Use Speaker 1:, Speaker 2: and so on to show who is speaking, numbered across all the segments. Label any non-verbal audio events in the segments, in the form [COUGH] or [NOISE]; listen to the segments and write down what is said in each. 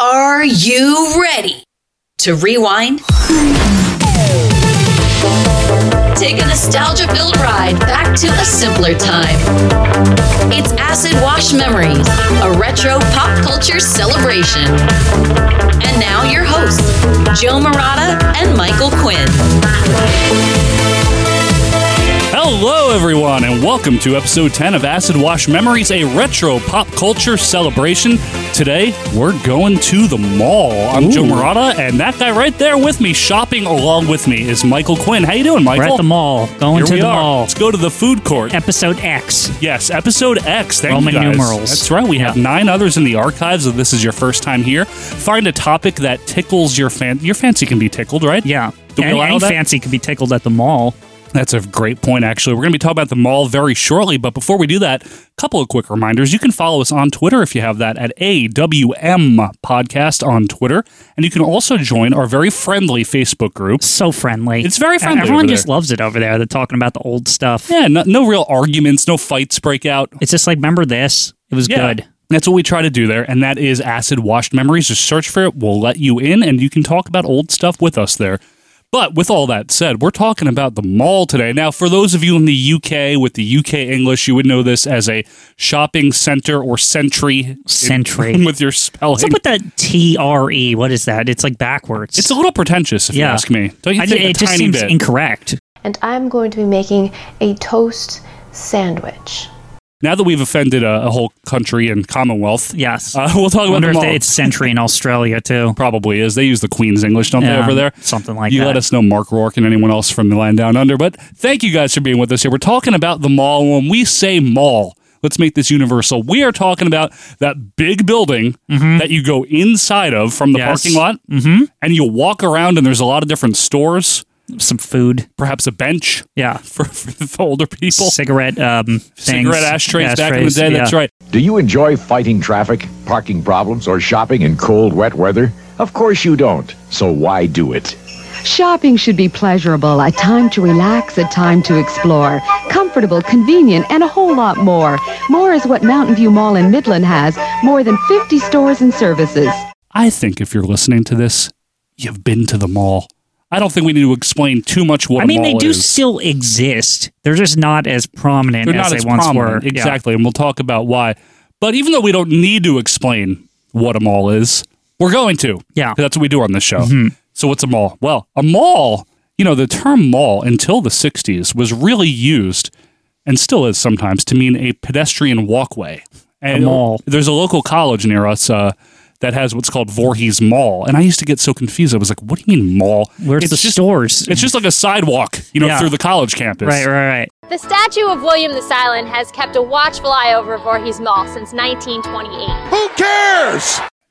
Speaker 1: Are you ready to rewind? Take a nostalgia filled ride back to a simpler time. It's Acid Wash Memories, a retro pop culture celebration. And now, your hosts, Joe Murata and Michael Quinn.
Speaker 2: Hello, everyone, and welcome to episode 10 of Acid Wash Memories, a retro pop culture celebration. Today, we're going to the mall. I'm Joe Morata, and that guy right there with me, shopping along with me, is Michael Quinn. How you doing, Michael?
Speaker 3: We're at the mall. Going
Speaker 2: Here
Speaker 3: to
Speaker 2: we
Speaker 3: the
Speaker 2: are.
Speaker 3: mall.
Speaker 2: Let's go to the food court.
Speaker 3: Episode X.
Speaker 2: Yes, episode X. Thank
Speaker 3: Roman
Speaker 2: you guys.
Speaker 3: numerals.
Speaker 2: That's right. We have nine others in the archives. If this is your first time here, find a topic that tickles your fan. Your fancy can be tickled, right?
Speaker 3: Yeah.
Speaker 2: Do we
Speaker 3: Any,
Speaker 2: allow
Speaker 3: any
Speaker 2: that?
Speaker 3: fancy could be tickled at the mall.
Speaker 2: That's a great point, actually. We're going to be talking about the mall very shortly, but before we do that, a couple of quick reminders. You can follow us on Twitter if you have that at AWM Podcast on Twitter. And you can also join our very friendly Facebook group.
Speaker 3: So friendly.
Speaker 2: It's very
Speaker 3: E-
Speaker 2: friendly
Speaker 3: Everyone
Speaker 2: over
Speaker 3: just
Speaker 2: there.
Speaker 3: loves it over there. They're talking about the old stuff.
Speaker 2: Yeah, no, no real arguments, no fights break out.
Speaker 3: It's just like, remember this? It was
Speaker 2: Yeah.
Speaker 3: good.
Speaker 2: That's what we try to do there, and that is acid washed memories. Just search for it. We'll let you in, and you can talk about old stuff with us there. But with all that said, we're talking about the mall today. Now, for those of you in the UK with the UK English, you would know this as a shopping center or sentry [LAUGHS]
Speaker 3: Century.
Speaker 2: with your
Speaker 3: What's
Speaker 2: spelling.
Speaker 3: up with that T R E? What is that? It's like backwards.
Speaker 2: It's a little pretentious, if you
Speaker 3: Yeah.
Speaker 2: ask me. Don't you
Speaker 3: I-
Speaker 2: think? a
Speaker 3: it just
Speaker 2: tiny
Speaker 3: seems
Speaker 2: bit.
Speaker 3: incorrect.
Speaker 4: and I'm going to be making a toast sandwich.
Speaker 2: now that we've offended a, a whole country and Commonwealth,
Speaker 3: Yes.
Speaker 2: uh, [LAUGHS] we'll talk
Speaker 3: I
Speaker 2: about
Speaker 3: wonder
Speaker 2: the
Speaker 3: if
Speaker 2: mall.
Speaker 3: they, it's century in
Speaker 2: [LAUGHS]
Speaker 3: Australia too.
Speaker 2: probably is. They use the Queen's English, don't they,
Speaker 3: Yeah,
Speaker 2: over there?
Speaker 3: something like
Speaker 2: you
Speaker 3: that.
Speaker 2: let us know, Mark Rourke and anyone else from the land down under. But thank you guys for being with us here. We're talking about the mall. When we say mall, let's make this universal. We are talking about that big building that you go inside of from the
Speaker 3: Mm-hmm. Yes.
Speaker 2: parking lot, mm-hmm. and you walk around, and there's a lot of different stores,
Speaker 3: Some food.
Speaker 2: perhaps a bench [LAUGHS]
Speaker 3: Yeah.
Speaker 2: for, for the older people.
Speaker 3: Cigarette um, things.
Speaker 2: Cigarette ashtrays back in the day. That's
Speaker 3: yeah.
Speaker 2: right.
Speaker 5: Do you enjoy fighting traffic, parking problems, or shopping in cold, wet weather? Of course you don't. So why do it?
Speaker 6: Shopping should be pleasurable, a time to relax, a time to explore. Comfortable, convenient, and a whole lot more. More is what Mountain View Mall in Midland has, more than 50 stores and services.
Speaker 2: I think if you're listening to this, you've been to the mall. I don't think we need to explain too much what
Speaker 3: I
Speaker 2: a
Speaker 3: mean, they
Speaker 2: mall
Speaker 3: do
Speaker 2: is.
Speaker 3: still exist. They're just not as prominent
Speaker 2: they're
Speaker 3: as
Speaker 2: not
Speaker 3: they
Speaker 2: as
Speaker 3: once
Speaker 2: prominent.
Speaker 3: were. Yeah.
Speaker 2: Exactly, and we'll talk about why. But even though we don't need to explain what a mall is, we're going to.
Speaker 3: Yeah. Mm-hmm.
Speaker 2: 'Cause that's what we do on this show. So what's a mall? Well, a mall. You know, the term mall until the '60s was really used, and still is sometimes, to mean a pedestrian walkway. And
Speaker 3: mall.
Speaker 2: There's a local college near us. Uh, that has what's called Voorhees Mall, and I used to get so confused. I was like, "What do you mean mall?
Speaker 3: Where's
Speaker 2: it's
Speaker 3: the
Speaker 2: just,
Speaker 3: stores?
Speaker 2: It's just like a sidewalk, you know,
Speaker 3: Yeah.
Speaker 2: through the college campus.
Speaker 3: right, right, right.
Speaker 7: The statue of William the Silent has kept a watchful eye over Voorhees Mall since 1928.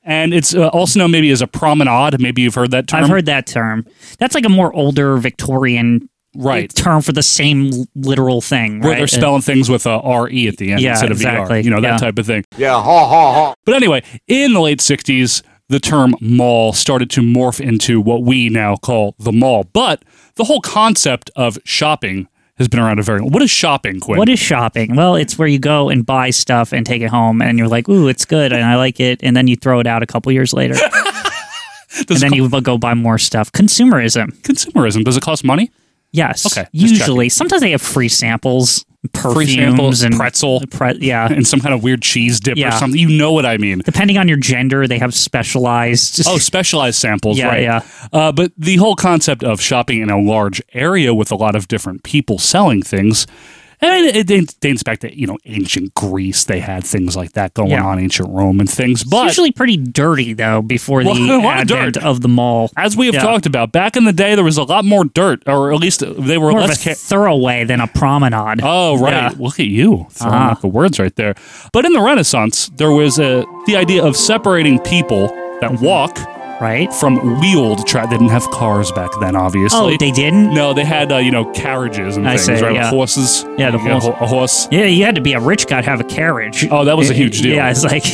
Speaker 2: and it's uh, also known maybe as a promenade. Maybe you've heard that term.
Speaker 3: I've heard that term. That's like a more older Victorian
Speaker 2: right,
Speaker 3: term for the same l- literal thing,
Speaker 2: where
Speaker 3: right? Uh,
Speaker 2: they're spelling things with a R E at the end
Speaker 3: Yeah,
Speaker 2: instead of
Speaker 3: exactly.
Speaker 2: E R. You know that
Speaker 3: Yeah.
Speaker 2: type of thing.
Speaker 5: Yeah, ha ha ha.
Speaker 2: But anyway, in the late '60s, the term mall started to morph into what we now call the mall. But the whole concept of shopping has been around a very. What is shopping, Quinn?
Speaker 3: What is shopping? Well, it's where you go and buy stuff and take it home, and you're like, "Ooh, it's good, and I like it," and then you throw it out a couple
Speaker 2: [LAUGHS]
Speaker 3: years later, and
Speaker 2: Does it
Speaker 3: then you go buy more stuff. Consumerism,
Speaker 2: co- consumerism? Does it cost money?
Speaker 3: yes.
Speaker 2: Okay, just
Speaker 3: Usually, sometimes they have free samples, perfumes,
Speaker 2: samples,
Speaker 3: and
Speaker 2: pretzel.
Speaker 3: pre- yeah.
Speaker 2: And some kind of weird cheese dip or
Speaker 3: Yeah.
Speaker 2: something. You know what I mean.
Speaker 3: Depending on your gender, they have specialized. [LAUGHS]
Speaker 2: Oh, specialized samples,
Speaker 3: Yeah,
Speaker 2: right?
Speaker 3: yeah.
Speaker 2: Uh, but the whole concept of shopping in a large area with a lot of different people selling things, and it, it dates back to you know ancient Greece. They had things like that going
Speaker 3: Yeah.
Speaker 2: on, ancient Rome and things.
Speaker 3: It's
Speaker 2: But
Speaker 3: usually pretty dirty though before
Speaker 2: [LAUGHS] Well,
Speaker 3: the
Speaker 2: a lot of
Speaker 3: advent
Speaker 2: dirt.
Speaker 3: of, the mall.
Speaker 2: as we have
Speaker 3: Yeah.
Speaker 2: talked about, back in the day, there was a lot more dirt, or at least they were
Speaker 3: more of a
Speaker 2: less. ca-
Speaker 3: thorough way than a promenade.
Speaker 2: Oh right!
Speaker 3: Yeah.
Speaker 2: Look at you throwing
Speaker 3: Ah.
Speaker 2: up the words right there. But in the Renaissance, there was a, the idea of separating people
Speaker 3: Mm-hmm.
Speaker 2: that walk
Speaker 3: right?
Speaker 2: from wheeled. Tra- they didn't have cars back then, obviously.
Speaker 3: Oh, they didn't.
Speaker 2: No, they had uh, you know carriages and
Speaker 3: I
Speaker 2: things,
Speaker 3: see,
Speaker 2: right?
Speaker 3: yeah.
Speaker 2: Horses.
Speaker 3: Yeah, the
Speaker 2: You get a
Speaker 3: horse.
Speaker 2: ho- A horse. [LAUGHS]
Speaker 3: Yeah, you had to be a rich guy to have a carriage.
Speaker 2: Oh, that was a huge deal.
Speaker 3: Yeah, it's like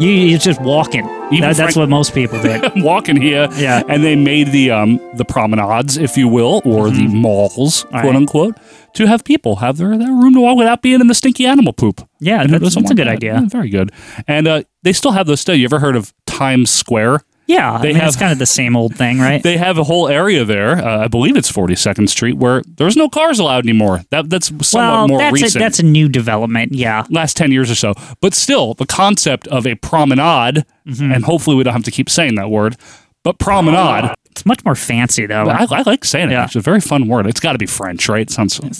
Speaker 3: you, you're just walking. That-
Speaker 2: Frank-
Speaker 3: that's what most people
Speaker 2: [LAUGHS]
Speaker 3: did.
Speaker 2: I'm walking here.
Speaker 3: Yeah.
Speaker 2: And they made the um the promenades, if you will, or the malls,
Speaker 3: All
Speaker 2: quote
Speaker 3: Mm-hmm. right.
Speaker 2: unquote, to have people have their, their room to walk without being in the stinky animal poop.
Speaker 3: Yeah,
Speaker 2: And it
Speaker 3: that's-
Speaker 2: doesn't
Speaker 3: that's a
Speaker 2: want
Speaker 3: good
Speaker 2: that.
Speaker 3: idea.
Speaker 2: Yeah, very good. And uh, they still have those still. You ever heard of Times Square.
Speaker 3: Yeah, I
Speaker 2: They
Speaker 3: mean, it's
Speaker 2: have-
Speaker 3: kind of the same old thing, right?
Speaker 2: [LAUGHS] They have a whole area there. Uh, I believe it's 42nd Street where there's no cars allowed anymore. That that's somewhat
Speaker 3: well,
Speaker 2: more
Speaker 3: that's
Speaker 2: recent.
Speaker 3: a, that's a new development. Yeah,
Speaker 2: last 10 years or so. But still, the concept of a promenade,
Speaker 3: Mm-hmm.
Speaker 2: and hopefully we don't have to keep saying that word, but promenade,
Speaker 3: it's much more fancy though.
Speaker 2: I, I like saying it.
Speaker 3: Yeah.
Speaker 2: It's a very fun word. It's got to be French, right? sounds
Speaker 3: it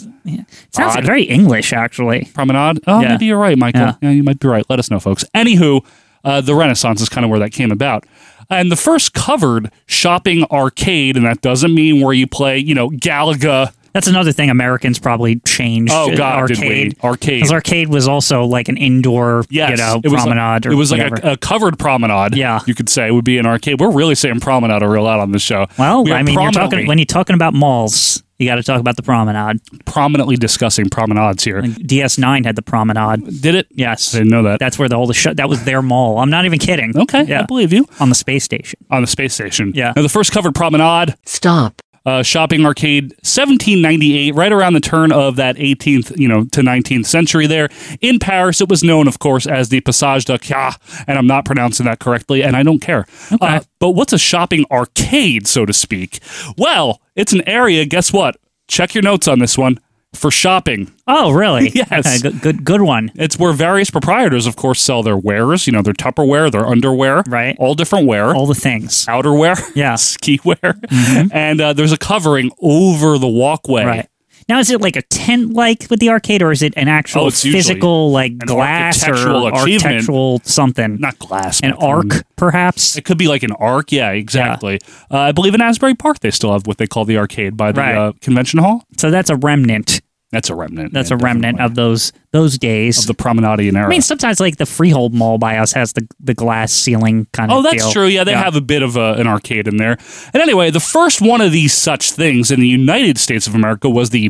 Speaker 3: sounds
Speaker 2: odd.
Speaker 3: very English, actually.
Speaker 2: promenade. Oh,
Speaker 3: Yeah.
Speaker 2: maybe you're right, Michael. Yeah.
Speaker 3: Yeah.
Speaker 2: you might be right. Let us know, folks. Anywho, uh, the Renaissance is kind of where that came about. And the first covered shopping arcade, and that doesn't mean where you play, you know, Galaga.
Speaker 3: That's another thing Americans probably changed.
Speaker 2: Oh, God, did we.
Speaker 3: arcade
Speaker 2: Arcade.
Speaker 3: 'Cause arcade was also like an indoor,
Speaker 2: Yes,
Speaker 3: you know,
Speaker 2: it was
Speaker 3: promenade.
Speaker 2: Like,
Speaker 3: or
Speaker 2: it was
Speaker 3: whatever.
Speaker 2: like a, a covered promenade.
Speaker 3: Yeah.
Speaker 2: you could say would be an arcade. We're really saying promenade a real lot on this show.
Speaker 3: well,
Speaker 2: We are
Speaker 3: I mean, you're
Speaker 2: prominently-
Speaker 3: talking when you're talking about malls, you got to talk about the promenade.
Speaker 2: prominently discussing promenades here.
Speaker 3: Like, DS9 had the promenade.
Speaker 2: Did it?
Speaker 3: Yes,
Speaker 2: I didn't know that.
Speaker 3: that's where the whole the sh- that was their mall. I'm not even kidding.
Speaker 2: okay, I
Speaker 3: yeah,
Speaker 2: believe you.
Speaker 3: on the space station.
Speaker 2: On the space station.
Speaker 3: Yeah.
Speaker 2: Now, the first covered promenade,
Speaker 1: Stop.
Speaker 2: uh, shopping arcade, 1798, right around the turn of that 18th, you know, to 19th century there. In Paris, it was known, of course, as the Passage de Ca, and I'm not pronouncing that correctly, and I don't care. Uh, but what's a shopping arcade, so to speak? Well, it's an area, guess what? Check your notes on this one, for shopping.
Speaker 3: Oh, really?
Speaker 2: [LAUGHS] Yes.
Speaker 3: good, good, good one.
Speaker 2: It's where various proprietors, of course, sell their wares, you know, their Tupperware, their underwear,
Speaker 3: Right.
Speaker 2: All different wear,
Speaker 3: All the things.
Speaker 2: outerwear, [LAUGHS]
Speaker 3: [LAUGHS] Yeah. Mm-hmm.
Speaker 2: ski wear. And uh, there's a covering over the walkway.
Speaker 3: Right. Now, is it like a tent like with the arcade, or is it an actual
Speaker 2: Oh, it's usually
Speaker 3: physical, like
Speaker 2: an
Speaker 3: glass
Speaker 2: architectural
Speaker 3: or
Speaker 2: achievement.
Speaker 3: architectural something?
Speaker 2: Not glass.
Speaker 3: an
Speaker 2: but-
Speaker 3: arc, perhaps?
Speaker 2: It could be like an arc. Yeah, exactly. Uh, I believe in Asbury Park, they still have what they call the arcade by the
Speaker 3: Right.
Speaker 2: uh, convention hall.
Speaker 3: So that's a remnant.
Speaker 2: That's a remnant.
Speaker 3: That's
Speaker 2: yeah,
Speaker 3: a remnant
Speaker 2: definitely.
Speaker 3: of those those days.
Speaker 2: of the Promenadian era.
Speaker 3: I mean, sometimes like the Freehold Mall by us has the, the glass ceiling kind
Speaker 2: Oh,
Speaker 3: of.
Speaker 2: that's
Speaker 3: deal.
Speaker 2: true. Yeah, they have a bit of a, an arcade in there. And anyway, the first one of these such things in the United States of America was the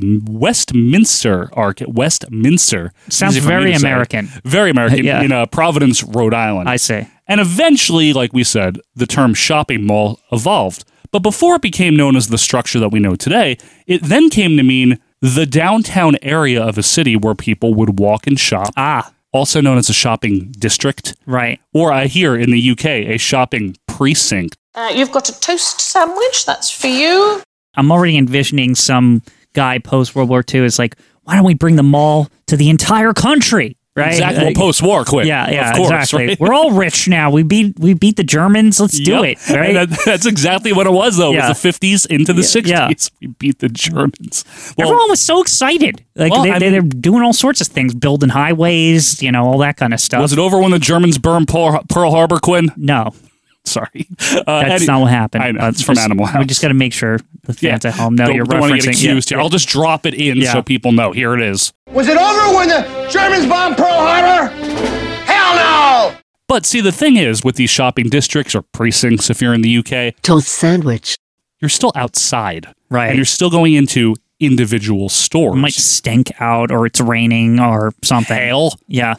Speaker 2: Westminster Arcade. Westminster
Speaker 3: Sounds
Speaker 2: Easy for me
Speaker 3: very
Speaker 2: to say.
Speaker 3: American.
Speaker 2: Very American
Speaker 3: [LAUGHS] Yeah.
Speaker 2: in uh, Providence, Rhode Island.
Speaker 3: I see.
Speaker 2: And eventually, like we said, the term shopping mall evolved. But before it became known as the structure that we know today, it then came to mean the downtown area of a city where people would walk and shop,
Speaker 3: Ah,
Speaker 2: also known as a shopping district
Speaker 3: right.
Speaker 2: or I hear in the UK a shopping precinct.
Speaker 8: Uh, you've got a toast sandwich, that's for you.
Speaker 3: I'm already envisioning some guy post World War II is like, why don't we bring the mall to the entire country? Right.
Speaker 2: Exactly. Well,
Speaker 3: Like,
Speaker 2: post-war, quick.
Speaker 3: Yeah, yeah,
Speaker 2: of course,
Speaker 3: exactly.
Speaker 2: right?
Speaker 3: We're all rich now. We beat we beat the Germans. Let's do
Speaker 2: Yep.
Speaker 3: it. Right?
Speaker 2: And that- [LAUGHS] that's exactly what it was, though. It
Speaker 3: Yeah.
Speaker 2: was the 50s into the
Speaker 3: Yeah,
Speaker 2: 60s.
Speaker 3: yeah.
Speaker 2: We beat the Germans.
Speaker 3: Everyone was so excited. Like
Speaker 2: Well,
Speaker 3: they,
Speaker 2: I
Speaker 3: they,
Speaker 2: mean-
Speaker 3: they're doing all sorts of things, building highways, you know, all that kind of stuff.
Speaker 2: was it over when the Germans burned Pearl, Pearl Harbor, Quinn? [LAUGHS]
Speaker 3: no,
Speaker 2: Sorry. Uh,
Speaker 3: that's
Speaker 2: any-
Speaker 3: not what happened.
Speaker 2: I know.
Speaker 3: Uh,
Speaker 2: It's from
Speaker 3: just-
Speaker 2: Animal House.
Speaker 3: We just got to make sure the fans at home know
Speaker 2: don't,
Speaker 3: you're
Speaker 2: don't wanna get
Speaker 3: referencing. yeah.
Speaker 2: accused here. I'll just drop it in
Speaker 3: Yeah.
Speaker 2: so people know. Here it is.
Speaker 9: Was it over when the Germans bombed Pearl Harbor? Hell no!
Speaker 2: But see, the thing is, with these shopping districts or precincts, if you're in the UK,
Speaker 1: Toast sandwich.
Speaker 2: you're still outside.
Speaker 3: Right.
Speaker 2: And you're still going into individual stores.
Speaker 3: It might stink out, or it's raining, or something.
Speaker 2: Hail. [LAUGHS]
Speaker 3: Yeah,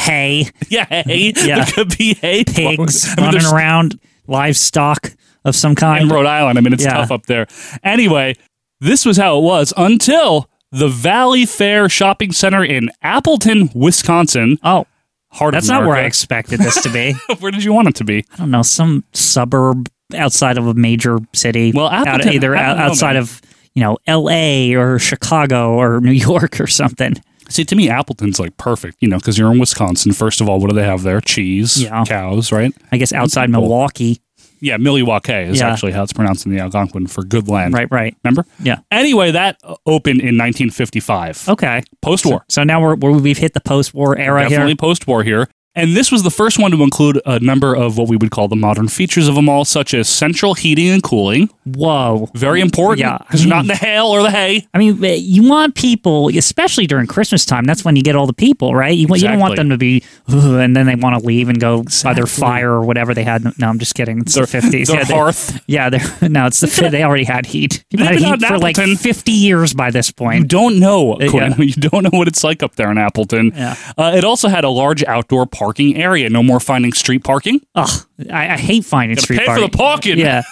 Speaker 3: hay,
Speaker 2: Yeah, hay.
Speaker 3: [LAUGHS] Yeah.
Speaker 2: There could be hay
Speaker 3: pigs
Speaker 2: blowing. I mean,
Speaker 3: running
Speaker 2: there's-
Speaker 3: around, livestock of some
Speaker 2: in
Speaker 3: kind.
Speaker 2: Rhode Island. I mean, it's
Speaker 3: Yeah.
Speaker 2: tough up there. Anyway, this was how it was until the Valley Fair Shopping Center in Appleton, Wisconsin.
Speaker 3: Oh,
Speaker 2: Heart
Speaker 3: that's
Speaker 2: of
Speaker 3: not where
Speaker 2: [LAUGHS]
Speaker 3: I
Speaker 2: America.
Speaker 3: expected this to be.
Speaker 2: where did you want it to be?
Speaker 3: I don't know, some suburb outside of a major city.
Speaker 2: Well,
Speaker 3: out-
Speaker 2: Appleton-
Speaker 3: either
Speaker 2: I don't
Speaker 3: out-
Speaker 2: know,
Speaker 3: outside
Speaker 2: man.
Speaker 3: of you know L.A. or Chicago or New [LAUGHS] York or something.
Speaker 2: See, to me, Appleton's like perfect, you know, because you're in Wisconsin. First of all, what do they have there? Cheese,
Speaker 3: Yeah.
Speaker 2: cows, right?
Speaker 3: I guess outside
Speaker 2: people.
Speaker 3: Milwaukee.
Speaker 2: Yeah, Milwaukee is
Speaker 3: Yeah.
Speaker 2: actually how it's pronounced in the Algonquin for good land.
Speaker 3: Right, right.
Speaker 2: Remember?
Speaker 3: Yeah.
Speaker 2: Anyway, that uh, opened in 1955.
Speaker 3: Okay.
Speaker 2: Post-war.
Speaker 3: So now we're, we're we've hit the post-war era
Speaker 2: definitely
Speaker 3: here.
Speaker 2: post-war here. And this was the first one to include a number of what we would call the modern features of a mall, such as central heating and cooling.
Speaker 3: Whoa.
Speaker 2: Very important.
Speaker 3: Yeah.
Speaker 2: Because you're not in the hail or the hay.
Speaker 3: I mean, uh, you want people, especially during Christmas time. That's when you get all the people, right? You, want you don't want
Speaker 2: Exactly.
Speaker 3: them to be, "Ugh," and then they want to leave and go by their fire or whatever they had. No, I'm just kidding. It's
Speaker 2: Their-
Speaker 3: the 50s.
Speaker 2: their
Speaker 3: yeah, they-
Speaker 2: hearth.
Speaker 3: yeah, they're, [LAUGHS] no, it's the fi- they already had heat. People had
Speaker 2: They've been
Speaker 3: heat
Speaker 2: out
Speaker 3: for
Speaker 2: in
Speaker 3: like
Speaker 2: Appleton. Mm.
Speaker 3: 50 years by this
Speaker 2: You
Speaker 3: point.
Speaker 2: don't know,
Speaker 3: Uh, Yeah.
Speaker 2: Quinn. [LAUGHS] You don't know what it's like up there in Appleton.
Speaker 3: Yeah.
Speaker 2: Uh, it also had a large outdoor parking area. No more finding street parking.
Speaker 3: Ugh, I, I hate finding
Speaker 2: Gotta
Speaker 3: street
Speaker 2: pay
Speaker 3: parking.
Speaker 2: for the [LAUGHS] parking.
Speaker 3: Yeah.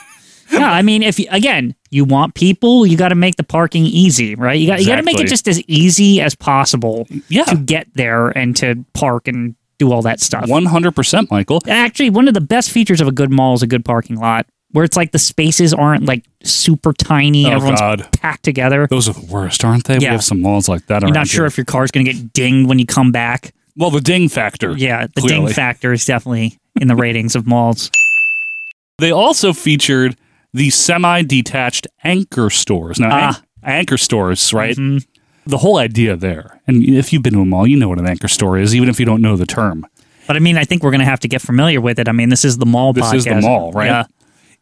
Speaker 3: No, I mean, if you, again, you want people, you got to make the parking easy, right? You got you got to make
Speaker 2: Exactly.
Speaker 3: it just as easy as possible
Speaker 2: Yeah.
Speaker 3: to get there and to park and do all that stuff.
Speaker 2: One hundred percent, Michael.
Speaker 3: Actually, one of the best features of a good mall is a good parking lot where it's like the spaces aren't like super tiny. and
Speaker 2: Oh,
Speaker 3: everyone's
Speaker 2: God.
Speaker 3: packed together.
Speaker 2: Those are the worst, aren't they? We
Speaker 3: Yeah.
Speaker 2: have some malls like that.
Speaker 3: You're
Speaker 2: around
Speaker 3: not sure
Speaker 2: here.
Speaker 3: if your car's going to get dinged when you come back.
Speaker 2: Well, the ding factor.
Speaker 3: Yeah, the
Speaker 2: clearly.
Speaker 3: ding factor is definitely in the ratings of malls.
Speaker 2: They also featured the semi-detached anchor stores. Now,
Speaker 3: Ah. Mm-hmm.
Speaker 2: an- anchor stores, right? The whole idea there, and if you've been to a mall, you know what an anchor store is, even if you don't know the term.
Speaker 3: But I mean, I think we're going to have to get familiar with it. I mean, this is the mall
Speaker 2: This is the
Speaker 3: podcast.
Speaker 2: mall, right?
Speaker 3: Yeah.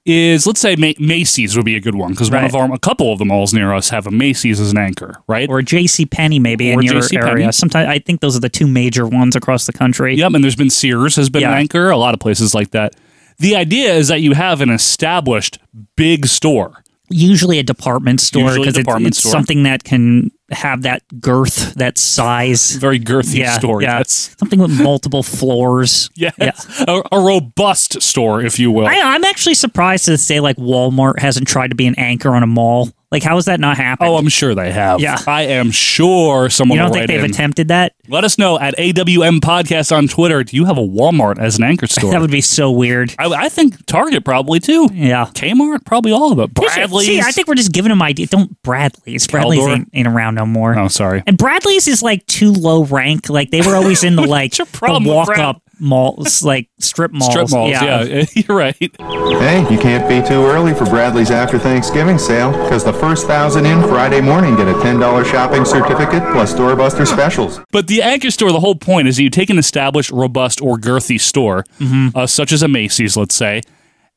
Speaker 2: Is let's say Ma- Macy's would be a good one because one
Speaker 3: Right.
Speaker 2: of our a couple of the malls near us have a Macy's as an anchor, right?
Speaker 3: Or J.C. Penney maybe
Speaker 2: Or
Speaker 3: in your
Speaker 2: JCPenney.
Speaker 3: area. Sometimes I think those are the two major ones across the country.
Speaker 2: Yep, and there's been Sears has been
Speaker 3: Yeah.
Speaker 2: an anchor, a lot of places like that. The idea is that you have an established big store.
Speaker 3: Usually a department store
Speaker 2: Usually a
Speaker 3: because it's,
Speaker 2: department
Speaker 3: it's
Speaker 2: store.
Speaker 3: something that can have that girth, that size.
Speaker 2: Very girthy
Speaker 3: yeah,
Speaker 2: store.
Speaker 3: yeah.
Speaker 2: Yes. [LAUGHS]
Speaker 3: something with multiple floors.
Speaker 2: Yes.
Speaker 3: Yeah.
Speaker 2: A, a robust store, if you will.
Speaker 3: I, I'm actually surprised to say like Walmart hasn't tried to be an anchor on a mall. Like, how has that not happened?
Speaker 2: oh, I'm sure they have.
Speaker 3: Yeah.
Speaker 2: I am sure someone
Speaker 3: you don't
Speaker 2: will
Speaker 3: think
Speaker 2: write
Speaker 3: they've
Speaker 2: in.
Speaker 3: attempted that?
Speaker 2: Let us know at AWM Podcast on Twitter. Do you have a Walmart as an anchor store?
Speaker 3: That would be so weird.
Speaker 2: I, I think Target probably too.
Speaker 3: Yeah.
Speaker 2: Kmart probably all of it. Bradley's.
Speaker 3: See, I think we're just giving them ideas. Don't Bradley's. Bradley's
Speaker 2: Caldor.
Speaker 3: ain't, ain't around no more.
Speaker 2: Oh, sorry.
Speaker 3: And Bradley's is like too low rank. Like they were
Speaker 2: [LAUGHS]
Speaker 3: always in the like
Speaker 2: your problem
Speaker 3: the
Speaker 2: with
Speaker 3: walk
Speaker 2: Brad-
Speaker 3: up malls, like strip malls.
Speaker 2: Strip malls. Yeah. [LAUGHS] you're right.
Speaker 10: Hey, you can't be too early for Bradley's after Thanksgiving sale, because the first thousand in Friday morning get a $10 shopping certificate plus doorbuster specials.
Speaker 2: But the anchor store, the whole point is that you take an established, robust, or girthy store,
Speaker 3: Mm-hmm.
Speaker 2: uh, such as a Macy's, let's say,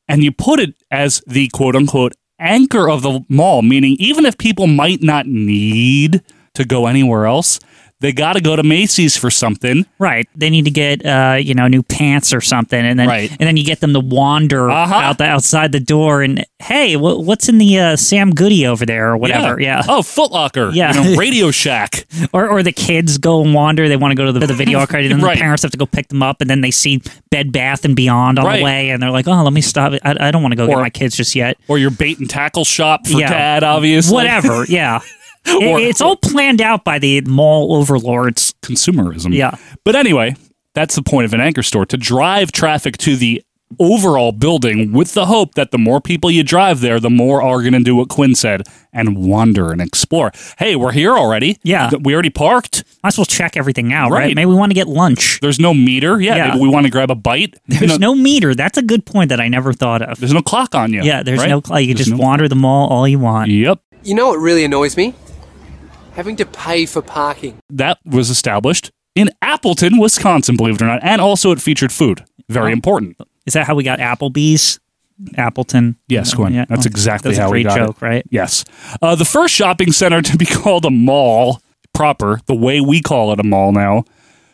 Speaker 2: and you put it as the quote unquote anchor of the mall, meaning even if people might not need to go anywhere else, they got to go to Macy's for something.
Speaker 3: Right. They need to get uh, you know, new pants or something and then
Speaker 2: Right.
Speaker 3: and then you get them to wander
Speaker 2: Uh-huh.
Speaker 3: out the, outside the door and hey, wha what's in the uh, Sam Goody over there or whatever. Yeah.
Speaker 2: Oh, Foot Locker.
Speaker 3: Yeah.
Speaker 2: You
Speaker 3: [LAUGHS]
Speaker 2: know, Radio Shack.
Speaker 3: Or or the kids go and wander, they want to go to the, the video arcade and then
Speaker 2: [LAUGHS] Right.
Speaker 3: the parents have to go pick them up and then they see Bed Bath and Beyond on
Speaker 2: Right.
Speaker 3: the way and they're like, "Oh, let me stop. I, I don't want to go get
Speaker 2: Or-
Speaker 3: my kids just yet."
Speaker 2: Or your bait and tackle shop for
Speaker 3: Yeah.
Speaker 2: dad, obviously. [LAUGHS]
Speaker 3: Whatever. Yeah. It-
Speaker 2: Or-
Speaker 3: it's all planned out by the mall overlords.
Speaker 2: consumerism.
Speaker 3: Yeah.
Speaker 2: But anyway, that's the point of an anchor store to drive traffic to the overall building with the hope that the more people you drive there, the more are going to do what Quinn said and wander and explore. Hey, we're here already.
Speaker 3: Yeah.
Speaker 2: Th- We already parked.
Speaker 3: Might as well check everything out, right?
Speaker 2: Right.
Speaker 3: Maybe we want to get lunch.
Speaker 2: There's no meter. Yeah.
Speaker 3: Yeah.
Speaker 2: maybe we want to grab a bite.
Speaker 3: [LAUGHS] There's no meter. That's a good point that I never thought of.
Speaker 2: there's no clock on you.
Speaker 3: Yeah, there's
Speaker 2: right?
Speaker 3: no cl- you can
Speaker 2: There's
Speaker 3: just
Speaker 2: no-
Speaker 3: wander the mall all you want.
Speaker 2: Yep.
Speaker 9: You know what really annoys me? Having to pay for parking.
Speaker 2: That was established in Appleton, Wisconsin, believe it or not. And also it featured food. Very
Speaker 3: Oh.
Speaker 2: important.
Speaker 3: Is that how we got Applebee's? Appleton.
Speaker 2: Yes, Gwen.
Speaker 3: Yeah.
Speaker 2: That's
Speaker 3: Oh,
Speaker 2: exactly
Speaker 3: that's
Speaker 2: how
Speaker 3: a
Speaker 2: we
Speaker 3: great
Speaker 2: got
Speaker 3: joke,
Speaker 2: it.
Speaker 3: right?
Speaker 2: Yes. Uh, the first shopping center to be [LAUGHS] called a mall proper, the way we call it a mall now,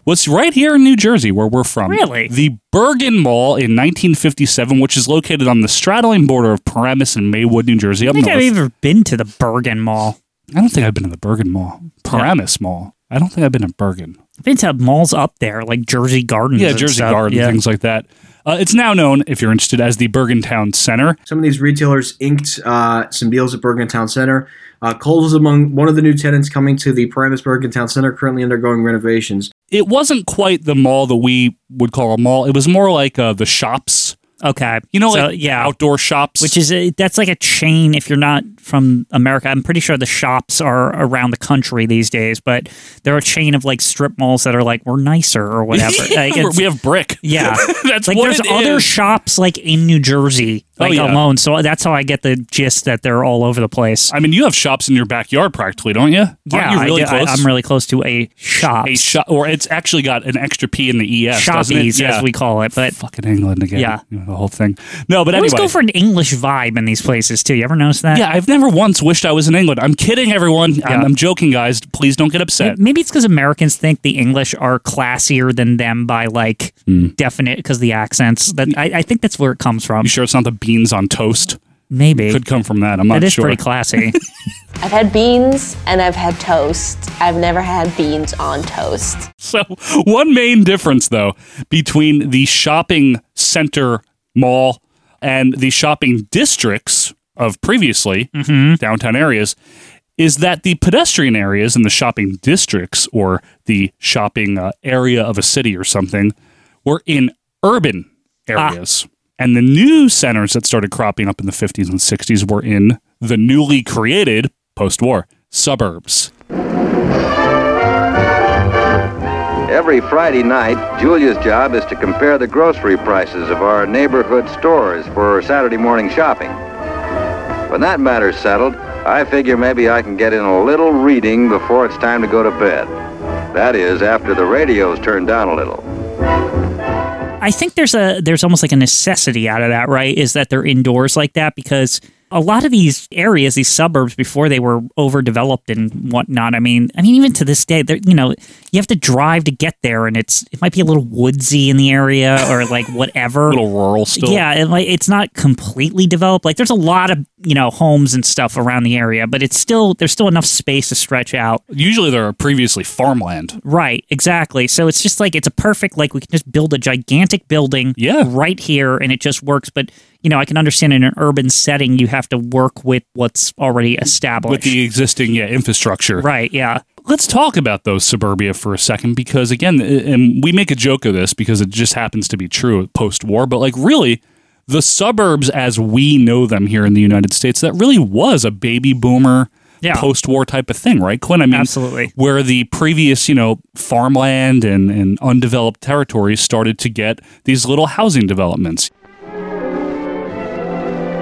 Speaker 2: was right here in New Jersey, where we're from.
Speaker 3: Really?
Speaker 2: The Bergen Mall in 1957, which is located on the straddling border of Paramus and Maywood, New Jersey,
Speaker 3: I
Speaker 2: up
Speaker 3: think
Speaker 2: north.
Speaker 3: I've ever been to the Bergen Mall.
Speaker 2: I don't think I've been to the Bergen Mall. Paramus Mall. I don't think I've been to Bergen.
Speaker 3: I've been to malls up there, like Jersey Gardens.
Speaker 2: Yeah,
Speaker 3: and
Speaker 2: Jersey
Speaker 3: stuff.
Speaker 2: Garden,
Speaker 3: Yeah.
Speaker 2: things like that. Uh, it's now known, if you're interested, as the Bergen Town Center.
Speaker 10: Some of these retailers inked uh, some deals at Bergen Town Center. Uh, Kohl's is among one of the new tenants coming to the Paramus Bergen Town Center, currently undergoing renovations.
Speaker 2: It wasn't quite the mall that we would call a mall. It was more like uh, the shops
Speaker 3: Okay.
Speaker 2: You know,
Speaker 3: So,
Speaker 2: like
Speaker 3: yeah.
Speaker 2: outdoor shops.
Speaker 3: which is a, that's like a chain if you're not from america i'm pretty sure the shops are around the country these days but they're a chain of like strip malls that are like we're nicer or [LAUGHS] whatever
Speaker 2: [LAUGHS]
Speaker 3: like it's-
Speaker 2: we have brick. [LAUGHS]
Speaker 3: yeah
Speaker 2: that's
Speaker 3: like
Speaker 2: what
Speaker 3: there's
Speaker 2: it
Speaker 3: other
Speaker 2: is.
Speaker 3: shops like in new jersey
Speaker 2: Oh,
Speaker 3: like
Speaker 2: yeah.
Speaker 3: alone so that's how i get the gist that they're all over the place
Speaker 2: I mean, you have shops in your backyard practically, don't you?
Speaker 3: yeah
Speaker 2: Aren't you really
Speaker 3: I,
Speaker 2: close?
Speaker 3: am really close to a shop
Speaker 2: a shop, or it's actually got an extra P in the ES. doesn't it?
Speaker 3: shoppies as we call it but
Speaker 2: fucking England again.
Speaker 3: Yeah.
Speaker 2: You know, the whole thing. No, but
Speaker 3: I always
Speaker 2: anyway.
Speaker 3: go for an english vibe in these places too you ever notice that
Speaker 2: yeah, I've never once wished I was in England. I'm kidding, everyone. I'm, I'm joking, guys. Please don't get upset.
Speaker 3: May- Maybe it's because Americans think the English are classier than them by like
Speaker 2: Hmm.
Speaker 3: definite because the accents. That I, I think that's where it comes from.
Speaker 2: You sure it's not the beans on toast?
Speaker 3: Maybe
Speaker 2: Could come from that. I'm not
Speaker 3: that is
Speaker 2: sure.
Speaker 3: pretty
Speaker 2: [LAUGHS]
Speaker 3: classy.
Speaker 7: I've had beans and I've had toast. I've never had beans on toast.
Speaker 2: [LAUGHS] So, one main difference, though, between the shopping center mall and the shopping districts of previously downtown areas is that the pedestrian areas in the shopping districts or the shopping uh, area of a city or something. We're in urban areas. And the new centers that started cropping up in the 50s and 60s were in the newly created post war suburbs.
Speaker 11: Every Friday night, Julia's job is to compare the grocery prices of our neighborhood stores for Saturday morning shopping. When that matter's settled, I figure maybe I can get in a little reading before it's time to go to bed. That is, after the radio's turned down a little.
Speaker 3: I think there's a there's almost like a necessity out of that, right? Is that they're indoors like that because a lot of these areas, these suburbs, before they were overdeveloped and whatnot. I mean, I mean, even to this day, there you know, you have to drive to get there, and it's it might be a little woodsy in the area or like
Speaker 2: [LAUGHS]
Speaker 3: whatever,
Speaker 2: little rural still.
Speaker 3: Yeah, and like it's not completely developed. Like there's a lot of you know homes and stuff around the area, but it's still there's still enough space to stretch out.
Speaker 2: Usually there are previously farmland.
Speaker 3: Right, exactly. So it's just like it's a perfect like we can just build a gigantic building yeah. right here and it just works. But you know, I can understand in an urban setting you have to work with what's already established.
Speaker 2: With the existing yeah, infrastructure.
Speaker 3: Right, yeah.
Speaker 2: Let's talk about those suburbia for a second because, again, and we make a joke of this because it just happens to be true post war, but like really, the suburbs as we know them here in the United States, that really was a baby boomer. Post war type of thing, right, Quinn? I mean,
Speaker 3: Absolutely.
Speaker 2: Where the previous, you know, farmland and, and undeveloped territories started to get these little housing developments.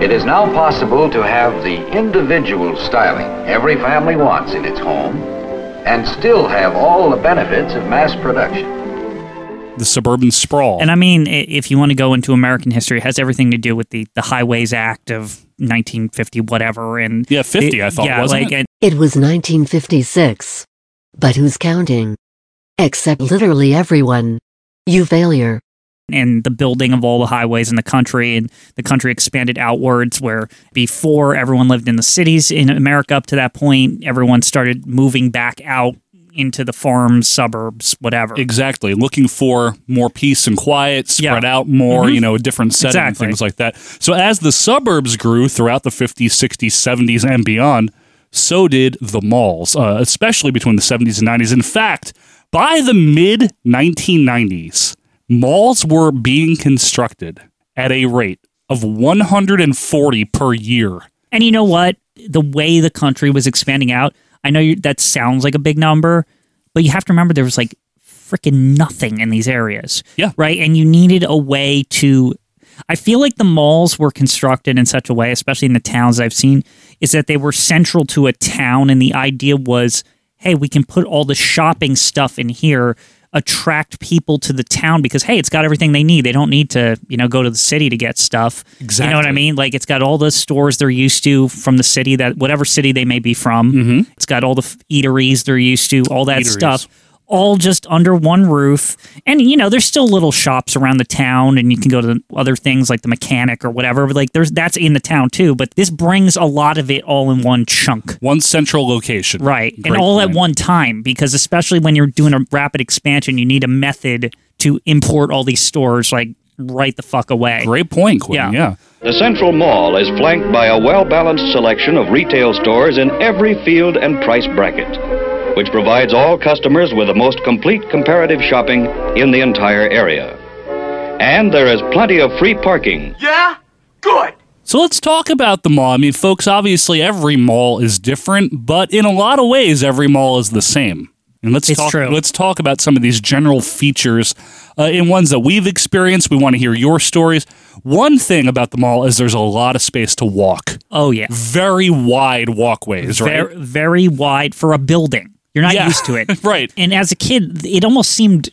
Speaker 11: It is now possible to have the individual styling every family wants in its home and still have all the benefits of mass production.
Speaker 2: the suburban sprawl.
Speaker 3: And I mean, i- if you want to go into American history, it has everything to do with the, the Highways Act of 1950, whatever. And
Speaker 2: yeah, 50, I thought,
Speaker 3: yeah,
Speaker 2: wasn't
Speaker 3: like,
Speaker 2: it?
Speaker 3: and-
Speaker 12: It was 1956. But who's counting? Except literally everyone. You failure.
Speaker 3: and the building of all the highways in the country and the country expanded outwards where before everyone lived in the cities in America up to that point everyone started moving back out into the farms suburbs whatever
Speaker 2: Exactly. Looking for more peace and quiet, spread out more,
Speaker 3: Mhm.
Speaker 2: you know, a different setting and
Speaker 3: Exactly.
Speaker 2: things like that. So as the suburbs grew throughout the 50s, 60s, 70s, and beyond, so did the malls, uh, especially between the 70s and 90s. In fact, by the mid 1990s, malls were being constructed at a rate of 140 per year.
Speaker 3: And you know what? The way the country was expanding out, I know you, that sounds like a big number, but you have to remember there was like freaking nothing in these areas.
Speaker 2: Yeah.
Speaker 3: Right. And you needed a way to. I feel like the malls were constructed in such a way, especially in the towns I've seen, is that they were central to a town. And the idea was hey, we can put all the shopping stuff in here, attract people to the town because, hey, it's got everything they need. They don't need to, you know, go to the city to get stuff. You know what
Speaker 2: Exactly.
Speaker 3: I mean? Like it's got all the stores they're used to from the city that whatever city they may be from. It's got all the f- eateries they're used to, all that
Speaker 2: Mm-hmm. Eateries.
Speaker 3: stuff. All just under one roof. And, you know, there's still little shops around the town, and you can go to other things like the mechanic or whatever. But, like, there's that's in the town too. But this brings a lot of it all in one chunk.
Speaker 2: One central location.
Speaker 3: Right. and
Speaker 2: Great
Speaker 3: all
Speaker 2: point.
Speaker 3: at one time, because especially when you're doing a rapid expansion, you need a method to import all these stores like right the fuck away.
Speaker 2: Great point, Quinn. Yeah.
Speaker 13: The Central Mall is flanked by a well balanced selection of retail stores in every field and price bracket, which provides all customers with the most complete comparative shopping in the entire area. And there is plenty of free parking.
Speaker 9: Yeah? Good.
Speaker 2: So let's talk about the mall. I mean, folks, obviously every mall is different, but in a lot of ways, every mall is the same. And let's
Speaker 3: It's
Speaker 2: talk.
Speaker 3: true.
Speaker 2: Let's talk about some of these general features uh, in ones that we've experienced. We want to hear your stories. One thing about the mall is there's a lot of space to walk.
Speaker 3: Oh yeah.
Speaker 2: Very wide walkways, right?
Speaker 3: Very, very wide for a building. You're not
Speaker 2: Yeah.
Speaker 3: used to
Speaker 2: [LAUGHS]
Speaker 3: it.
Speaker 2: right.
Speaker 3: And as a kid, it almost seemed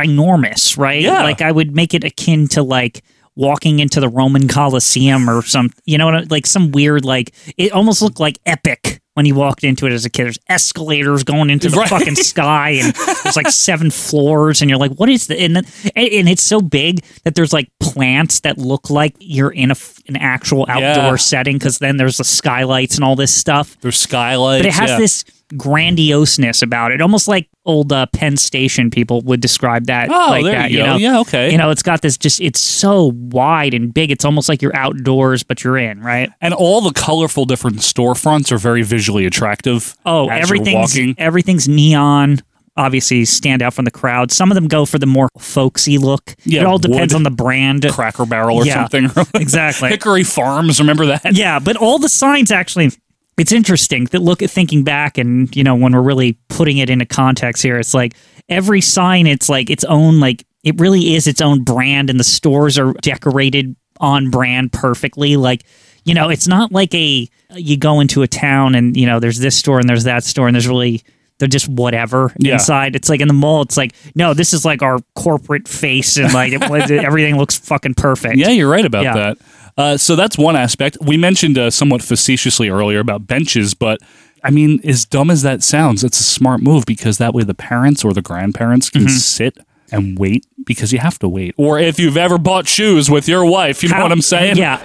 Speaker 3: ginormous, right?
Speaker 2: Yeah.
Speaker 3: Like I would make it akin to like walking into the Roman Colosseum or some, you know, what I- like some weird, like it almost looked like epic when you walked into it as a kid. There's escalators going into the
Speaker 2: Right.
Speaker 3: fucking sky, and there's like seven floors, and you're like, what is the? And, then, and and it's so big that there's like plants that look like you're in a f- an actual outdoor
Speaker 2: Yeah.
Speaker 3: setting because then there's the skylights and all this stuff.
Speaker 2: There's skylights.
Speaker 3: But it has
Speaker 2: yeah.
Speaker 3: this grandioseness about it, almost like old uh, Penn Station people would describe that.
Speaker 2: Oh,
Speaker 3: like
Speaker 2: there
Speaker 3: that,
Speaker 2: you go.
Speaker 3: know?
Speaker 2: Yeah, okay.
Speaker 3: You know, it's got this just, it's so wide and big. It's almost like you're outdoors, but you're in, right?
Speaker 2: And all the colorful different storefronts are very visually attractive.
Speaker 3: Oh,
Speaker 2: as you're
Speaker 3: everything's
Speaker 2: walking.
Speaker 3: everything's neon. obviously stand out from the crowd. Some of them go for the more folksy look.
Speaker 2: Yeah,
Speaker 3: it all depends
Speaker 2: wood.
Speaker 3: on the
Speaker 2: [LAUGHS]
Speaker 3: brand.
Speaker 2: Cracker Barrel or
Speaker 3: Yeah.
Speaker 2: something. [LAUGHS]
Speaker 3: exactly.
Speaker 2: Hickory Farms, remember that?
Speaker 3: Yeah, but all the signs actually it's interesting that look at thinking back and you know when we're really putting it into context here it's like every sign it's like its own like it really is its own brand and the stores are decorated on brand perfectly like you know it's not like a you go into a town and you know there's this store and there's that store and there's really they're just whatever
Speaker 2: Yeah.
Speaker 3: inside it's like in the mall it's like no this is like our corporate face and like
Speaker 2: [LAUGHS]
Speaker 3: it, everything looks fucking perfect
Speaker 2: Yeah, you're right about
Speaker 3: Yeah.
Speaker 2: that. Uh, so that's one aspect. We mentioned uh, somewhat facetiously earlier about benches, but I mean, as dumb as that sounds, it's a smart move because that way the parents or the grandparents can
Speaker 3: Mhm.
Speaker 2: sit and wait because you have to wait. Or if you've ever bought shoes with your wife, you know
Speaker 3: How-
Speaker 2: what I'm saying?
Speaker 3: yeah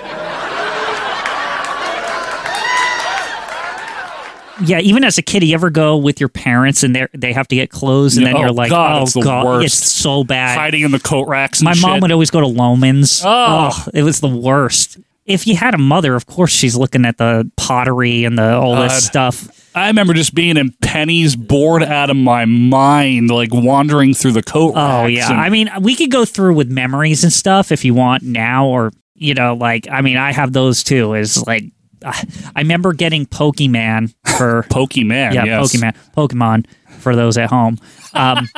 Speaker 3: Yeah, even as a kid, you ever go with your parents and they they have to get clothes, and then
Speaker 2: Yeah,
Speaker 3: you're
Speaker 2: oh,
Speaker 3: like,
Speaker 2: God,
Speaker 3: oh
Speaker 2: it's the
Speaker 3: god,
Speaker 2: worst.
Speaker 3: it's so bad.
Speaker 2: Hiding in the coat racks. And
Speaker 3: My mom
Speaker 2: shit.
Speaker 3: would always go to Lomans.
Speaker 2: Oh.
Speaker 3: it was the worst. If you had a mother, of course she's looking at the pottery and the all
Speaker 2: God.
Speaker 3: this stuff.
Speaker 2: I remember just being in pennies, bored out of my mind, like wandering through the coat
Speaker 3: Oh
Speaker 2: racks.
Speaker 3: yeah,
Speaker 2: and-
Speaker 3: I mean we could go through with memories and stuff if you want now, or you know, like I mean I have those too. Is like I remember getting Pokemon
Speaker 2: [LAUGHS]
Speaker 3: for
Speaker 2: Pokemon.
Speaker 3: yeah,
Speaker 2: yes.
Speaker 3: Pokemon, Pokemon for those at home.
Speaker 2: [LAUGHS]
Speaker 3: Um,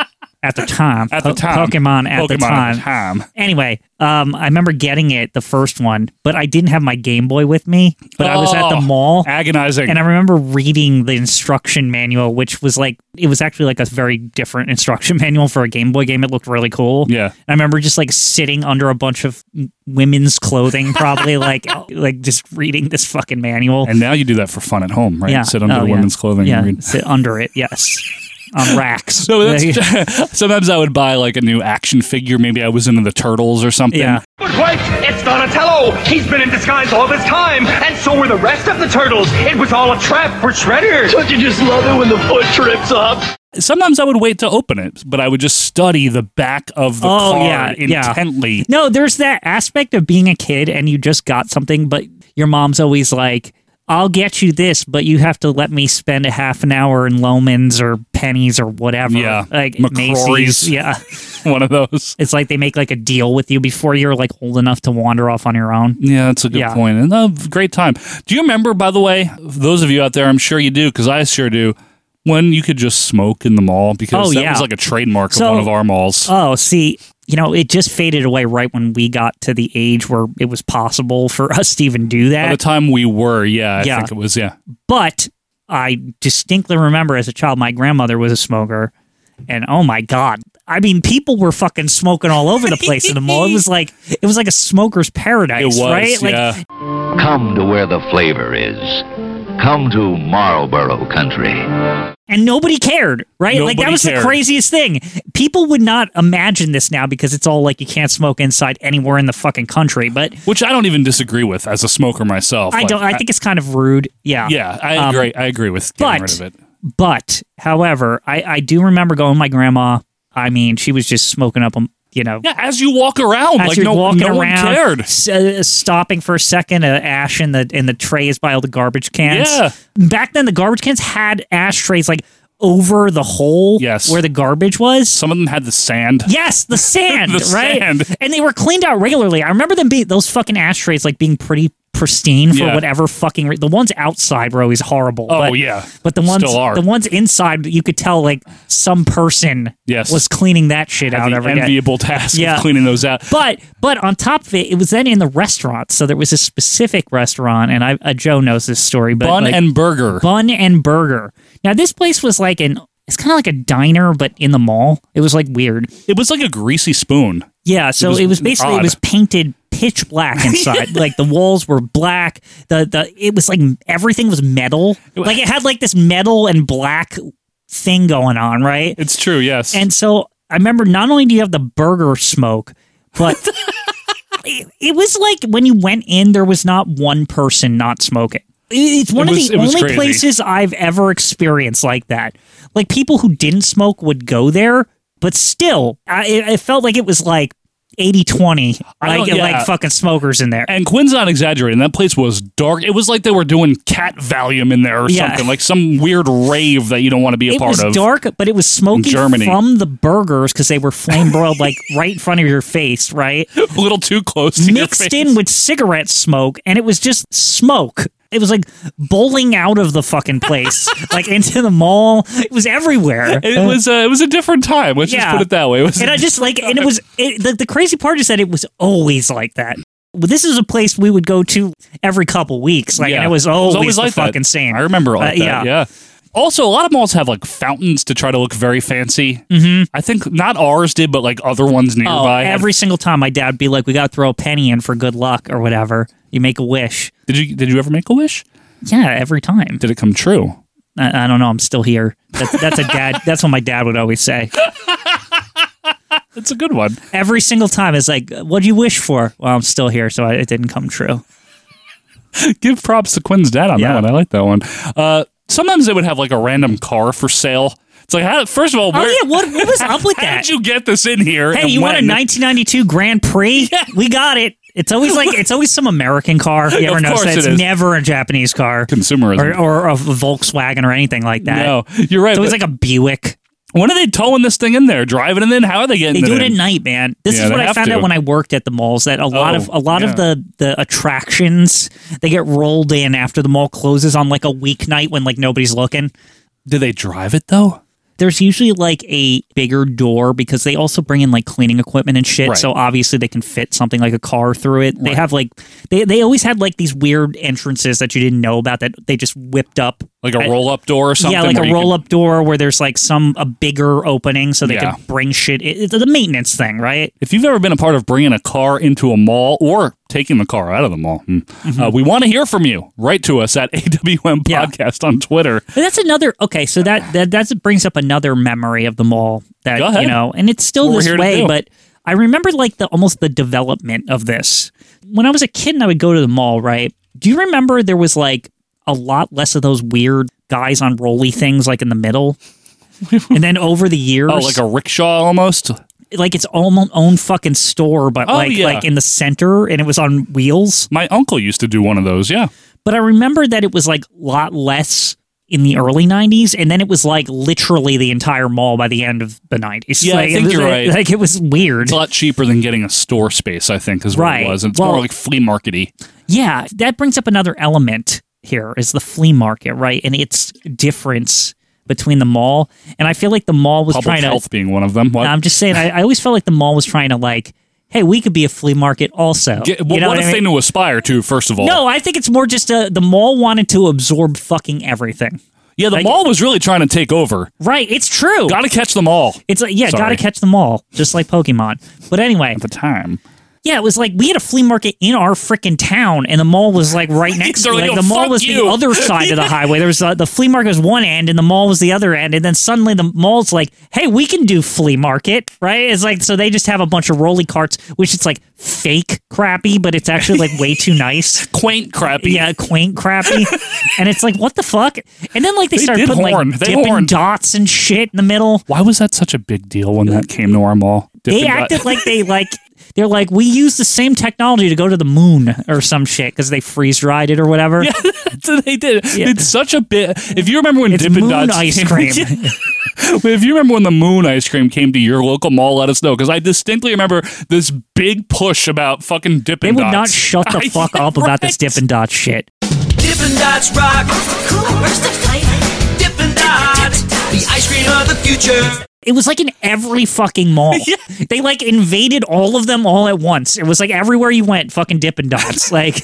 Speaker 3: at the time,
Speaker 2: At the
Speaker 3: Po-
Speaker 2: time.
Speaker 3: Pokemon at the
Speaker 2: Pokemon at
Speaker 3: time.
Speaker 2: the time.
Speaker 3: Anyway, um, I remember getting it the first one, but I didn't have my Game Boy with me. But I was at the
Speaker 2: Oh,
Speaker 3: mall,
Speaker 2: Agonizing.
Speaker 3: and I remember reading the instruction manual, which was like it was actually like a very different instruction [LAUGHS] manual for a Game Boy game. It looked really cool.
Speaker 2: Yeah.
Speaker 3: I remember just like sitting under a bunch of women's clothing,
Speaker 2: [LAUGHS]
Speaker 3: probably like like just reading this fucking manual.
Speaker 2: And now you do that for fun at home, right? Sit under
Speaker 3: Oh,
Speaker 2: the
Speaker 3: yeah.
Speaker 2: women's clothing
Speaker 3: Yeah.
Speaker 2: and read.
Speaker 3: Sit under it. Yes.
Speaker 2: [LAUGHS]
Speaker 3: On racks.
Speaker 2: So that's, [LAUGHS] sometimes I would buy like a new action figure. Maybe I was into the turtles or something.
Speaker 3: [LAUGHS] Yeah.
Speaker 14: But wait, it's Donatello! He's been in disguise all this time, and so were the rest of the turtles. It was all a trap for Shredder. Don't you just love it when the foot trips up?
Speaker 2: Sometimes I would wait to open it, but I would just study the back of the
Speaker 3: Oh,
Speaker 2: card
Speaker 3: yeah, yeah.
Speaker 2: intently. [LAUGHS]
Speaker 3: No, there's that aspect of being a kid and you just got something, but your mom's always like, I'll get you this, but you have to let me spend a half an hour in Lomans or Pennies or whatever.
Speaker 2: Yeah.
Speaker 3: Like
Speaker 2: McCrory's.
Speaker 3: Macy's. Yeah.
Speaker 2: One of those.
Speaker 3: It's like they make like a deal with you before you're like old enough to wander off on your own.
Speaker 2: Yeah, that's a good
Speaker 3: Yeah.
Speaker 2: point. And a great time. Do you remember, by the way, those of you out there, I'm sure you do, because I sure do, when you could just smoke in the mall? Because
Speaker 3: Oh,
Speaker 2: that
Speaker 3: yeah.
Speaker 2: was like a trademark
Speaker 3: So-
Speaker 2: of one of our malls.
Speaker 3: Oh, see, you know, it just faded away right when we got to the age where it was possible for [LAUGHS] us to even do
Speaker 2: By
Speaker 3: that.
Speaker 2: the time we were, yeah, I
Speaker 3: Yeah.
Speaker 2: think it was, yeah.
Speaker 3: but I distinctly remember as a child, my grandmother was a smoker, and oh my god, I mean, people were fucking smoking all over the place in the mall. It was like it was like a smoker's paradise,
Speaker 15: It was,
Speaker 3: right? Like,
Speaker 15: yeah. Come to where the flavor is. Come to Marlboro Country.
Speaker 3: and nobody cared, right? like that
Speaker 15: Nobody
Speaker 3: was
Speaker 15: cared.
Speaker 3: the craziest thing. People would not imagine this now because it's all like you can't smoke inside anywhere in the fucking country. But
Speaker 2: Which I don't even disagree with as a smoker myself.
Speaker 3: I
Speaker 2: Like,
Speaker 3: don't. I think it's kind of rude. Yeah.
Speaker 2: Yeah, I
Speaker 3: Um,
Speaker 2: agree. I agree with getting rid of it.
Speaker 3: But, however, I, I do remember going with my grandma. I mean, she was just smoking up, um, you know.
Speaker 2: Yeah, as you walk around,
Speaker 3: as
Speaker 2: Oh, like
Speaker 3: you're
Speaker 2: no,
Speaker 3: walking
Speaker 2: no one
Speaker 3: around,
Speaker 2: cared.
Speaker 3: s- uh, stopping for a second, uh, ash in the in the trays by all the garbage cans.
Speaker 2: Yeah.
Speaker 3: Back then, the garbage cans had ashtrays like over the hole
Speaker 2: Yes.
Speaker 3: where the garbage was.
Speaker 2: Some of them had the sand.
Speaker 3: Yes, the
Speaker 2: [LAUGHS]
Speaker 3: sand,
Speaker 2: The
Speaker 3: right?
Speaker 2: sand.
Speaker 3: And they were cleaned out regularly. I remember them being those fucking ashtrays like being pretty pristine for
Speaker 2: Yeah.
Speaker 3: whatever fucking re- the ones outside were always horrible.
Speaker 2: Oh,
Speaker 3: but,
Speaker 2: yeah.
Speaker 3: but the ones
Speaker 2: Still are.
Speaker 3: the ones inside you could tell like some person
Speaker 2: Yes.
Speaker 3: was cleaning that shit out
Speaker 2: Had the
Speaker 3: every day.
Speaker 2: enviable task
Speaker 3: Yeah.
Speaker 2: of cleaning those out.
Speaker 3: But but on top of it, it was then in the restaurant. So there was a specific restaurant, and I uh, Joe knows this story. But
Speaker 2: Bun
Speaker 3: like,
Speaker 2: and burger.
Speaker 3: Bun and Burger. Now this place was like an it's kind of like a diner, but in the mall. It was like weird.
Speaker 2: It was like a greasy spoon.
Speaker 3: Yeah, so it
Speaker 2: was
Speaker 3: was, basically it
Speaker 2: odd.
Speaker 3: was painted pitch black inside. like the walls were black. The the it was like everything was metal. Like it had like this metal and black thing going on, right?
Speaker 2: It's true, yes.
Speaker 3: And so I remember not only do you have the burger smoke, but it, it was like when you went in, there was not one person not smoking. It- It's one
Speaker 2: It was-
Speaker 3: of the
Speaker 2: it was
Speaker 3: only
Speaker 2: crazy.
Speaker 3: places I've ever experienced like that. Like people who didn't smoke would go there, but still, I, it, it felt like it was like 80 20,
Speaker 2: I
Speaker 3: like,
Speaker 2: don't- yeah.
Speaker 3: like fucking smokers in there.
Speaker 2: and Quinn's not exaggerating. That place was dark. It was like they were doing cat Valium in there or
Speaker 3: Yeah.
Speaker 2: something, like some weird rave that you don't want to be a
Speaker 3: it
Speaker 2: part
Speaker 3: was
Speaker 2: of.
Speaker 3: dark, but it was smoking
Speaker 2: Germany.
Speaker 3: from the burgers because they were flame broiled like right in front of your face, right?
Speaker 2: [LAUGHS] A little too close. To your
Speaker 3: Mixed in with cigarette smoke, and it was just smoke. It was like bowling out of the
Speaker 2: [LAUGHS]
Speaker 3: fucking place, like into the mall. It was everywhere.
Speaker 2: It was uh, it was a different time. Let's just
Speaker 3: Yeah.
Speaker 2: put it that way. It was
Speaker 3: and
Speaker 2: a
Speaker 3: I just like, and it
Speaker 2: time.
Speaker 3: was it, the, the crazy part is that it was always like that. Well, This is a place we would go to every couple weeks, like, and it was always, the
Speaker 2: that.
Speaker 3: fucking same.
Speaker 2: I remember all
Speaker 3: Uh,
Speaker 2: that. Yeah. Also, a lot of malls have like fountains to try to look very fancy.
Speaker 3: Mhm.
Speaker 2: I think not ours did, but like other ones
Speaker 3: Oh,
Speaker 2: nearby. had-
Speaker 3: every single time my dad would be like, "We got to throw a penny in for good luck or whatever. You make a wish."
Speaker 2: Did you Did you ever make a wish?
Speaker 3: Yeah, every time.
Speaker 2: Did it come true?
Speaker 3: I, I don't know. I'm still here. That's, that's a dad. [LAUGHS] that's what my dad would always say.
Speaker 2: It's a good one.
Speaker 3: Every single time it's like, "What do you wish for?" Well, I'm still here, so I, it didn't come true.
Speaker 2: Give props to Quinn's dad on that one. I like that one. Uh, sometimes they would have like a random car for sale. It's like, how, first of all,
Speaker 3: Oh
Speaker 2: where,
Speaker 3: yeah, what, what was up
Speaker 2: [LAUGHS]
Speaker 3: with
Speaker 2: how
Speaker 3: that?
Speaker 2: did you get this in here?
Speaker 3: Hey,
Speaker 2: and
Speaker 3: you want a
Speaker 2: when?
Speaker 3: 1992 Grand
Speaker 2: [LAUGHS]
Speaker 3: Prix? We got it. It's always like it's always some
Speaker 2: [LAUGHS]
Speaker 3: American car. You ever
Speaker 2: Of
Speaker 3: notice
Speaker 2: course
Speaker 3: that? It's
Speaker 2: it is.
Speaker 3: never a Japanese car, or,
Speaker 2: consumerism?
Speaker 3: or a Volkswagen or anything like that.
Speaker 2: no, you're right.
Speaker 3: it's always
Speaker 2: but
Speaker 3: like a Buick.
Speaker 2: when are they towing this thing in there, driving it in? How are they getting?
Speaker 3: They do it
Speaker 2: in?
Speaker 3: at night, man. This
Speaker 2: Yeah,
Speaker 3: is
Speaker 2: they
Speaker 3: what I
Speaker 2: have
Speaker 3: found
Speaker 2: to.
Speaker 3: out when I worked at the malls that a lot
Speaker 2: Oh,
Speaker 3: of a lot
Speaker 2: yeah.
Speaker 3: of the the attractions they get rolled in after the mall closes on like a weeknight when like nobody's looking.
Speaker 2: Do they drive it though?
Speaker 3: There's usually like a bigger door because they also bring in like cleaning equipment and shit.
Speaker 2: Right.
Speaker 3: So obviously they can fit something like a car through it. They have like they they always had like these weird entrances that you didn't know about that they just whipped up
Speaker 2: Like a
Speaker 3: I-
Speaker 2: roll up door or something?
Speaker 3: yeah, like
Speaker 2: where
Speaker 3: a
Speaker 2: you
Speaker 3: roll up door where there's like some a bigger opening so they
Speaker 2: Yeah.
Speaker 3: can bring shit. It, it's the maintenance thing, right?
Speaker 2: If you've ever been a part of bringing a car into a mall or taking the car out of the mall, hmm,
Speaker 3: Mm-hmm.
Speaker 2: uh, we want to hear from you. Write to us at [LAUGHS] AWM Podcast on Twitter.
Speaker 3: But that's another okay. So that that that brings up another memory of the mall that
Speaker 2: Go ahead.
Speaker 3: you know, and it's still
Speaker 2: What we're
Speaker 3: this
Speaker 2: here to
Speaker 3: way.
Speaker 2: do.
Speaker 3: But I remember like the almost the development of this when I was a kid and I would go to the mall. Right? Do you remember there was like a lot less of those weird guys on rolly things like in the middle, and then over the years,
Speaker 2: Oh, like a rickshaw almost?
Speaker 3: like its own own fucking store, but
Speaker 2: Oh,
Speaker 3: like
Speaker 2: yeah.
Speaker 3: like in the center, and it was on wheels.
Speaker 2: My uncle used to do one of those, yeah.
Speaker 3: But I remember that it was like a lot less in the early '90s, and then it was like literally the entire mall by the end of the '90s.
Speaker 2: Yeah, I
Speaker 3: Like, it
Speaker 2: think
Speaker 3: was-
Speaker 2: you're right.
Speaker 3: Like it was weird.
Speaker 2: It's a lot cheaper than getting a store space, I think, is what
Speaker 3: Right.
Speaker 2: it was. And it's
Speaker 3: Well-
Speaker 2: more like flea markety.
Speaker 3: Yeah, that brings up another element here is the flea market, right? And its difference between the mall and I feel like the mall was
Speaker 2: Public
Speaker 3: trying
Speaker 2: health
Speaker 3: to.
Speaker 2: being one of them. What?
Speaker 3: I'm just saying, I, I always felt like the mall was trying to like, hey, we could be a flea market also.
Speaker 2: Get- well,
Speaker 3: you know
Speaker 2: what,
Speaker 3: what
Speaker 2: a
Speaker 3: I mean?
Speaker 2: thing to aspire to, first of all.
Speaker 3: No, I think it's more just uh the mall wanted to absorb fucking everything.
Speaker 2: yeah, the
Speaker 3: like-
Speaker 2: mall was really trying to take over.
Speaker 3: Right, it's true.
Speaker 2: Got to catch them all
Speaker 3: It's like yeah,
Speaker 2: Sorry.
Speaker 3: gotta catch them all, just like Pokemon. But anyway,
Speaker 2: at the time.
Speaker 3: yeah, it was like we had a flea market in our freaking town, and the mall was like
Speaker 2: [LAUGHS]
Speaker 3: right next. to
Speaker 2: They're
Speaker 3: it.
Speaker 2: like,
Speaker 3: Like,
Speaker 2: "No,
Speaker 3: the mall
Speaker 2: fuck
Speaker 3: was
Speaker 2: you."
Speaker 3: the
Speaker 2: [LAUGHS]
Speaker 3: other side of the highway. There was uh, the flea market was one end, and the mall was the other end. And then suddenly the mall's like, hey, we can do flea market, right? It's like so they just have a bunch of rolly carts, which it's like fake crappy, but it's actually like way
Speaker 2: [LAUGHS]
Speaker 3: too nice.
Speaker 2: Quaint, crappy.
Speaker 3: Yeah, quaint, crappy, and it's like what the fuck. And then like they,
Speaker 2: They
Speaker 3: started
Speaker 2: did
Speaker 3: putting
Speaker 2: horn.
Speaker 3: like
Speaker 2: They
Speaker 3: dipping
Speaker 2: horned.
Speaker 3: dots and shit in the middle.
Speaker 2: Why was that such a big deal when that came to our mall?
Speaker 3: they
Speaker 2: Dippin' Dot-
Speaker 3: acted like they like they're like we use the same technology to go to the moon or some shit because they freeze dried it or whatever.
Speaker 2: That's what [LAUGHS] they did.
Speaker 3: Yeah.
Speaker 2: It's such a bit. If you remember when
Speaker 3: It's
Speaker 2: Dippin'
Speaker 3: moon
Speaker 2: Dots [LAUGHS]
Speaker 3: ice
Speaker 2: came-
Speaker 3: cream.
Speaker 2: Yeah. if you remember when the moon ice cream came to your local mall, let us know because I distinctly remember this big push about fucking
Speaker 3: [LAUGHS] They
Speaker 2: Dippin'
Speaker 3: would
Speaker 2: Dots.
Speaker 3: not shut
Speaker 2: [LAUGHS]
Speaker 3: the fuck up about this Dippin' Dot shit.
Speaker 16: Dippin' Dots rock. Cool, where's the flavor? Dippin' Dots, the ice cream of the future.
Speaker 3: It was like in every
Speaker 2: [LAUGHS]
Speaker 3: fucking mall. They like invaded all of them all at once. It was like everywhere you went, fucking Dippin' Dots. [LAUGHS] like,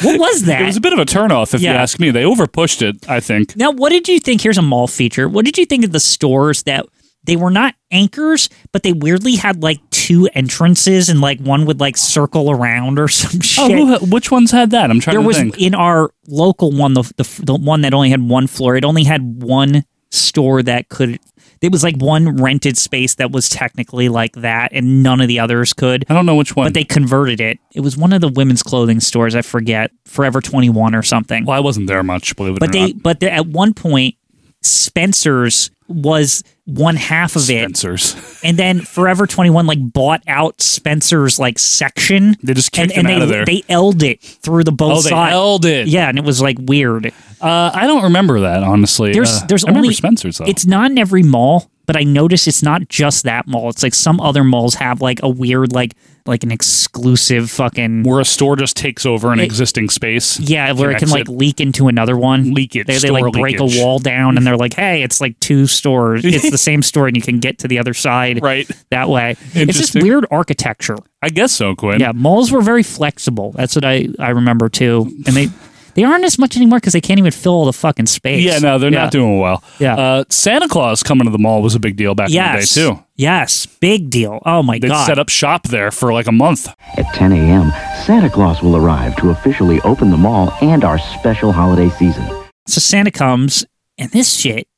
Speaker 3: what was that?
Speaker 2: It was a bit of a turnoff, if you
Speaker 3: Yeah.
Speaker 2: ask me. They overpushed it, I think.
Speaker 3: Now, what did you think? Here's a mall feature. What did you think of the stores that they were not anchors, but they weirdly had like two entrances and like one would like circle around or [LAUGHS] some shit?
Speaker 2: Oh, who, which ones had that? I'm trying
Speaker 3: there
Speaker 2: to
Speaker 3: was
Speaker 2: think.
Speaker 3: in our local one, the, the the one that only had one floor. It only had one store that could. It was like one rented space that was technically like that, and none of the others could.
Speaker 2: I don't know which one.
Speaker 3: But they converted it. It was one of the women's clothing stores. I forget, Forever Twenty One or something
Speaker 2: well, I wasn't there much, believe it
Speaker 3: but
Speaker 2: or
Speaker 3: they
Speaker 2: not.
Speaker 3: but they, at one point spencer's was one half
Speaker 2: [LAUGHS]
Speaker 3: of
Speaker 2: Spencer's.
Speaker 3: it, and then Forever Twenty One like bought out Spencer's like section. They
Speaker 2: just
Speaker 3: and,
Speaker 2: kicked him
Speaker 3: and they,
Speaker 2: out of there.
Speaker 3: They eld it through the both
Speaker 2: Oh, they
Speaker 3: sides.
Speaker 2: eld it.
Speaker 3: Yeah, and it was like weird.
Speaker 2: Uh, I don't remember that honestly.
Speaker 3: There's
Speaker 2: Uh,
Speaker 3: there's
Speaker 2: I remember
Speaker 3: only
Speaker 2: Spencer's though.
Speaker 3: It's not in every mall, but I noticed it's not just that mall. It's like some other malls have like a weird like like an exclusive fucking
Speaker 2: where a store just takes over an
Speaker 3: It-
Speaker 2: existing space.
Speaker 3: yeah where it can like
Speaker 2: connects
Speaker 3: leak into another one. Leakage. They, they like
Speaker 2: store
Speaker 3: break
Speaker 2: leakage.
Speaker 3: a wall down and they're like, hey, it's like two stores.
Speaker 2: [LAUGHS]
Speaker 3: It's the same store and you can get to the other side
Speaker 2: right
Speaker 3: that way. It's just
Speaker 2: Interesting.
Speaker 3: weird architecture.
Speaker 2: I guess so, Quinn.
Speaker 3: Yeah, malls were very flexible. That's what I I remember too, and they. They aren't as much anymore because they can't even fill all the fucking space.
Speaker 2: Yeah, no, they're
Speaker 3: Yeah.
Speaker 2: not doing well. Yeah. Uh, Santa Claus coming to the mall was a big deal back
Speaker 3: Yes.
Speaker 2: in the day too.
Speaker 3: Yes, big deal. Oh my
Speaker 2: They
Speaker 3: god.
Speaker 2: set up shop there for like a month.
Speaker 17: At 10 a.m., Santa Claus will arrive to officially open the mall and our special holiday season.
Speaker 3: So Santa comes, and this shit,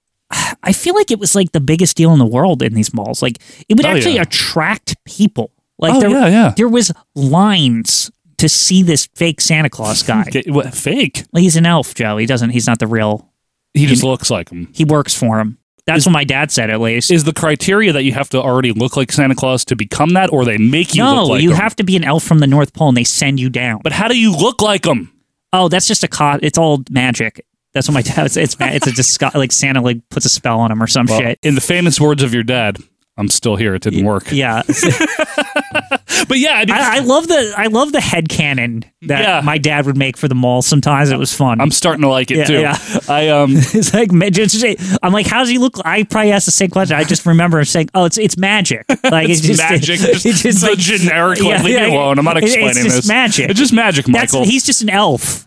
Speaker 3: I feel like it was like the biggest deal in the world in these malls. Like it would
Speaker 2: Oh,
Speaker 3: actually
Speaker 2: yeah.
Speaker 3: attract people. Like
Speaker 2: Oh,
Speaker 3: there,
Speaker 2: yeah, yeah.
Speaker 3: there was lines to see this fake
Speaker 2: [LAUGHS]
Speaker 3: Santa Claus guy.
Speaker 2: what, fake?
Speaker 3: Well, he's an elf, Joe. He doesn't. He's not the real.
Speaker 2: He just looks like him.
Speaker 3: He works for him. That's what my dad said, at least.
Speaker 2: Is the criteria that you have to already look like Santa Claus to become that, or they make you
Speaker 3: no,
Speaker 2: look like
Speaker 3: you
Speaker 2: him?
Speaker 3: have to be an elf from the North Pole, and they send you down.
Speaker 2: But how do you look like him?
Speaker 3: Oh, that's just a co- It's all magic. That's what my dad. It's it's,
Speaker 2: [LAUGHS]
Speaker 3: ma- it's a disgu- like Santa like puts a spell on him or some
Speaker 2: Well,
Speaker 3: shit.
Speaker 2: In the famous words of your dad, I'm still here. It didn't work.
Speaker 3: Yeah.
Speaker 2: [LAUGHS] but yeah, I, mean,
Speaker 3: I, I love the I love the head cannon that
Speaker 2: Yeah.
Speaker 3: my dad would make for the mall. Sometimes it was fun.
Speaker 2: I'm starting to like it
Speaker 3: Yeah,
Speaker 2: too.
Speaker 3: yeah.
Speaker 2: I um
Speaker 3: [LAUGHS] it's like ma- just say- I'm like, how does he look? I probably asked the same question. I just remember him saying, "Oh, it's it's
Speaker 2: [LAUGHS]
Speaker 3: magic." Like
Speaker 2: it's
Speaker 3: just,
Speaker 2: magic.
Speaker 3: [LAUGHS] it's
Speaker 2: Just, the
Speaker 3: [LAUGHS]
Speaker 2: generic one.
Speaker 3: yeah,
Speaker 2: Leave
Speaker 3: yeah,
Speaker 2: me alone. I'm not
Speaker 3: it- it's
Speaker 2: explaining
Speaker 3: just
Speaker 2: this.
Speaker 3: magic.
Speaker 2: It's just magic,
Speaker 3: That's,
Speaker 2: Michael.
Speaker 3: he's just
Speaker 2: [LAUGHS]
Speaker 3: an elf.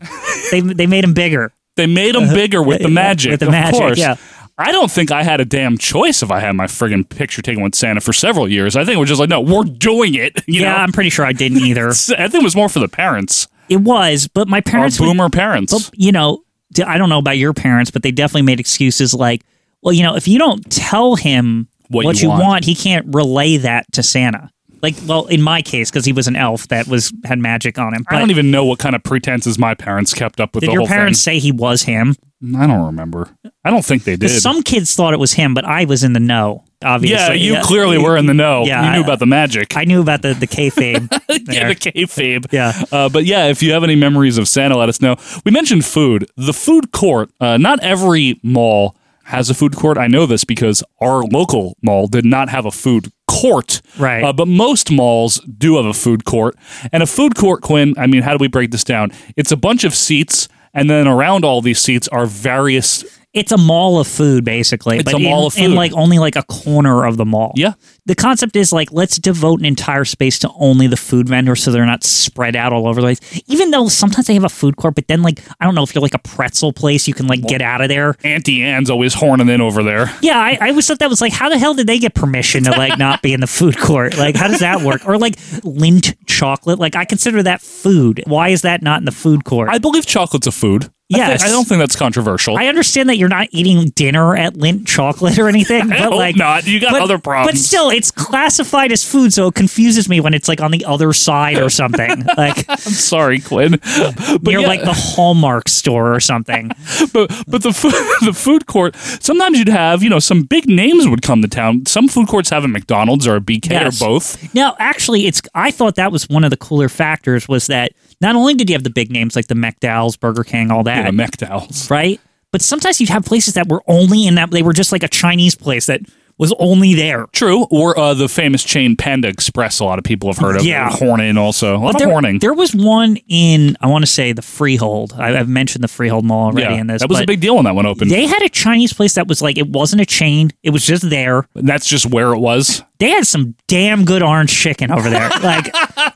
Speaker 3: they they made him bigger.
Speaker 2: they made him bigger with the
Speaker 3: Uh-huh. yeah,
Speaker 2: magic.
Speaker 3: with the
Speaker 2: of
Speaker 3: magic,
Speaker 2: course.
Speaker 3: yeah.
Speaker 2: I don't think I had a damn choice if I had my friggin' picture taken with Santa for several years. I think we're just like, no, we're doing it. [LAUGHS] You
Speaker 3: yeah,
Speaker 2: know?
Speaker 3: I'm pretty sure I didn't
Speaker 2: [LAUGHS]
Speaker 3: either.
Speaker 2: I think it was more for the parents.
Speaker 3: It was, but my parents
Speaker 2: Our
Speaker 3: would-
Speaker 2: boomer parents.
Speaker 3: But you know, d- I don't know about your parents, but they definitely made excuses like, well, you know, if you don't tell him
Speaker 2: What
Speaker 3: what,
Speaker 2: you
Speaker 3: you,
Speaker 2: want.
Speaker 3: want. he can't relay that to Santa. Like, well, in my case, because he was an elf that was had magic on him.
Speaker 2: I don't
Speaker 3: but
Speaker 2: even know what kind of pretenses my parents kept up with
Speaker 3: did
Speaker 2: the
Speaker 3: your
Speaker 2: whole
Speaker 3: parents
Speaker 2: thing.
Speaker 3: say he was him?
Speaker 2: I don't remember. I don't think they did.
Speaker 3: Because some kids thought it was him, but I was in the know. Obviously,
Speaker 2: yeah, you clearly were in the know.
Speaker 3: Yeah,
Speaker 2: you knew
Speaker 3: I-
Speaker 2: about the magic.
Speaker 3: I knew about the the kayfabe.
Speaker 2: [LAUGHS] yeah,
Speaker 3: there.
Speaker 2: the kayfabe.
Speaker 3: [LAUGHS] Yeah.
Speaker 2: Uh, but yeah, if you have any memories of Santa, let us know. We mentioned food. The food court, uh, not every mall has a food court. I know this because our local mall did not have a food court.
Speaker 3: Right.
Speaker 2: Uh, but most malls do have a food court. And a food court, Quinn, I mean, how do we break this down? It's a bunch of seats, and then around all these seats are various.
Speaker 3: It's a mall of food, basically.
Speaker 2: It's a
Speaker 3: but
Speaker 2: mall
Speaker 3: in,
Speaker 2: of
Speaker 3: in
Speaker 2: food.
Speaker 3: like only like a corner of the mall.
Speaker 2: Yeah.
Speaker 3: The concept is like let's devote an entire space to only the food vendors, so they're not spread out all over the place. Even though sometimes they have a food court, but then like I don't know if you're like a pretzel place, you can like get out of there.
Speaker 2: Auntie Anne's always horning in over there.
Speaker 3: Yeah, I, I always thought that was like, how the hell did they get permission to like not be in the food court? Like, how does that work? Or like lint chocolate, like I consider that food. Why is that not in the food court?
Speaker 2: I believe chocolate's a food. I thi-
Speaker 3: Yes.
Speaker 2: I don't think that's controversial.
Speaker 3: I understand that you're not eating dinner at Lint Chocolate or anything,
Speaker 2: [LAUGHS]
Speaker 3: but
Speaker 2: hope
Speaker 3: like
Speaker 2: not. You got
Speaker 3: but-
Speaker 2: other
Speaker 3: But
Speaker 2: problems.
Speaker 3: still, it's classified as food, so it confuses me when it's like on the other side
Speaker 2: [LAUGHS]
Speaker 3: or something, like
Speaker 2: I'm sorry,
Speaker 3: [LAUGHS]
Speaker 2: Quinn. But
Speaker 3: near
Speaker 2: yeah.
Speaker 3: like the Hallmark store
Speaker 2: [LAUGHS]
Speaker 3: or something.
Speaker 2: but but the food, [LAUGHS] the food court sometimes you'd have you know some big names would come to town. Some food courts have a McDonald's or a BK
Speaker 3: Yes.
Speaker 2: or both.
Speaker 3: Now, actually, it's I thought that was one of the cooler factors was that not only did you have the big names like the McDowell's, Burger King, all that,
Speaker 2: Yeah, McDowell's.
Speaker 3: right? But sometimes you'd have places that were only in that they were just like a Chinese place that was only there.
Speaker 2: True, or uh, the famous chain Panda Express. A lot of people have heard of.
Speaker 3: Yeah.
Speaker 2: Hornin also a lot
Speaker 3: But
Speaker 2: of
Speaker 3: there,
Speaker 2: horning.
Speaker 3: there was one in I want to say the Freehold. I, I've mentioned the Freehold Mall already
Speaker 2: yeah,
Speaker 3: in this.
Speaker 2: that was a
Speaker 3: but
Speaker 2: big deal when that one opened.
Speaker 3: They had a Chinese place that was like it wasn't a chain; it was just there.
Speaker 2: That's just where it was.
Speaker 3: They had some damn good orange chicken
Speaker 2: [LAUGHS]
Speaker 3: over there. Like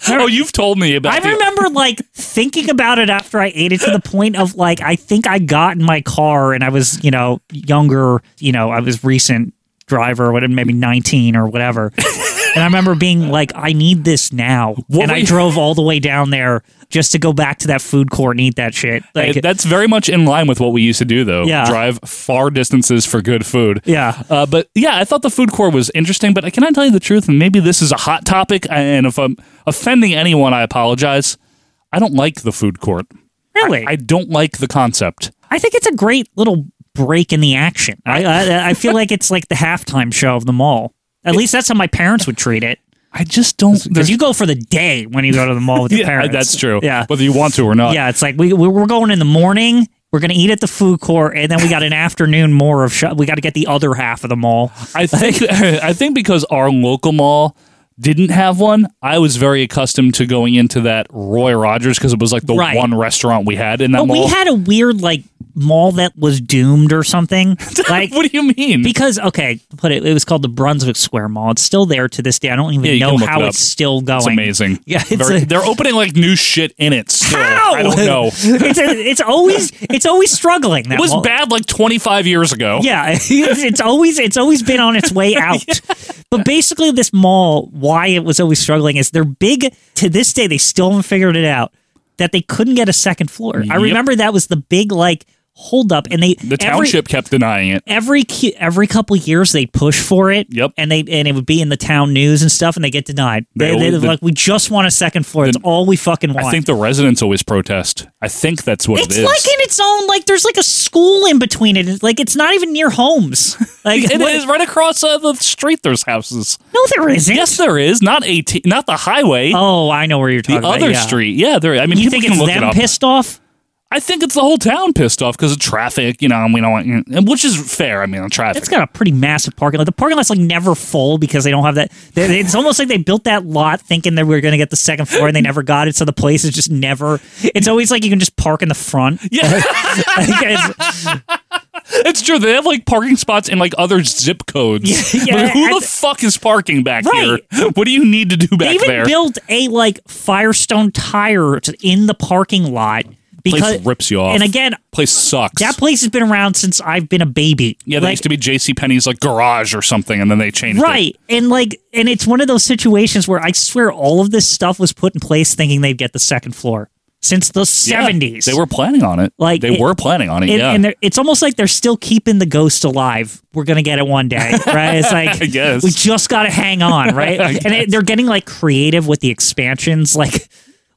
Speaker 2: Oh, you've told me about.
Speaker 3: I
Speaker 2: the-
Speaker 3: remember like thinking about it after I ate it to the point of like I think I got in my car and I was you know younger you know I was recent driver or whatever maybe nineteen or
Speaker 2: [LAUGHS]
Speaker 3: whatever and I remember being like I need this now
Speaker 2: What
Speaker 3: and
Speaker 2: were
Speaker 3: I
Speaker 2: you-
Speaker 3: drove all the way down there just to go back to that food court and eat that shit
Speaker 2: Hey,
Speaker 3: like
Speaker 2: that's very much in line with what we used to do, though.
Speaker 3: Yeah.
Speaker 2: Drive far distances for good food.
Speaker 3: yeah
Speaker 2: Uh, but yeah, I thought the food court was interesting. But uh, can I tell you the truth? And maybe this is a hot topic. uh, And if I'm offending anyone, I apologize. I don't like the food court.
Speaker 3: really I,
Speaker 2: I don't like the concept.
Speaker 3: think it's a great little break in the action. I, I, I feel like it's like the halftime show of the mall. At least that's how my parents would treat it.
Speaker 2: I just don't.
Speaker 3: Because you go for the day when you go to the mall with
Speaker 2: [LAUGHS]
Speaker 3: your
Speaker 2: Yeah,
Speaker 3: parents.
Speaker 2: that's true. uh,
Speaker 3: Yeah.
Speaker 2: Whether you want to or not.
Speaker 3: Yeah, it's like we we- we're going in the morning. We're gonna eat at the food court, and then we got an [LAUGHS] afternoon more of. Shop. We got to get the other half of the
Speaker 2: [LAUGHS]
Speaker 3: mall.
Speaker 2: I think I think because our local mall didn't have one, I was very accustomed to going into that Roy Rogers because it was like the
Speaker 3: Right.
Speaker 2: one restaurant we had in that
Speaker 3: But
Speaker 2: mall.
Speaker 3: we had a weird like mall that was doomed or something. Like,
Speaker 2: [LAUGHS] what do you mean?
Speaker 3: Because okay, to put it. It was called the Brunswick Square Mall. It's still there to this day. I don't even
Speaker 2: Yeah, you
Speaker 3: know
Speaker 2: can look
Speaker 3: how
Speaker 2: it up.
Speaker 3: it's still going.
Speaker 2: It's amazing.
Speaker 3: [LAUGHS] Yeah, it's
Speaker 2: Very-
Speaker 3: a-
Speaker 2: they're opening like new shit in it. Still. I
Speaker 3: [LAUGHS]
Speaker 2: don't know.
Speaker 3: it's, a- it's always it's always struggling. That
Speaker 2: it was
Speaker 3: mall.
Speaker 2: bad like 25 years ago.
Speaker 3: Yeah, [LAUGHS] it's, it's always it's always been on
Speaker 2: [LAUGHS]
Speaker 3: its way out. But basically, this mall, why it was always struggling is they're big to this day. They still haven't figured it out that they couldn't get a second floor. I
Speaker 2: Yep.
Speaker 3: remember that was the big like holdup, and they
Speaker 2: The township kept denying it.
Speaker 3: every cu- every couple of years they push for it. Yep, and they and it would be in the town news and stuff, and they get denied. They,
Speaker 2: They
Speaker 3: they,
Speaker 2: always-
Speaker 3: are like we just want a second floor. That's all we fucking want.
Speaker 2: I think the residents always protest. I think that's what
Speaker 3: it's
Speaker 2: it is.
Speaker 3: like in its own like there's like a school in between it. It's, Like it's not even near homes. [LAUGHS] Like
Speaker 2: it
Speaker 3: what-
Speaker 2: is right across uh, the street. There's houses.
Speaker 3: No, there isn't.
Speaker 2: Yes, there is. Not eighteen. Not the highway.
Speaker 3: Oh, I know where you're talking
Speaker 2: the
Speaker 3: about,
Speaker 2: other
Speaker 3: yeah.
Speaker 2: street. Yeah, there. I mean, people
Speaker 3: You think
Speaker 2: can
Speaker 3: it's
Speaker 2: look
Speaker 3: them
Speaker 2: it up.
Speaker 3: pissed off?
Speaker 2: I think it's the whole town pissed off because of traffic. You know, and we don't want, you know, which is fair. I mean, on traffic.
Speaker 3: It's got a pretty massive parking lot. The parking lot's like never full because they don't have that. they- they- It's almost like they built that lot thinking that we were going to get the second floor and they never got it. So the place is just never. It's always like you can just park in the front.
Speaker 2: [LAUGHS]
Speaker 3: [LAUGHS]
Speaker 2: Yeah.
Speaker 3: it's,
Speaker 2: it's true. They have like parking spots in like other zip codes.
Speaker 3: [LAUGHS] Yeah, yeah,
Speaker 2: Like, who
Speaker 3: at
Speaker 2: the
Speaker 3: the-
Speaker 2: fuck is parking back
Speaker 3: Right.
Speaker 2: here? [LAUGHS] What do you need to do back
Speaker 3: they even
Speaker 2: there?
Speaker 3: built a like Firestone tire to- in the parking lot because
Speaker 2: place rips you off.
Speaker 3: And again,
Speaker 2: place sucks.
Speaker 3: that place has been around since I've been a baby.
Speaker 2: yeah, there
Speaker 3: Like,
Speaker 2: used to be J.C. Penney's like garage or something, and then they changed it.
Speaker 3: right and like and it's one of those situations where i swear all of this stuff was put in place thinking they'd get the second floor since the
Speaker 2: Yeah,
Speaker 3: 70s
Speaker 2: They were planning on it.
Speaker 3: Like,
Speaker 2: they
Speaker 3: it-
Speaker 2: were planning on it.
Speaker 3: and,
Speaker 2: yeah,
Speaker 3: and they're- it's almost like they're still keeping the ghost alive. We're gonna get it one
Speaker 2: [LAUGHS]
Speaker 3: day, right? It's like
Speaker 2: I guess.
Speaker 3: we just gotta hang on,
Speaker 2: [LAUGHS]
Speaker 3: right?
Speaker 2: I
Speaker 3: and it, they're getting like creative with the expansions, like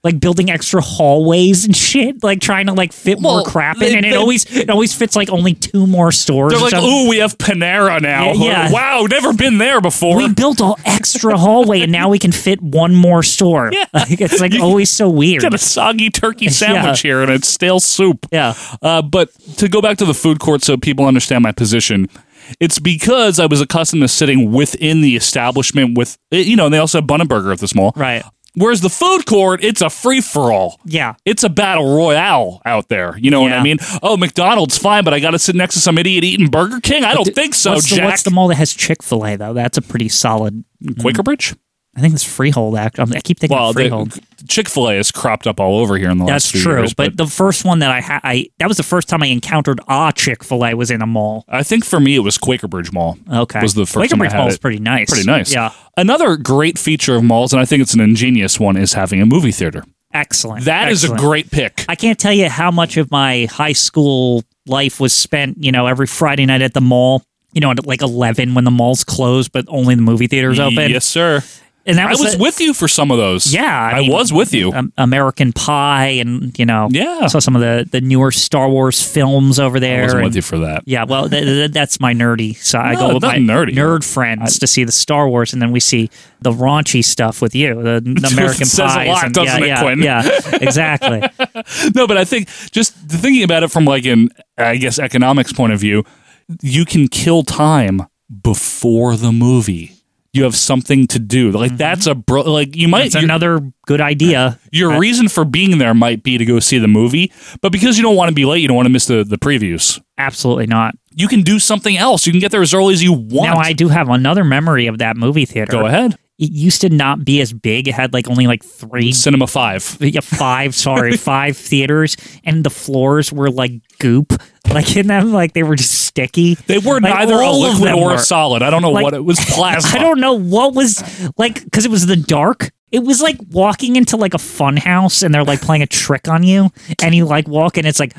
Speaker 3: like building extra hallways and shit, like trying to like fit more
Speaker 2: Well,
Speaker 3: crap in.
Speaker 2: they-
Speaker 3: And it
Speaker 2: they-
Speaker 3: always it always fits like only two more stores.
Speaker 2: They're
Speaker 3: or
Speaker 2: like,
Speaker 3: something.
Speaker 2: ooh, we have Panera now.
Speaker 3: Yeah, yeah.
Speaker 2: Wow, never been there before. [LAUGHS]
Speaker 3: we built an extra hallway and now we can fit one more store.
Speaker 2: Yeah.
Speaker 3: [LAUGHS] Like, it's like always so weird.
Speaker 2: got a soggy turkey sandwich
Speaker 3: [LAUGHS] Yeah.
Speaker 2: here and it's stale soup.
Speaker 3: Yeah.
Speaker 2: Uh, but to go back to the food court so people understand my position, it's because I was accustomed to sitting within the establishment with, eh, you know, and they also have Bunnenberger at this mall.
Speaker 3: Right.
Speaker 2: Whereas the food court, it's a free for all.
Speaker 3: Yeah.
Speaker 2: It's a battle royale out there. You know what
Speaker 3: Yeah.
Speaker 2: I mean? Oh, McDonald's, fine, but I got to sit next to some idiot eating Burger King? I don't
Speaker 3: But
Speaker 2: think so,
Speaker 3: what's
Speaker 2: Jack.
Speaker 3: The, what's the mall that has Chick Fil A though? That's a pretty solid.
Speaker 2: Quaker Bridge?
Speaker 3: I think it's Freehold. Actually, I keep thinking
Speaker 2: Well,
Speaker 3: Freehold.
Speaker 2: Chick Fil A has cropped up all over here in the
Speaker 3: That's
Speaker 2: last few
Speaker 3: true.
Speaker 2: years,
Speaker 3: but, the first one that I had, I that was the first time I encountered a Chick Fil A was in a mall.
Speaker 2: I think for me it was Quaker Bridge Mall.
Speaker 3: Okay.
Speaker 2: was the first
Speaker 3: Quaker
Speaker 2: time I
Speaker 3: Bridge
Speaker 2: had
Speaker 3: Mall is
Speaker 2: it.
Speaker 3: pretty nice.
Speaker 2: Pretty nice.
Speaker 3: Yeah.
Speaker 2: Another great feature of malls, and I think it's an ingenious one, is having a movie theater.
Speaker 3: Excellent.
Speaker 2: That is
Speaker 3: Excellent.
Speaker 2: a great pick.
Speaker 3: I can't tell you how much of my high school life was spent. You know, every Friday night at the mall. You know, at like eleven when the mall's closed, but only the movie theaters open.
Speaker 2: Yes, sir.
Speaker 3: And that was
Speaker 2: I was
Speaker 3: a-
Speaker 2: with you for some of those.
Speaker 3: Yeah,
Speaker 2: I,
Speaker 3: I mean,
Speaker 2: was with you.
Speaker 3: um, American Pie, and you know,
Speaker 2: Yeah.
Speaker 3: saw some of the the newer Star Wars films over there.
Speaker 2: I wasn't
Speaker 3: and-
Speaker 2: with you for that.
Speaker 3: Yeah, well, th- th- that's my nerdy side. I
Speaker 2: No,
Speaker 3: go with my
Speaker 2: not nerdy.
Speaker 3: nerd friends to see the Star Wars, and then we see the raunchy stuff with you, the, the
Speaker 2: [LAUGHS] It
Speaker 3: American
Speaker 2: says a
Speaker 3: Pies.
Speaker 2: lot,
Speaker 3: and,
Speaker 2: doesn't
Speaker 3: yeah,
Speaker 2: it,
Speaker 3: yeah,
Speaker 2: Quinn?
Speaker 3: Yeah, exactly.
Speaker 2: [LAUGHS] [LAUGHS] no, but I think just thinking about it from like an I guess economics point of view, you can kill time before the movie. You have something to do. Like
Speaker 3: Mm-hmm.
Speaker 2: that's a bro- like you might
Speaker 3: It's another good idea.
Speaker 2: your reason for being there might be to go see the movie, but because you don't want to be late, you don't want to miss the, the previews.
Speaker 3: Absolutely not.
Speaker 2: You can do something else. You can get there as early as you want.
Speaker 3: Now I do have another memory of that movie theater. [LAUGHS]
Speaker 2: Go ahead.
Speaker 3: It used to not be as big. It had like only like three
Speaker 2: Cinema Five.
Speaker 3: yeah,
Speaker 2: [LAUGHS]
Speaker 3: five, sorry, five theaters, and the floors were like goop, like in them, like they were just sticky.
Speaker 2: They were
Speaker 3: Like,
Speaker 2: neither a
Speaker 3: all of
Speaker 2: liquid
Speaker 3: them
Speaker 2: or
Speaker 3: were.
Speaker 2: a solid. I don't know
Speaker 3: Like,
Speaker 2: what
Speaker 3: [LAUGHS]
Speaker 2: it was. Plasma.
Speaker 3: I don't know what was like because it was the dark. It was like walking into like a fun house and they're like playing a trick on you, and you like walk and it's like.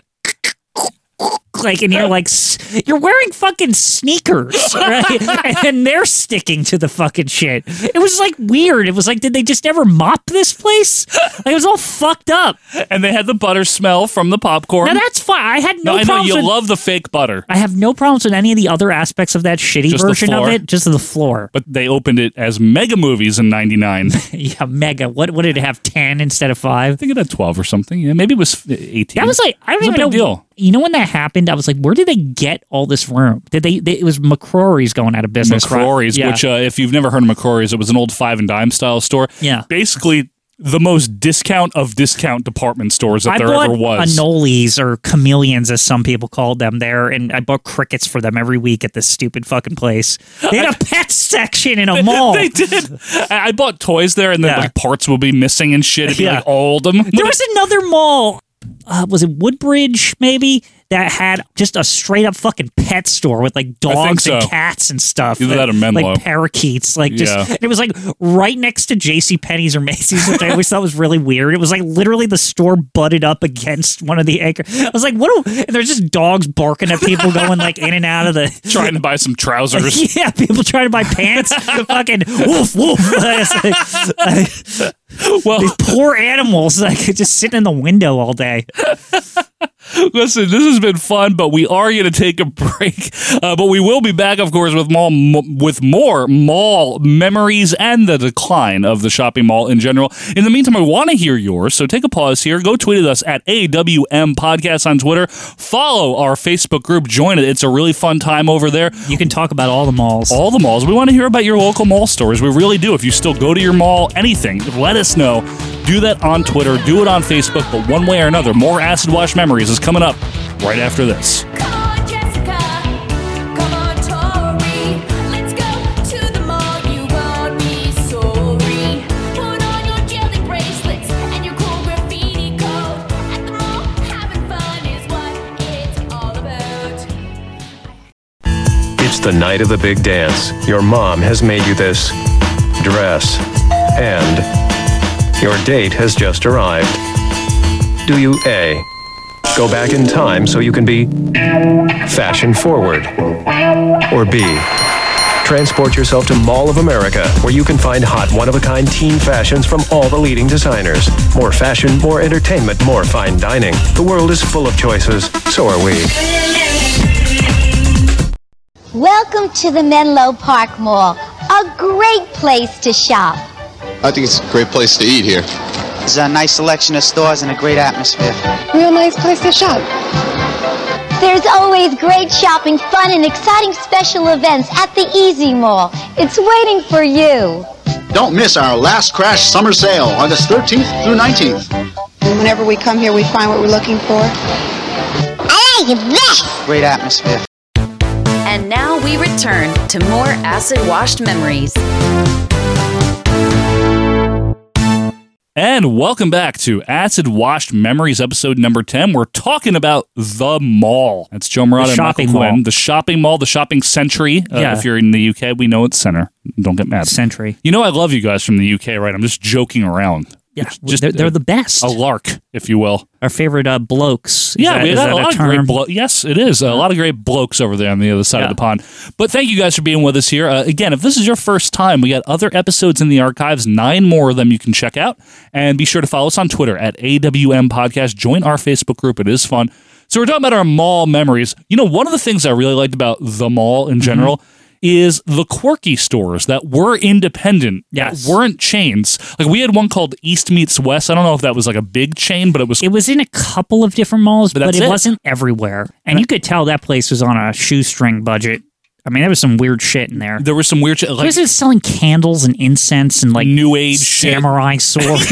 Speaker 3: like, and you're like, "S- you're wearing fucking sneakers, [LAUGHS] right? and they're sticking to the fucking shit. It was like weird. It was like, did they just never mop this place? Like, it was all fucked up.
Speaker 2: And they had the butter smell from the popcorn.
Speaker 3: Now that's fine. I had no,
Speaker 2: No, I know
Speaker 3: problems
Speaker 2: you
Speaker 3: with-
Speaker 2: love the fake butter,
Speaker 3: I have no problems with any of the other aspects of that shitty
Speaker 2: Just the
Speaker 3: version of
Speaker 2: floor.
Speaker 3: it, just the floor. [LAUGHS]
Speaker 2: but they opened it as mega movies in '99. I
Speaker 3: Yeah, mega. What what did it have? Ten instead of five.
Speaker 2: think it had 12 or something. Yeah, maybe it was 18.
Speaker 3: That was like I don't
Speaker 2: It was a
Speaker 3: even know.
Speaker 2: big deal.
Speaker 3: You know when that happened, I was like, where did they get all this room? Did they? they it was McCrory's going out of business. right?
Speaker 2: McCrory's,
Speaker 3: Yeah.
Speaker 2: which uh, if you've never heard of McCrory's, it was an old five and dime style store.
Speaker 3: Yeah.
Speaker 2: basically the most discount of discount department stores that
Speaker 3: I
Speaker 2: there
Speaker 3: bought
Speaker 2: ever was.
Speaker 3: anoles or chameleons, as some people called them there, and I bought crickets for them every week at this stupid fucking place. They had a pet section in a
Speaker 2: [LAUGHS]
Speaker 3: mall.
Speaker 2: They did. I I bought toys there, and then
Speaker 3: Yeah.
Speaker 2: like parts will be missing and shit. It'd be
Speaker 3: Yeah.
Speaker 2: like all of them. [LAUGHS]
Speaker 3: There was another mall. Uh, was it Woodbridge? Maybe that had just a straight up fucking pet store with like
Speaker 2: I think
Speaker 3: dogs and
Speaker 2: so.
Speaker 3: cats and stuff.
Speaker 2: Either that or Menlo.
Speaker 3: Like parakeets. Like just
Speaker 2: Yeah.
Speaker 3: and it was like right next to J.C. Penney's or Macy's, which I always thought was really weird. It was like literally the store butted up against one of the anchor. I was like, what? Do, and there's just dogs barking at people going like in and out of the
Speaker 2: trying to buy some
Speaker 3: [LAUGHS]
Speaker 2: trousers.
Speaker 3: yeah, people trying to buy pants. the fucking woof woof. It's like-
Speaker 2: Well-
Speaker 3: these [LAUGHS] poor animals, like just sitting in the window all day.
Speaker 2: Listen, this has been fun, but we are going to take a [LAUGHS] break. Uh, but we will be back, of course, with mall m- with more mall memories and the decline of the shopping mall in general. In the meantime, I want to hear yours, so take a pause here. Go tweet at us at AWM Podcast on Twitter. Follow our Facebook group. Join it. It's a really fun time over there.
Speaker 3: You can talk about all the malls.
Speaker 2: All the malls. We want to hear about your local mall stories. We really do. If you still go to your mall, anything, let us know. Do that on Twitter, do it on Facebook, but one way or another, more Acid Wash Memories is coming up right after this.
Speaker 18: It's the night of the big dance. Your mom has made you this dress. And your date has just arrived. Do you A. Go back in time so you can be fashion forward? Or B. Transport yourself to Mall of America, where you can find hot, one of a kind teen fashions from all the leading designers. More fashion, more entertainment, more fine dining. The world is full of choices, so are we.
Speaker 19: Welcome to the Menlo Park Mall, a great place to shop.
Speaker 20: I think it's a great place to eat here.
Speaker 21: It's a nice selection of stores and a great atmosphere.
Speaker 19: Real nice place to shop. There's always great shopping, fun, and exciting special events at the Easy Mall. It's waiting for you.
Speaker 9: Don't miss our last crash summer sale, August 13th through 19th.
Speaker 22: Whenever we come here, we find what we're looking for.
Speaker 19: I like this.
Speaker 21: Great atmosphere.
Speaker 1: And now we return to more acid washed memories.
Speaker 2: And welcome back to Acid Washed Memories, episode number 10. We're talking about the mall. That's Joe Morata and
Speaker 3: shopping
Speaker 2: Michael Quinn.
Speaker 3: mall.
Speaker 2: The shopping mall, the shopping century. Uh,
Speaker 3: Yeah.
Speaker 2: If you're in the UK, we know it's center. Don't get mad.
Speaker 3: Century.
Speaker 2: You know I love you guys from the UK, right? I'm just joking around.
Speaker 3: Yeah,
Speaker 2: It's just
Speaker 3: they're, they're
Speaker 2: uh,
Speaker 3: the best. [LAUGHS]
Speaker 2: a lark, if you will.
Speaker 3: Our favorite uh, blokes. Is
Speaker 2: yeah,
Speaker 3: that-
Speaker 2: we
Speaker 3: is
Speaker 2: got
Speaker 3: that
Speaker 2: a lot of
Speaker 3: term?
Speaker 2: great blo- Yes, it is. A lot of great blokes over there on the other side of the pond. But thank you guys for being with us here. Uh, again, if this is your first time, we got other episodes in the archives, nine more of them you can check out. And be sure to follow us on Twitter at AWM Podcast. Join our Facebook group, it is fun. So we're talking about our mall memories. You know, one of the things I really liked about the mall
Speaker 3: Mm-hmm.
Speaker 2: in general. Is the quirky stores that were independent, that weren't chains. Like we had one called East Meets West. I don't know if that was like a big chain, but it was
Speaker 3: It was in a couple of different malls, but,
Speaker 2: that's
Speaker 3: it,
Speaker 2: it.
Speaker 3: wasn't everywhere. And you could tell that place was on a shoestring budget. I mean, there was some weird shit in there.
Speaker 2: There was some weird shit. Like,
Speaker 3: This is selling candles and incense and like
Speaker 2: new age [LAUGHS]
Speaker 3: samurai swords.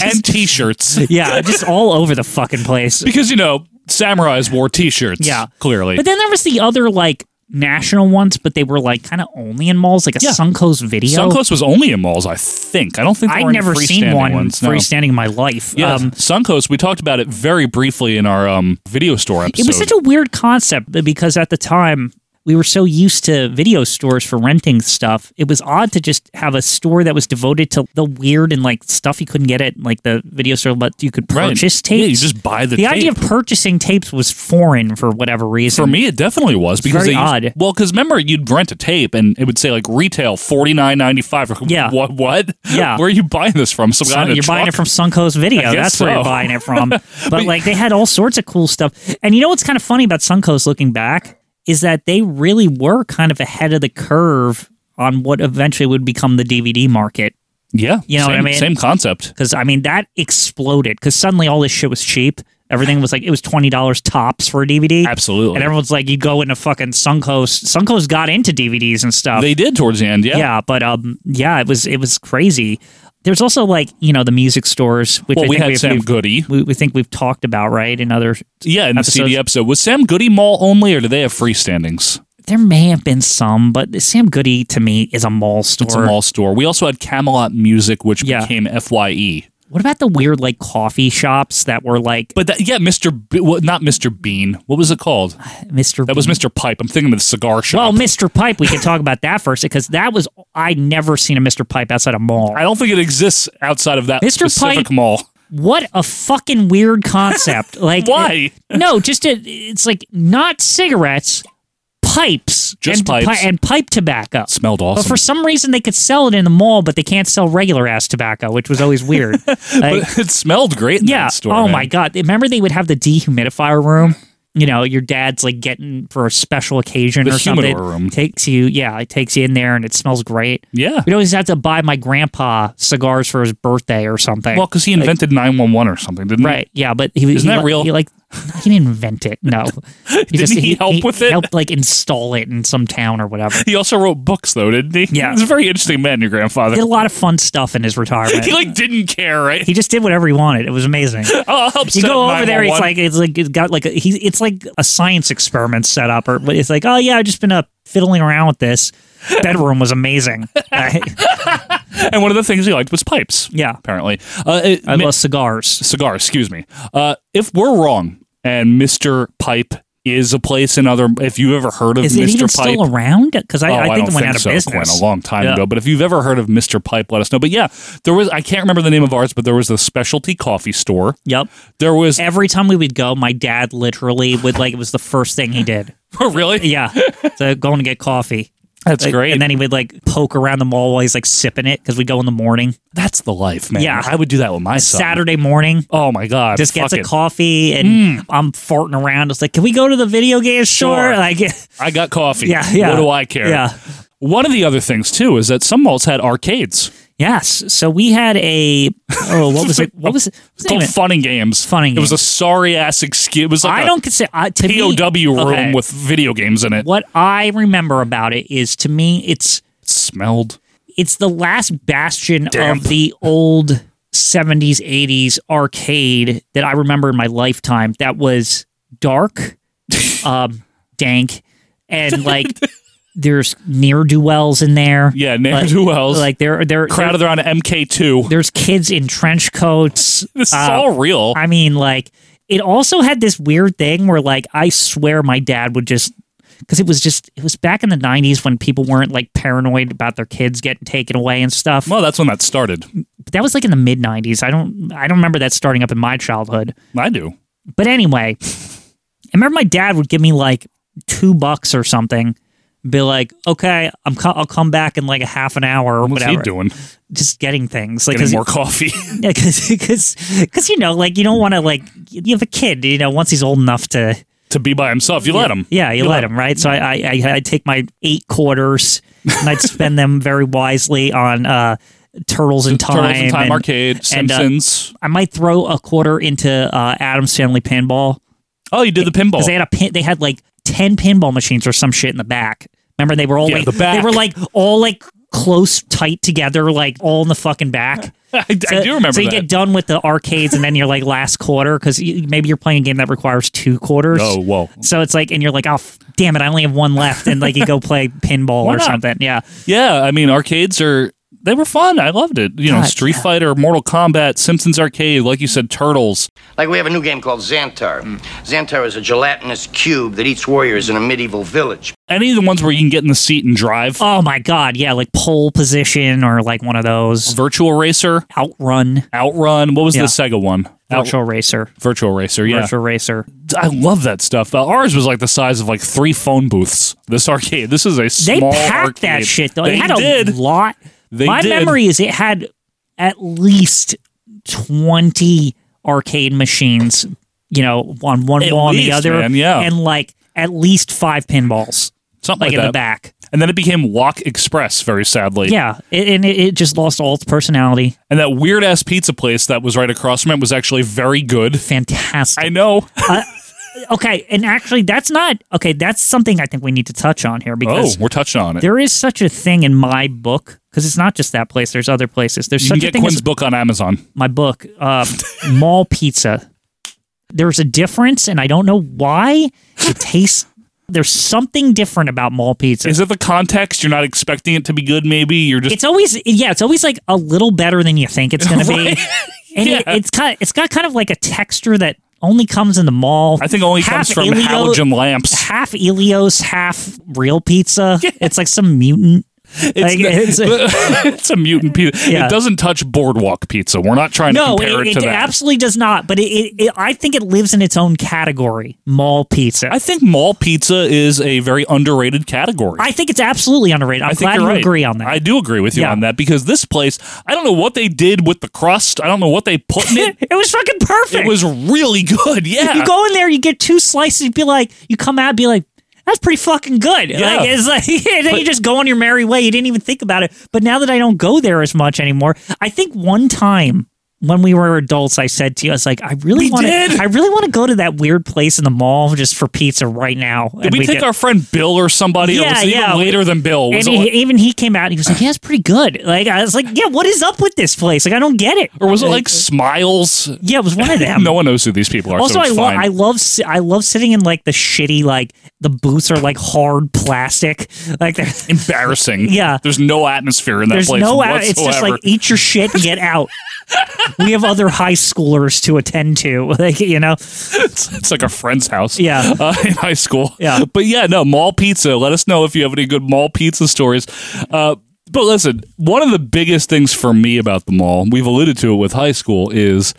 Speaker 2: and t-shirts.
Speaker 3: [LAUGHS] yeah, just all over the fucking
Speaker 2: [LAUGHS]
Speaker 3: place.
Speaker 2: because you know samurais wore t-shirts.
Speaker 3: Yeah.
Speaker 2: clearly.
Speaker 3: But then there was the other like national ones, but they were like kind of only in malls, like a
Speaker 2: Yeah.
Speaker 3: Suncoast video.
Speaker 2: Suncoast was only in malls, I think. I don't think there
Speaker 3: I'd
Speaker 2: were any
Speaker 3: never seen
Speaker 2: freestanding
Speaker 3: one
Speaker 2: ones, no.
Speaker 3: freestanding in my life.
Speaker 2: Yeah,
Speaker 3: Um,
Speaker 2: Suncoast. We talked about it very briefly in our um, video store episode.
Speaker 3: it was such a weird concept because at the time we were so used to video stores for renting stuff. It was odd to just have a store that was devoted to the weird and like stuff you couldn't get at like the video store, but you could
Speaker 2: Right.
Speaker 3: purchase
Speaker 2: Yeah,
Speaker 3: tapes.
Speaker 2: you just buy the
Speaker 3: The idea of
Speaker 2: tape.
Speaker 3: purchasing tapes was foreign for whatever reason.
Speaker 2: For me, it definitely was
Speaker 3: It's
Speaker 2: because
Speaker 3: very
Speaker 2: they
Speaker 3: odd.
Speaker 2: Used, well, because remember, you'd rent a tape and it would say like retail forty nine ninety [LAUGHS] five. Yeah. What? What? [LAUGHS]
Speaker 3: Yeah.
Speaker 2: Where are you buying this from? Some
Speaker 3: So
Speaker 2: guy in a
Speaker 3: you're buying it
Speaker 2: truck?
Speaker 3: from Suncoast
Speaker 2: I
Speaker 3: Video.
Speaker 2: guess
Speaker 3: That's where you're
Speaker 2: so.
Speaker 3: buying
Speaker 2: [LAUGHS]
Speaker 3: it from. But like they had all sorts of cool stuff. And you know what's kind of funny about Suncoast looking back is that they really were kind of ahead of the curve on what eventually would become the DVD market.
Speaker 2: Yeah.
Speaker 3: You know
Speaker 2: same,
Speaker 3: what I mean?
Speaker 2: Same concept.
Speaker 3: Because I mean that exploded because suddenly all this shit was cheap. Everything was like it was twenty dollars tops for a DVD.
Speaker 2: Absolutely.
Speaker 3: And everyone's like, you go into fucking Suncoast. Suncoast got into DVDs and stuff.
Speaker 2: They did towards the end. Yeah.
Speaker 3: Yeah, but um, yeah, it was it was crazy. There's also like you know the music stores, which
Speaker 2: Well,
Speaker 3: I
Speaker 2: we
Speaker 3: think
Speaker 2: had
Speaker 3: we've-
Speaker 2: Sam
Speaker 3: we've-
Speaker 2: Goody.
Speaker 3: We, we think we've talked about right in other.
Speaker 2: Yeah, in the
Speaker 3: episodes.
Speaker 2: CD episode was Sam Goody Mall only, or do they have freestandings?
Speaker 3: There may have been some, but Sam Goody to me is a mall store.
Speaker 2: It's a mall store. We also had Camelot Music, which
Speaker 3: Yeah.
Speaker 2: became E. Fye.
Speaker 3: What about the weird like coffee shops that were like
Speaker 2: But that, yeah, Mr. B, well, not Mr. Bean. What was it called?
Speaker 3: Mr.
Speaker 2: That was Mr. Pipe. I'm thinking of the cigar shop.
Speaker 3: Well, Mr. Pipe, we can talk about that first because that was I never seen a Mr. Pipe outside a mall.
Speaker 2: I don't think it exists outside of that
Speaker 3: Mr.
Speaker 2: specific
Speaker 3: Pipe-
Speaker 2: mall.
Speaker 3: What a fucking weird
Speaker 2: [LAUGHS]
Speaker 3: concept! Like
Speaker 2: Why?
Speaker 3: No, just a, it's like not cigarettes, pipes,
Speaker 2: Just
Speaker 3: and,
Speaker 2: pipes.
Speaker 3: and pipe tobacco.
Speaker 2: Smelled
Speaker 3: But
Speaker 2: awesome.
Speaker 3: for some reason, they could sell it in the mall, but they can't sell regular ass tobacco, which was always
Speaker 2: [LAUGHS]
Speaker 3: weird. Like,
Speaker 2: [LAUGHS] it smelled great in
Speaker 3: yeah.
Speaker 2: that store.
Speaker 3: oh
Speaker 2: man.
Speaker 3: my god! Remember they would have the dehumidifier room. You know, your dad's like getting for a special occasion
Speaker 2: The
Speaker 3: or something.
Speaker 2: humidor room.
Speaker 3: Takes you, yeah, it takes you in there, and it smells great.
Speaker 2: Yeah.
Speaker 3: we'd always have to buy my grandpa cigars for his birthday or something.
Speaker 2: Well, because he invented 911 or something, didn't
Speaker 3: right? Yeah, but he
Speaker 2: Isn't
Speaker 3: he
Speaker 2: that
Speaker 3: li-
Speaker 2: real?
Speaker 3: He like [LAUGHS] he didn't invent it.
Speaker 2: [LAUGHS]
Speaker 3: No, he
Speaker 2: Didn't he help with it?
Speaker 3: Helped like install it in some town or whatever.
Speaker 2: he? He also wrote books, though, didn't he?
Speaker 3: Yeah.
Speaker 2: He's a very interesting man, your grandfather.
Speaker 3: Did a lot of fun stuff in his
Speaker 2: [LAUGHS]
Speaker 3: retirement.
Speaker 2: he like didn't care, right?
Speaker 3: He just did whatever he wanted. It was amazing.
Speaker 2: oh, I'll help
Speaker 3: You
Speaker 2: set
Speaker 3: go over there, it's
Speaker 2: 911.
Speaker 3: like it's like it's got like a, he, it's like a science experiment set up, or it's like oh yeah, I've just been uh, fiddling around
Speaker 2: [LAUGHS]
Speaker 3: with this. Bedroom was amazing. I-
Speaker 2: and one of the things he liked was pipes.
Speaker 3: Yeah.
Speaker 2: apparently. Uh, it-
Speaker 3: I
Speaker 2: mi-
Speaker 3: love cigars.
Speaker 2: cigars. Excuse me. Uh, if we're wrong, and Mister Pipe is a place in other. If you've ever heard of
Speaker 3: Is it
Speaker 2: Mister
Speaker 3: even
Speaker 2: Pipe,
Speaker 3: still around? Because I,
Speaker 2: Oh,
Speaker 3: I think
Speaker 2: don't
Speaker 3: it went out of
Speaker 2: so, Quinn,
Speaker 3: business
Speaker 2: a long time
Speaker 3: Yeah.
Speaker 2: ago. But if you've ever heard of Mister Pipe, let us know. But yeah, there was. I can't remember the name of ours, but there was the specialty coffee store.
Speaker 3: Yep.
Speaker 2: There was
Speaker 3: Every time we would go, my dad literally would like it was the first thing he did.
Speaker 2: [LAUGHS] Oh, really.
Speaker 3: Yeah, so going to get coffee.
Speaker 2: That's
Speaker 3: Like,
Speaker 2: great.
Speaker 3: And then he would like poke around the mall while he's like sipping it because we go in the morning.
Speaker 2: That's the life, man.
Speaker 3: Yeah.
Speaker 2: I would do that with my son.
Speaker 3: Saturday morning,
Speaker 2: Oh my god.
Speaker 3: just gets
Speaker 2: fuck
Speaker 3: a
Speaker 2: it.
Speaker 3: coffee and I'm farting around. It's like, can we go to the video game store?
Speaker 2: Hmm. Sure.
Speaker 3: [LAUGHS] Like,
Speaker 2: I got coffee.
Speaker 3: Yeah, yeah.
Speaker 2: What do I care?
Speaker 3: Yeah.
Speaker 2: One of the other things too is that some malls had arcades.
Speaker 3: yes. So we had a oh,
Speaker 2: [LAUGHS]
Speaker 3: what was it? What was it? What was
Speaker 2: It's
Speaker 3: the name
Speaker 2: called
Speaker 3: of it?
Speaker 2: Fun and Games.
Speaker 3: Fun and
Speaker 2: It was a
Speaker 3: Games.
Speaker 2: sorry ass excuse. It was like
Speaker 3: I
Speaker 2: a
Speaker 3: don't consider I to me-
Speaker 2: POW room
Speaker 3: okay.
Speaker 2: with video games in it.
Speaker 3: What I remember about it is, to me, it's
Speaker 2: It smelled.
Speaker 3: it's the last bastion
Speaker 2: Damp.
Speaker 3: of the old 70s 80s arcade that i remember in my lifetime that was
Speaker 2: [LAUGHS]
Speaker 3: dark um dank and like there's near do wells in there
Speaker 2: Yeah, ne'er-do-wells.
Speaker 3: like, like there there
Speaker 2: Crowded around MK2.
Speaker 3: there's kids in trench coats
Speaker 2: [LAUGHS] This is
Speaker 3: Uh,
Speaker 2: all real.
Speaker 3: I mean, like, it also had this weird thing where, like, I swear my dad would just, because it was just, it was back in the 90s when people weren't, like, paranoid about their kids getting taken away and stuff.
Speaker 2: well, that's when that started.
Speaker 3: But that was, like, in the mid 90s. I don't, I don't remember that starting up in my childhood.
Speaker 2: I do.
Speaker 3: But anyway, I remember my dad would give me, like, two bucks or something. Be like, okay, I'm co- I'll come back in like a half an hour or
Speaker 2: What's
Speaker 3: whatever.
Speaker 2: he doing?
Speaker 3: Just getting things like
Speaker 2: Getting
Speaker 3: 'cause-
Speaker 2: more coffee. [LAUGHS]
Speaker 3: yeah, [LAUGHS] because you know, like you don't want to like you have a kid. You know, once he's old enough to,
Speaker 2: to be by himself. You let him.
Speaker 3: yeah, you let him, right? So I, I, I I'd take my eight quarters and I'd
Speaker 2: [LAUGHS]
Speaker 3: spend them very wisely on uh, Turtles in Time,
Speaker 2: Turtles in Time Arcade,
Speaker 3: and, uh,
Speaker 2: Simpsons.
Speaker 3: I might throw a quarter into uh, Adam's Family Pinball
Speaker 2: oh, you did the pinball. [LAUGHS]
Speaker 3: because they had a pin, they had like ten pinball machines or some shit in the back. Remember, they were all
Speaker 2: Yeah,
Speaker 3: like
Speaker 2: the back.
Speaker 3: they were like all like close tight together, like all in the fucking back.
Speaker 2: [LAUGHS] I, I
Speaker 3: So-
Speaker 2: do remember
Speaker 3: So you
Speaker 2: that.
Speaker 3: get done with the arcades, and then you're like last quarter because maybe you're playing a game that requires two quarters.
Speaker 2: Oh, whoa.
Speaker 3: So it's like, and you're like, oh, f-
Speaker 2: [LAUGHS]
Speaker 3: damn it, I only have one left, and like you go play pinball
Speaker 2: Why
Speaker 3: or
Speaker 2: not?
Speaker 3: something. Yeah,
Speaker 2: Yeah, I mean, arcades are they were fun. I loved it. You know, Street Fighter, Mortal Kombat, Simpsons Arcade, like you said, Turtles.
Speaker 4: Like we have a new game called Xantar. Xantar is a gelatinous cube that eats warriors in a medieval village.
Speaker 2: Any of the ones where you can get in the seat and drive.
Speaker 3: Oh my god, yeah, like pole position or like one of those.
Speaker 2: Virtual Racer,
Speaker 3: Outrun,
Speaker 2: Outrun. What was
Speaker 3: Yeah.
Speaker 2: the Sega one?
Speaker 3: Virtual Racer,
Speaker 2: Virtual Racer, yeah.
Speaker 3: Virtual Racer.
Speaker 2: I love that stuff. Uh, ours was like the size of like three phone booths. This arcade. This is a
Speaker 3: They
Speaker 2: small
Speaker 3: packed that
Speaker 2: arcade.
Speaker 3: shit though.
Speaker 2: They
Speaker 3: it had a
Speaker 2: did.
Speaker 3: lot.
Speaker 2: They
Speaker 3: my
Speaker 2: did.
Speaker 3: memory is it had at least twenty arcade machines. You know, on one
Speaker 2: At
Speaker 3: wall and the
Speaker 2: least,
Speaker 3: other,
Speaker 2: man, yeah.
Speaker 3: and like at least five pinballs,
Speaker 2: Something like
Speaker 3: in
Speaker 2: that.
Speaker 3: the back.
Speaker 2: And then it became Walk Express, very sadly.
Speaker 3: yeah, it, and it, it just lost all its personality.
Speaker 2: And that weird ass pizza place that was right across from it was actually very good.
Speaker 3: Fantastic.
Speaker 2: I know.
Speaker 3: Okay, and actually, that's not okay. That's something I think we need to touch on here
Speaker 2: Oh,
Speaker 3: because
Speaker 2: we're touching on it.
Speaker 3: there is such a thing in my book because it's not just that place. There's other places. There's
Speaker 2: you
Speaker 3: such
Speaker 2: can
Speaker 3: a
Speaker 2: get
Speaker 3: thing
Speaker 2: Quinn's
Speaker 3: as
Speaker 2: book on Amazon.
Speaker 3: my book, uh, [LAUGHS] Mall Pizza. There's a difference, and I don't know why. It tastes. There's something different about mall pizza.
Speaker 2: Is it the context? You're not expecting it to be good, maybe? You're just.
Speaker 3: it's always yeah. It's always like a little better than you think it's going
Speaker 2: [LAUGHS] Right?
Speaker 3: to be. And it,
Speaker 2: Yeah.
Speaker 3: it's kind. It's got kind of like a texture that only comes in the mall.
Speaker 2: I think it only
Speaker 3: Half
Speaker 2: comes from
Speaker 3: Elio-
Speaker 2: halogen lamps.
Speaker 3: half Elios, half real pizza. It's like some mutant.
Speaker 2: It's,
Speaker 3: like,
Speaker 2: n-
Speaker 3: [LAUGHS]
Speaker 2: [LAUGHS]
Speaker 3: it's-
Speaker 2: it's a mutant pizza.
Speaker 3: Yeah.
Speaker 2: It doesn't touch boardwalk pizza. We're not trying
Speaker 3: no,
Speaker 2: to compare
Speaker 3: it,
Speaker 2: it,
Speaker 3: it,
Speaker 2: to that.
Speaker 3: absolutely does not. But it, it, it, I think it lives in its own category, mall pizza.
Speaker 2: I think mall pizza is a very underrated category.
Speaker 3: I think it's absolutely underrated. I'm
Speaker 2: I think
Speaker 3: glad
Speaker 2: you're
Speaker 3: you
Speaker 2: right.
Speaker 3: agree on that.
Speaker 2: I do agree with you
Speaker 3: Yeah.
Speaker 2: on that because this place, I don't know what they did with the crust. I don't know what they put in
Speaker 3: [LAUGHS]
Speaker 2: it.
Speaker 3: it was fucking perfect.
Speaker 2: it was really good. Yeah.
Speaker 3: You go in there, you get two slices, you'd be like, you come out, be like, that's pretty fucking good.
Speaker 2: Yeah.
Speaker 3: Like, it's like, [LAUGHS] and then
Speaker 2: But-
Speaker 3: you just go on your merry way. You didn't even think about it. But now that I don't go there as much anymore, I think one time when we were adults, I said to you, I was like, I really
Speaker 2: We
Speaker 3: want to,
Speaker 2: did.
Speaker 3: I really want to go to that weird place in the mall just for pizza right now.
Speaker 2: Did we, take our friend Bill or somebody? or
Speaker 3: Yeah,
Speaker 2: was it
Speaker 3: yeah.
Speaker 2: Even later than Bill.
Speaker 3: and
Speaker 2: Was it
Speaker 3: he,
Speaker 2: like-
Speaker 3: even he came out and he was like, "Yeah, it's pretty good." Like I was like, "Yeah, what is up with this place? Like I don't get it."
Speaker 2: or was it like Smiles?
Speaker 3: Yeah, it
Speaker 2: [LAUGHS]
Speaker 3: was one of them.
Speaker 2: no one knows who these people are.
Speaker 3: also,
Speaker 2: so
Speaker 3: I
Speaker 2: it's
Speaker 3: love
Speaker 2: fine.
Speaker 3: I love si- I love sitting in like the shitty like the booths are like hard plastic like [LAUGHS] they're,
Speaker 2: embarrassing.
Speaker 3: Yeah.
Speaker 2: there's no atmosphere in that
Speaker 3: there's
Speaker 2: place.
Speaker 3: no out-
Speaker 2: whatsoever.
Speaker 3: it's just like eat your shit and get [LAUGHS] out. we have other high schoolers to attend to, [LAUGHS] like you
Speaker 2: [LAUGHS]
Speaker 3: know.
Speaker 2: it's, it's like a friend's house.
Speaker 3: Yeah.
Speaker 2: uh, [LAUGHS] in high school.
Speaker 3: Yeah.
Speaker 2: but yeah, no mall pizza. Let us know if you have any good mall pizza stories. Uh, but listen, one of the biggest things for me about the mall, we've alluded to it with high school, is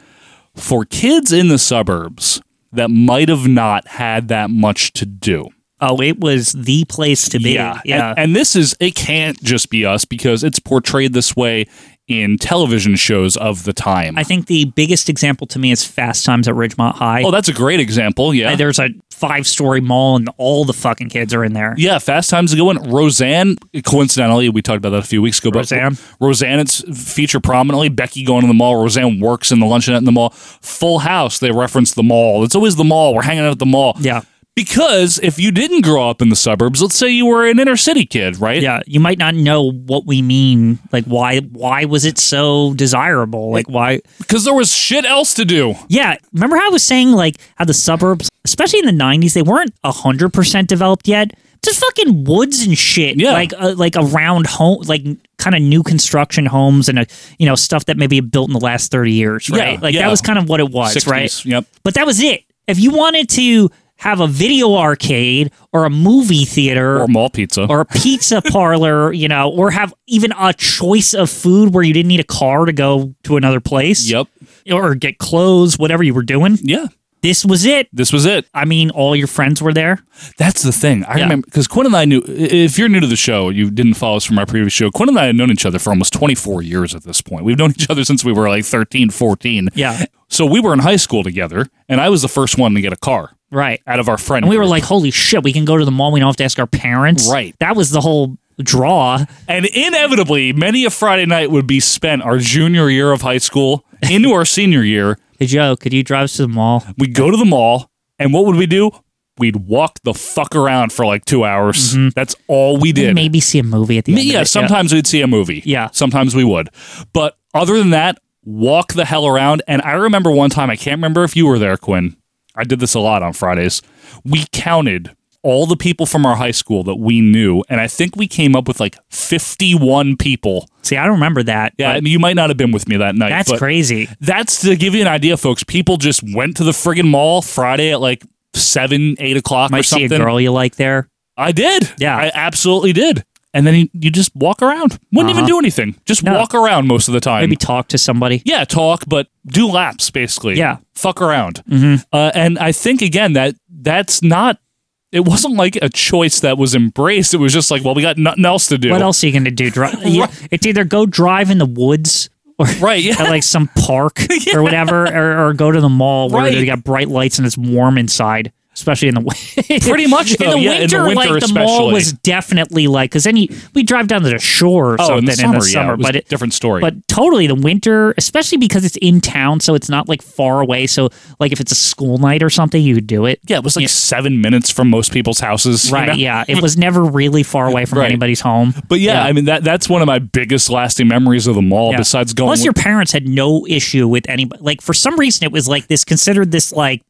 Speaker 2: for kids in the suburbs that might have not had that much to do.
Speaker 3: Oh, it was the place to be.
Speaker 2: Yeah.
Speaker 3: yeah.
Speaker 2: And, and this is, it can't just be us because it's portrayed this way in television shows of the time.
Speaker 3: I think the biggest example to me is Fast Times at Ridgemont High.
Speaker 2: oh, that's a great example. Yeah.
Speaker 3: Uh, There's a five story mall and all the fucking kids are in there.
Speaker 2: Yeah, Fast Times ago one. Roseanne, coincidentally, we talked about that a few weeks ago. But
Speaker 3: Roseanne.
Speaker 2: Roseanne, it's featured prominently. Becky going to the mall. Roseanne works in the luncheonette in the mall. Full House, they reference the mall. It's always the mall. We're hanging out at the mall.
Speaker 3: Yeah.
Speaker 2: Because if you didn't grow up in the suburbs, let's say you were an inner city kid, right?
Speaker 3: Yeah, you might not know what we mean. Like why why was it so desirable? Like why
Speaker 2: Because there was shit else to do.
Speaker 3: Yeah, remember how I was saying like how the suburbs, especially in the 90s, they weren't 100% developed yet. Just fucking woods and shit.
Speaker 2: Yeah.
Speaker 3: Like uh, like around home like kind of new construction homes and uh, you know stuff that maybe built in the last 30 years, right?
Speaker 2: Yeah,
Speaker 3: like
Speaker 2: yeah.
Speaker 3: that was kind of what it was,
Speaker 2: 60s,
Speaker 3: right?
Speaker 2: Yep.
Speaker 3: But that was it. If you wanted to have a video arcade or a movie theater
Speaker 2: Or mall pizza.
Speaker 3: [LAUGHS] or a pizza parlor, you know, or have even a choice of food where you didn't need a car to go to another place.
Speaker 2: Yep.
Speaker 3: Or get clothes, whatever you were doing.
Speaker 2: Yeah.
Speaker 3: This was it.
Speaker 2: This was it.
Speaker 3: I mean, all your friends were there.
Speaker 2: That's the thing. I
Speaker 3: Yeah.
Speaker 2: remember because Quinn and I knew. If you're new to the show, you didn't follow us from our previous show. Quinn and I have known each other for almost 24 years at this point. We've known each other since we were like 13, 14.
Speaker 3: Yeah.
Speaker 2: So we were in high school together, and I was the first one to get a car
Speaker 3: Right.
Speaker 2: out of our friend.
Speaker 3: And we were
Speaker 2: group.
Speaker 3: like, holy shit, we can go to the mall. We don't have to ask our parents.
Speaker 2: Right.
Speaker 3: That was the whole draw.
Speaker 2: and inevitably, many a Friday night would be spent our junior year of high school into
Speaker 3: [LAUGHS]
Speaker 2: our senior year.
Speaker 3: Hey, Joe, could you drive us to the mall?
Speaker 2: We'd go to the mall, and what would we do? We'd walk the fuck around for like two hours.
Speaker 3: Mm-hmm.
Speaker 2: That's all we did.
Speaker 3: And maybe see a movie at the
Speaker 2: Me-
Speaker 3: end. of
Speaker 2: yeah,
Speaker 3: it.
Speaker 2: sometimes we'd see a movie.
Speaker 3: Yeah.
Speaker 2: Sometimes we would. But other than that, walk the hell around. And I remember one time, I can't remember if you were there, Quinn. I did this a lot on Fridays. We counted all the people from our high school that we knew, and I think we came up with like 51 people.
Speaker 3: See, I don't remember that.
Speaker 2: Yeah, I mean, you might not have been with me that night.
Speaker 3: That's
Speaker 2: but
Speaker 3: crazy.
Speaker 2: That's to give you an idea, folks. People just went to the friggin' mall Friday at like seven, eight o'clock
Speaker 3: Might
Speaker 2: or
Speaker 3: see
Speaker 2: something.
Speaker 3: a girl you like there.
Speaker 2: I did.
Speaker 3: Yeah.
Speaker 2: I absolutely did. And then you, you just walk around. Wouldn't even
Speaker 3: Uh-huh.
Speaker 2: do anything. Just
Speaker 3: No.
Speaker 2: walk around most of the time.
Speaker 3: Maybe talk to somebody.
Speaker 2: Yeah, talk, but do laps basically.
Speaker 3: Yeah. Mm-hmm.
Speaker 2: fuck around. Uh, and I think again that that's not. It wasn't like a choice that was embraced. It was just like, well, we got nothing else to do.
Speaker 3: What else are you going to do?
Speaker 2: [LAUGHS]
Speaker 3: Dri- you- It's either go drive in the woods or
Speaker 2: Right, yeah.
Speaker 3: at like some park
Speaker 2: [LAUGHS]
Speaker 3: or whatever, or, or go to the mall where
Speaker 2: Right.
Speaker 3: they got bright lights and it's warm inside, especially in the winter.
Speaker 2: Pretty much, though,
Speaker 3: [LAUGHS] in, the
Speaker 2: yeah, in the
Speaker 3: winter,
Speaker 2: winter
Speaker 3: like the mall
Speaker 2: especially.
Speaker 3: was definitely like because then you, we drive down to the shore or
Speaker 2: Oh,
Speaker 3: something
Speaker 2: in the summer, yeah, it was
Speaker 3: but
Speaker 2: a different story.
Speaker 3: But totally the winter, especially because it's in town, so it's not like far away. So like if it's a school night or something, you could do it.
Speaker 2: yeah, it was like seven minutes from most people's houses. you
Speaker 3: Right,
Speaker 2: know?
Speaker 3: yeah.
Speaker 2: [LAUGHS]
Speaker 3: It was never really far away from
Speaker 2: Right.
Speaker 3: anybody's home.
Speaker 2: But yeah, I mean that that's one of my biggest lasting memories of the mall.
Speaker 3: Yeah.
Speaker 2: Besides going,
Speaker 3: Plus,
Speaker 2: with-
Speaker 3: your parents had no issue with anybody. Like for some reason, it was like this considered this like,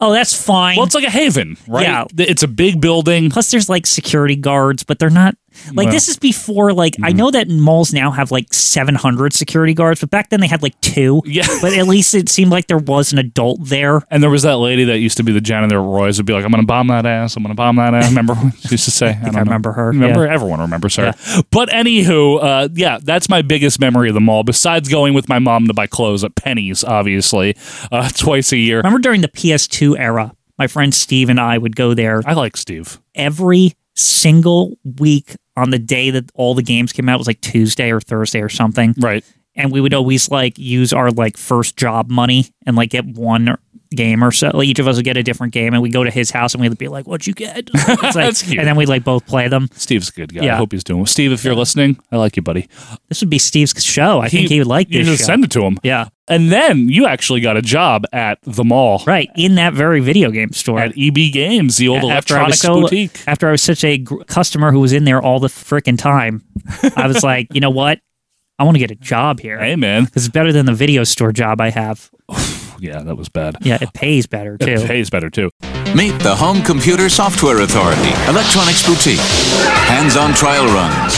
Speaker 3: oh, that's fine.
Speaker 2: well, it's like a haven, right?
Speaker 3: Yeah.
Speaker 2: it's a big building.
Speaker 3: Plus, there's like security guards, but they're not like
Speaker 2: Well. mm-hmm.
Speaker 3: this is before like I know that malls now have like 700 security guards, but back then they had like two.
Speaker 2: Yeah.
Speaker 3: [LAUGHS] but at least it seemed like there was an adult there.
Speaker 2: And there was that lady that used to be the janitor at Roy's would be like, I'm going to bomb that ass. I'm going to bomb that ass. Remember what she used to
Speaker 3: [LAUGHS]
Speaker 2: say? I, don't know.
Speaker 3: remember her,
Speaker 2: Remember?
Speaker 3: yeah.
Speaker 2: Everyone remembers her. But anywho, uh, yeah, that's my biggest memory of the mall, besides going with my mom to buy clothes at Penny's, obviously, uh, [LAUGHS] twice a year.
Speaker 3: Remember during the PS2 era, my friend Steve and I would go there
Speaker 2: I like Steve.
Speaker 3: every single week on the day that all the games came out. It was like Tuesday or Thursday or something.
Speaker 2: Right.
Speaker 3: and we would always like use our like first job money and like get one game or so. Like each of us would get a different game, and we would go to his house and we'd be like, "What'd
Speaker 2: [LAUGHS]
Speaker 3: you get?" It's like-
Speaker 2: That's cute.
Speaker 3: And then we'd like both play them.
Speaker 2: Steve's a good guy. I
Speaker 3: Yeah.
Speaker 2: hope he's doing well. Steve, if you're listening, I like you, buddy.
Speaker 3: This would be Steve's show. I think he would like
Speaker 2: You
Speaker 3: this.
Speaker 2: just
Speaker 3: show.
Speaker 2: send it to him.
Speaker 3: yeah,
Speaker 2: And then you actually got a job at the mall
Speaker 3: right in that very video game store.
Speaker 2: at EB Games, the old
Speaker 3: after I was
Speaker 2: electronics
Speaker 3: so,
Speaker 2: boutique.
Speaker 3: after I was such a gr- customer who was in there all the freaking time,
Speaker 2: [LAUGHS]
Speaker 3: I was like, you know what? I want to get a job here.
Speaker 2: Hey, man.
Speaker 3: 'Cause it's better than the video store job I have.
Speaker 2: Yeah, that was bad.
Speaker 3: Yeah, it pays better too.
Speaker 2: It pays better, too.
Speaker 5: Meet the Home Computer Software Authority, Electronics Boutique. Hands on trial runs.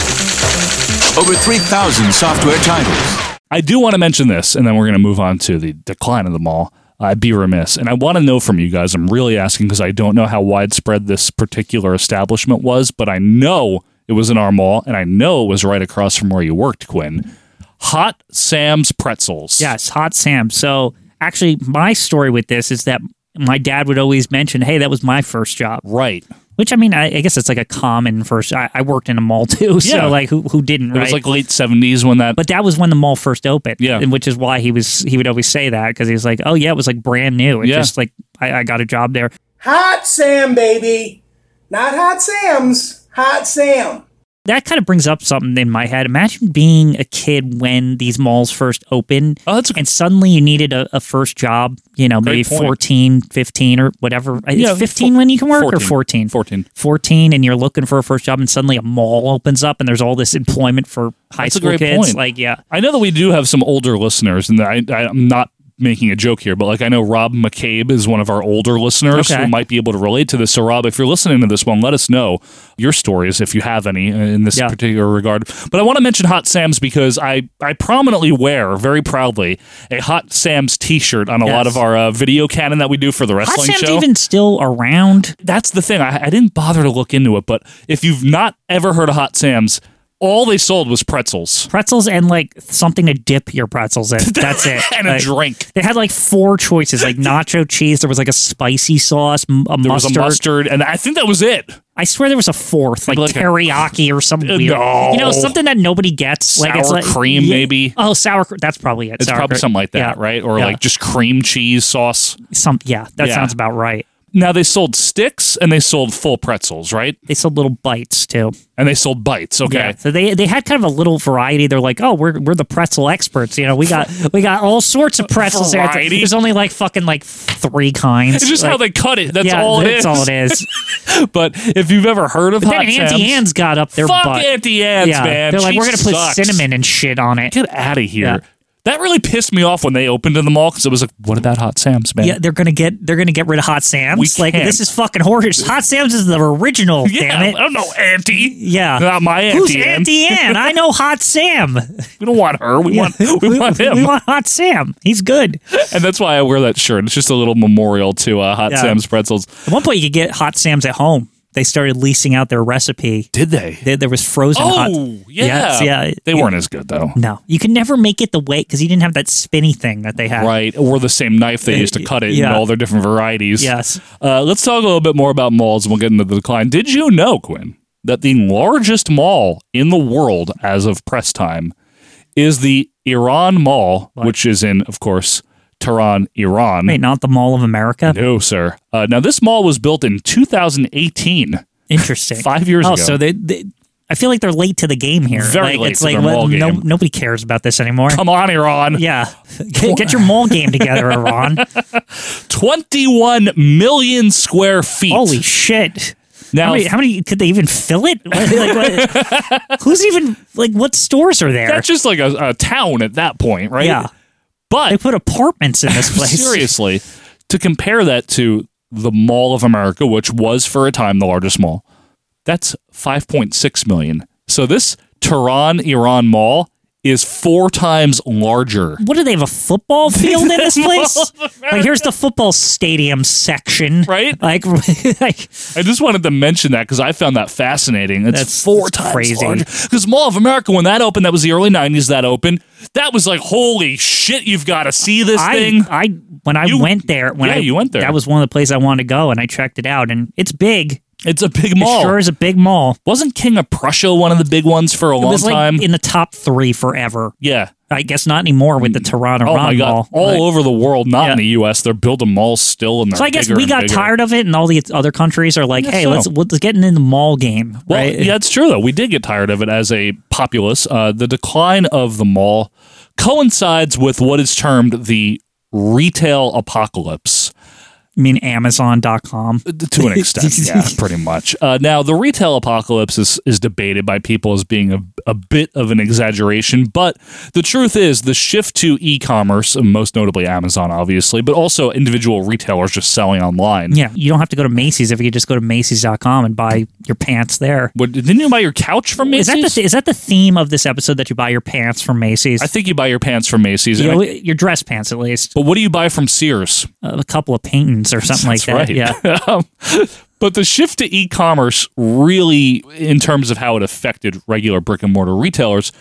Speaker 5: Over 3,000 software titles.
Speaker 2: I do want to mention this, and then we're going to move on to the decline of the mall. I'd be remiss, and I want to know from you guys. I'm really asking because I don't know how widespread this particular establishment was, but I know it was in our mall, and I know it was right across from where you worked, Quinn. Hot Sam's Pretzels.
Speaker 3: Yes, Hot Sam. So actually, my story with this is that my dad would always mention, "Hey, that was my first job."
Speaker 2: right.
Speaker 3: Which I mean, I, I guess it's like a common first. I, I worked in a mall [LAUGHS] too, so
Speaker 2: Yeah.
Speaker 3: like who who didn't?
Speaker 2: It
Speaker 3: right?
Speaker 2: was like late '70s when that.
Speaker 3: but that was when the mall first opened.
Speaker 2: Yeah.
Speaker 3: and which is why he was he would always say that because he was like, "Oh yeah, it was like brand new." It
Speaker 2: Yeah.
Speaker 3: just like I, I got a job there.
Speaker 6: Hot Sam, baby. Not Hot Sam's, Hot Sam.
Speaker 3: That kind of brings up something in my head. Imagine being a kid when these malls first opened.
Speaker 2: Oh, that's a-
Speaker 3: and suddenly you needed a, a first job, you know, maybe
Speaker 2: Great point.
Speaker 3: 14, 15 or whatever.
Speaker 2: Yeah,
Speaker 3: it's 15 when you can work or 14?
Speaker 2: 14.
Speaker 3: 14 and you're looking for a first job and suddenly a mall opens up and there's all this employment for high
Speaker 2: That's a
Speaker 3: school
Speaker 2: great
Speaker 3: kids
Speaker 2: point.
Speaker 3: like yeah
Speaker 2: I know that we do have some older listeners, and I, I, I'm not making a joke here, but like I know Rob McCabe is one of our older listeners
Speaker 3: Okay.
Speaker 2: who might be able to relate to this. So, Rob, if you're listening to this one, let us know your stories if you have any uh, in this
Speaker 3: Yeah.
Speaker 2: particular regard. But I want to mention Hot Sam's because I, I prominently wear very proudly a Hot Sam's t shirt on a lot
Speaker 3: Yes.
Speaker 2: of our uh, video canon that we do for the
Speaker 3: hot
Speaker 2: wrestling
Speaker 3: sam's
Speaker 2: show.
Speaker 3: even still around
Speaker 2: That's the thing. I, I didn't bother to look into it, but if you've not ever heard of Hot Sam's, all they sold was pretzels.
Speaker 3: pretzels and like something to dip your pretzels in that's it
Speaker 2: [LAUGHS] And a
Speaker 3: Like,
Speaker 2: drink.
Speaker 3: they had like four choices like nacho cheese there was like a spicy sauce m- a
Speaker 2: There
Speaker 3: mustard
Speaker 2: was a mustard, and I think that was it.
Speaker 3: I swear there was a fourth, like,
Speaker 2: Like a-
Speaker 3: teriyaki
Speaker 2: [LAUGHS]
Speaker 3: or something.
Speaker 2: Uh,
Speaker 3: weird.
Speaker 2: no.
Speaker 3: You know, something that nobody gets. like it's
Speaker 2: Sour
Speaker 3: like,
Speaker 2: cream, maybe?
Speaker 3: Oh, sour cream. That's probably it.
Speaker 2: It's
Speaker 3: sour
Speaker 2: probably
Speaker 3: cream.
Speaker 2: something like that,
Speaker 3: Yeah.
Speaker 2: right? Or
Speaker 3: Yeah.
Speaker 2: like just cream cheese sauce.
Speaker 3: some. Yeah, that
Speaker 2: Yeah.
Speaker 3: sounds about right.
Speaker 2: Now they sold sticks and they sold full pretzels, right?
Speaker 3: They sold little bites too.
Speaker 2: And they sold bites. Okay.
Speaker 3: Yeah, so they they had kind of a little variety. They're like, oh, we're we're the pretzel experts. You know, we
Speaker 2: [LAUGHS]
Speaker 3: got we got all sorts of pretzels. there.
Speaker 2: Variety?
Speaker 3: There's only like fucking like three kinds.
Speaker 2: It's just
Speaker 3: Like,
Speaker 2: how they cut it. That's
Speaker 3: yeah,
Speaker 2: all it
Speaker 3: that's
Speaker 2: is.
Speaker 3: all it is.
Speaker 2: [LAUGHS] But if you've ever heard of [LAUGHS]
Speaker 3: But
Speaker 2: Hot
Speaker 3: then Auntie
Speaker 2: Sam's,
Speaker 3: Anne's got up their
Speaker 2: fuck
Speaker 3: butt.
Speaker 2: Auntie Anne's,
Speaker 3: yeah,
Speaker 2: man.
Speaker 3: they're like,
Speaker 2: She
Speaker 3: we're gonna put
Speaker 2: sucks.
Speaker 3: cinnamon and shit on it.
Speaker 2: Get out of here.
Speaker 3: Yeah.
Speaker 2: That really pissed me off when they opened in the mall because it was like, what about Hot Sam's, man?
Speaker 3: Yeah, they're gonna get they're gonna get rid of Hot Sam's.
Speaker 2: We
Speaker 3: like
Speaker 2: can't.
Speaker 3: this is fucking horrors. Hot Sam's is the original.
Speaker 2: Yeah,
Speaker 3: damn it.
Speaker 2: I don't know, Auntie.
Speaker 3: Yeah,
Speaker 2: Not my Auntie
Speaker 3: Who's
Speaker 2: Ann.
Speaker 3: Auntie
Speaker 2: [LAUGHS]
Speaker 3: Ann? I know Hot Sam.
Speaker 2: We don't want her. We
Speaker 3: Yeah.
Speaker 2: want we, want him.
Speaker 3: [LAUGHS] We want Hot Sam. He's good.
Speaker 2: and that's why I wear that shirt. It's just a little memorial to uh, Hot
Speaker 3: Yeah.
Speaker 2: Sam's pretzels.
Speaker 3: At one point, you could get Hot Sam's at home. They started leasing out their recipe.
Speaker 2: Did they?
Speaker 3: There, there was frozen. hot-
Speaker 2: Oh, yeah.
Speaker 3: Yes, yeah.
Speaker 2: They weren't as good though.
Speaker 3: No, you could never make it the way because you didn't have that spinny thing that they had.
Speaker 2: Right, or the same knife they used to cut it in
Speaker 3: Yeah.
Speaker 2: all their different varieties.
Speaker 3: Yes.
Speaker 2: Uh, let's talk a little bit more about malls and we'll get into the decline. Did you know, Quinn, that the largest mall in the world as of press time is the Iran Mall, which is in, of course, Tehran, Iran?
Speaker 3: Wait, not the Mall of America.
Speaker 2: No, sir. Uh, now, this mall was built in 2018.
Speaker 3: Interesting.
Speaker 2: Five years
Speaker 3: oh,
Speaker 2: ago.
Speaker 3: so they, they. I feel like they're late to the game here.
Speaker 2: Very
Speaker 3: like,
Speaker 2: late
Speaker 3: It's
Speaker 2: to
Speaker 3: like
Speaker 2: their
Speaker 3: well,
Speaker 2: mall
Speaker 3: no,
Speaker 2: game.
Speaker 3: nobody cares about this anymore.
Speaker 2: Come on, Iran. [LAUGHS]
Speaker 3: Yeah, get, get your mall game together, Iran.
Speaker 2: 21 million square feet.
Speaker 3: Holy shit!
Speaker 2: Now-
Speaker 3: how many, how many could they even fill it? [LAUGHS] Like, what- who's even like what stores are there?
Speaker 2: That's just like a, a town at that point, right?
Speaker 3: Yeah,
Speaker 2: But
Speaker 3: they put apartments
Speaker 2: [LAUGHS]
Speaker 3: in this place.
Speaker 2: Seriously, to compare that to the Mall of America, which was for a time the largest mall, that's 5.6 million. So this Tehran Iran Mall is four times larger.
Speaker 3: What do they have a football field
Speaker 2: [LAUGHS]
Speaker 3: in this
Speaker 2: Mall
Speaker 3: place?
Speaker 2: of
Speaker 3: Like here's the football stadium section,
Speaker 2: Right?
Speaker 3: Like, [LAUGHS] like
Speaker 2: I just wanted to mention that because I found that fascinating. It's
Speaker 3: That's-
Speaker 2: four
Speaker 3: that's
Speaker 2: times
Speaker 3: crazy.
Speaker 2: Because Mall of America, when that opened, that was the early '90s. That opened, that was like, holy shit! You've got to see this
Speaker 3: I,
Speaker 2: thing.
Speaker 3: I when I
Speaker 2: You-
Speaker 3: went there, when
Speaker 2: Yeah,
Speaker 3: I
Speaker 2: you went there.
Speaker 3: that was one of the places I wanted to go, and I checked it out, and it's big.
Speaker 2: It's a big
Speaker 3: It
Speaker 2: mall.
Speaker 3: sure is a big mall.
Speaker 2: Wasn't King of Prussia one of the big ones for a
Speaker 3: it
Speaker 2: long
Speaker 3: was like
Speaker 2: time?
Speaker 3: in the top three forever.
Speaker 2: yeah.
Speaker 3: I guess not anymore with the Toronto
Speaker 2: Oh my
Speaker 3: Ron
Speaker 2: god!
Speaker 3: Mall.
Speaker 2: All
Speaker 3: Like-
Speaker 2: over the world, not in the U.S. They're building malls still, and they're
Speaker 3: so I guess
Speaker 2: bigger
Speaker 3: we
Speaker 2: and
Speaker 3: got
Speaker 2: bigger.
Speaker 3: tired of it, and all the other countries are like,
Speaker 2: guess
Speaker 3: "Hey,
Speaker 2: so.
Speaker 3: let's let's get in the mall game."
Speaker 2: Well,
Speaker 3: right?
Speaker 2: yeah, it's true though. We did get tired of it as a populace. Uh, the decline of the mall coincides with what is termed the retail apocalypse.
Speaker 3: I mean, Amazon.com.
Speaker 2: to an
Speaker 3: [LAUGHS]
Speaker 2: extent, yeah, pretty much. Uh, now, the retail apocalypse is, is debated by people as being a, a bit of an exaggeration, but the truth is the shift to e commerce, most notably Amazon, obviously, but also individual retailers just selling online.
Speaker 3: Yeah, you don't have to go to Macy's if you just go to Macy's.com and buy your pants there.
Speaker 2: What, didn't you buy your couch from
Speaker 3: Is
Speaker 2: Macy's?
Speaker 3: that the th- is that the theme of this episode that you buy your pants from Macy's?
Speaker 2: I think you buy your pants from Macy's.
Speaker 3: You
Speaker 2: and I-
Speaker 3: know, your dress pants at least,
Speaker 2: but what do you buy from Sears?
Speaker 3: Uh, a couple of paintings or something like that.
Speaker 2: [LAUGHS] That's right.
Speaker 3: Yeah,
Speaker 2: [LAUGHS] Um, but the shift to e-commerce really, in terms of how it affected regular brick and mortar retailers,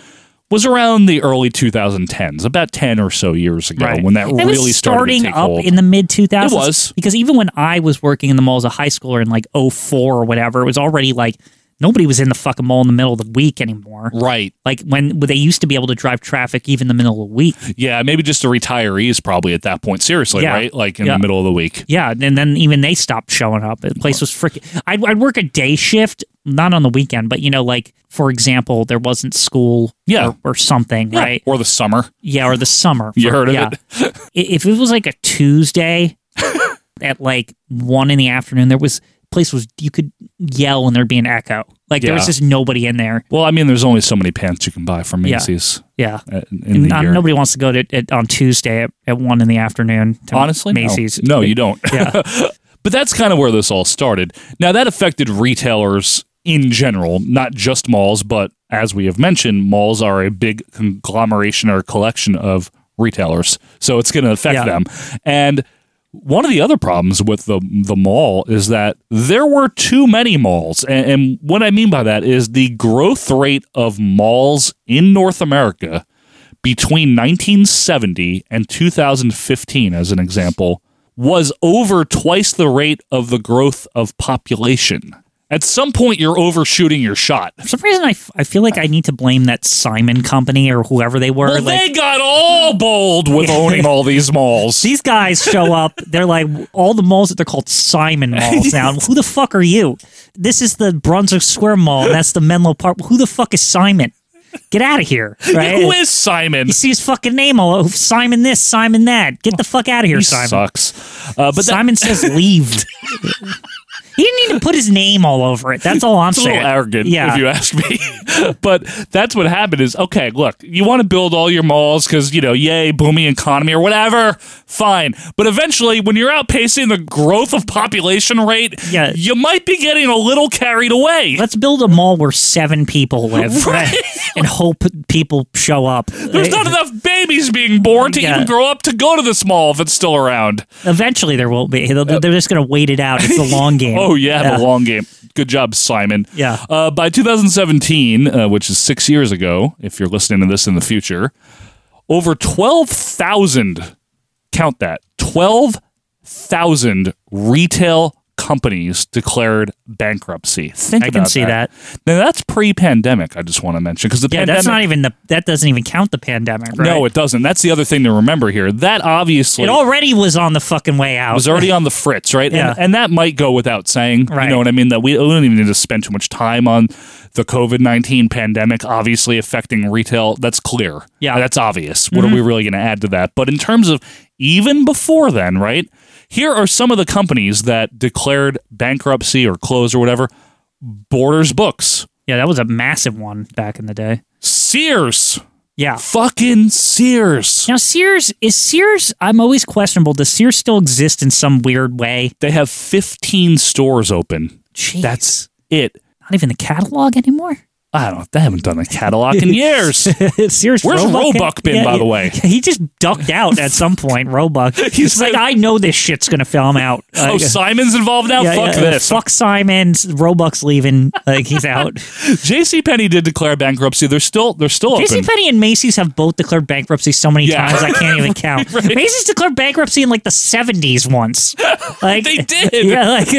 Speaker 2: was around the early 2010s, about 10 or so years ago, when that
Speaker 3: It was
Speaker 2: really started
Speaker 3: starting
Speaker 2: to take
Speaker 3: up
Speaker 2: hold.
Speaker 3: in the mid 2000s.
Speaker 2: It was.
Speaker 3: because even when I was working in the mall as a high schooler in like 04 or whatever, it was already like nobody was in the fucking mall in the middle of the week anymore.
Speaker 2: right.
Speaker 3: Like when when they used to be able to drive traffic even in the middle of the week.
Speaker 2: Yeah, maybe just the retirees probably at that point. Seriously,
Speaker 3: Yeah.
Speaker 2: right? Like in
Speaker 3: Yeah.
Speaker 2: the middle of the week.
Speaker 3: Yeah, and then even they stopped showing up. The place was freaking. I'd, I'd work a day shift, not on the weekend, but you know, like for example, there wasn't school,
Speaker 2: Yeah.
Speaker 3: or, or something,
Speaker 2: Yeah.
Speaker 3: right?
Speaker 2: Or the summer.
Speaker 3: Yeah, or the summer.
Speaker 2: You heard of
Speaker 3: yeah. I- if it was like a
Speaker 2: [LAUGHS]
Speaker 3: Tuesday at like one in the afternoon, there was place was you could yell and there'd be an echo. Like there was
Speaker 2: Yeah.
Speaker 3: just nobody in there.
Speaker 2: Well, I mean, there's only so many pants you can buy from
Speaker 3: Yeah.
Speaker 2: Macy's
Speaker 3: Yeah.
Speaker 2: uh, in, in the
Speaker 3: Not-
Speaker 2: year.
Speaker 3: nobody wants to go to at, on Tuesday at, at one in the afternoon. To
Speaker 2: Honestly, no.
Speaker 3: Macy's.
Speaker 2: No, you don't.
Speaker 3: [LAUGHS] Yeah.
Speaker 2: [LAUGHS] But that's kind of where this all started. Now, that affected retailers in general, not just malls, but as we have mentioned, malls are a big conglomeration or collection of retailers. So it's going to affect
Speaker 3: Yeah.
Speaker 2: them. And one of the other problems with the the mall is that there were too many malls. And, and what I mean by that is the growth rate of malls in North America between 1970 and 2015, as an example, was over twice the rate of the growth of population. At some point, you're overshooting your shot.
Speaker 3: For some reason, I, f- I feel like I need to blame that Simon Company or whoever they were.
Speaker 2: Well,
Speaker 3: like,
Speaker 2: they got all bold with owning all these
Speaker 3: [LAUGHS]
Speaker 2: malls.
Speaker 3: these guys
Speaker 2: [LAUGHS]
Speaker 3: show up. They're like all the malls that they're called Simon malls now. Who the fuck are you? This is the Brunswick Square Mall. And that's the Menlo Park. Who the fuck is Simon? Get out
Speaker 2: [LAUGHS]
Speaker 3: of here! Right?
Speaker 2: Who is Simon?
Speaker 3: you see his fucking name all over. Simon this, Simon that. Get the fuck out of here,
Speaker 2: He
Speaker 3: Simon.
Speaker 2: sucks. Uh, but that- [LAUGHS]
Speaker 3: Simon says leave. he didn't need to put his name all over it. That's all I'm
Speaker 2: it's a
Speaker 3: saying.
Speaker 2: little arrogant,
Speaker 3: Yeah.
Speaker 2: if you ask me. [LAUGHS] but that's what happened is okay look you want to build all your malls because you know yay booming economy or whatever fine but eventually when you're outpacing the growth of population rate yeah. you might be getting a little carried away
Speaker 3: Let's build a mall where seven people
Speaker 2: [LAUGHS]
Speaker 3: live
Speaker 2: Right.
Speaker 3: and hope people show up. Eh,
Speaker 2: there's not enough babies being born to
Speaker 3: Yeah.
Speaker 2: even grow up to go to this mall if it's still around
Speaker 3: Eventually, there will be. They'll- They're just going to wait it out. It's the
Speaker 2: [LAUGHS]
Speaker 3: long game.
Speaker 2: Uh, Oh yeah, the long game. Good job, Simon.
Speaker 3: Yeah.
Speaker 2: Uh, by 2017, uh, which is six years ago, if you're listening to this in the future, over 12,000. Count that 12,000 retail companies declared bankruptcy. Think
Speaker 3: I
Speaker 2: about
Speaker 3: can see
Speaker 2: Now that's pre-pandemic. I just want to mention because the
Speaker 3: Yeah,
Speaker 2: pandemic.
Speaker 3: that's not even the. That doesn't even count the pandemic. Right?
Speaker 2: No, it doesn't. That's the other thing to remember here. That obviously
Speaker 3: it already was on the fucking way out.
Speaker 2: was already on the fritz, right?
Speaker 3: Yeah.
Speaker 2: And, and that might go without saying.
Speaker 3: Right.
Speaker 2: You know what I mean? That we, we don't even need to spend too much time on the COVID 19 pandemic, obviously affecting retail. That's clear. Yeah. That's obvious. What
Speaker 3: Mm-hmm.
Speaker 2: are we really going to add to that? But in terms of even before then, right? Here are some of the companies that declared bankruptcy or closed or whatever Borders Books,
Speaker 3: yeah, that was a massive one back in the day.
Speaker 2: Sears.
Speaker 3: Yeah,
Speaker 2: fucking Sears.
Speaker 3: Now Sears is Sears. I'm always questionable. Does Sears still exist in some weird way?
Speaker 2: They have 15 stores open. That's it.
Speaker 3: Not even the catalog
Speaker 2: [LAUGHS]
Speaker 3: anymore.
Speaker 2: I don't. They haven't done a catalog
Speaker 3: [LAUGHS]
Speaker 2: in years.
Speaker 3: Sears.
Speaker 2: Where's
Speaker 3: Roebuck-
Speaker 2: Roebuck been,
Speaker 3: Yeah,
Speaker 2: by the
Speaker 3: yeah.
Speaker 2: way?
Speaker 3: [LAUGHS] He just ducked out at some
Speaker 2: [LAUGHS]
Speaker 3: point. Roebuck. He's like, I know this shit's gonna film out.
Speaker 2: Oh,
Speaker 3: Like,
Speaker 2: Simon's involved now.
Speaker 3: yeah,
Speaker 2: Fuck
Speaker 3: yeah,
Speaker 2: this.
Speaker 3: Fuck Simon's. Roebuck's leaving. Like
Speaker 2: [LAUGHS]
Speaker 3: he's out. [LAUGHS]
Speaker 2: J.C. Penney did declare bankruptcy. They're still they're still open.
Speaker 3: JCPenney and Macy's have both declared bankruptcy so many
Speaker 2: Yeah.
Speaker 3: times I
Speaker 2: [LAUGHS]
Speaker 3: can't even count. Macy's declared bankruptcy in like the
Speaker 2: [LAUGHS]
Speaker 3: 70s once. Like [LAUGHS]
Speaker 2: They did. [LAUGHS]
Speaker 3: Yeah, like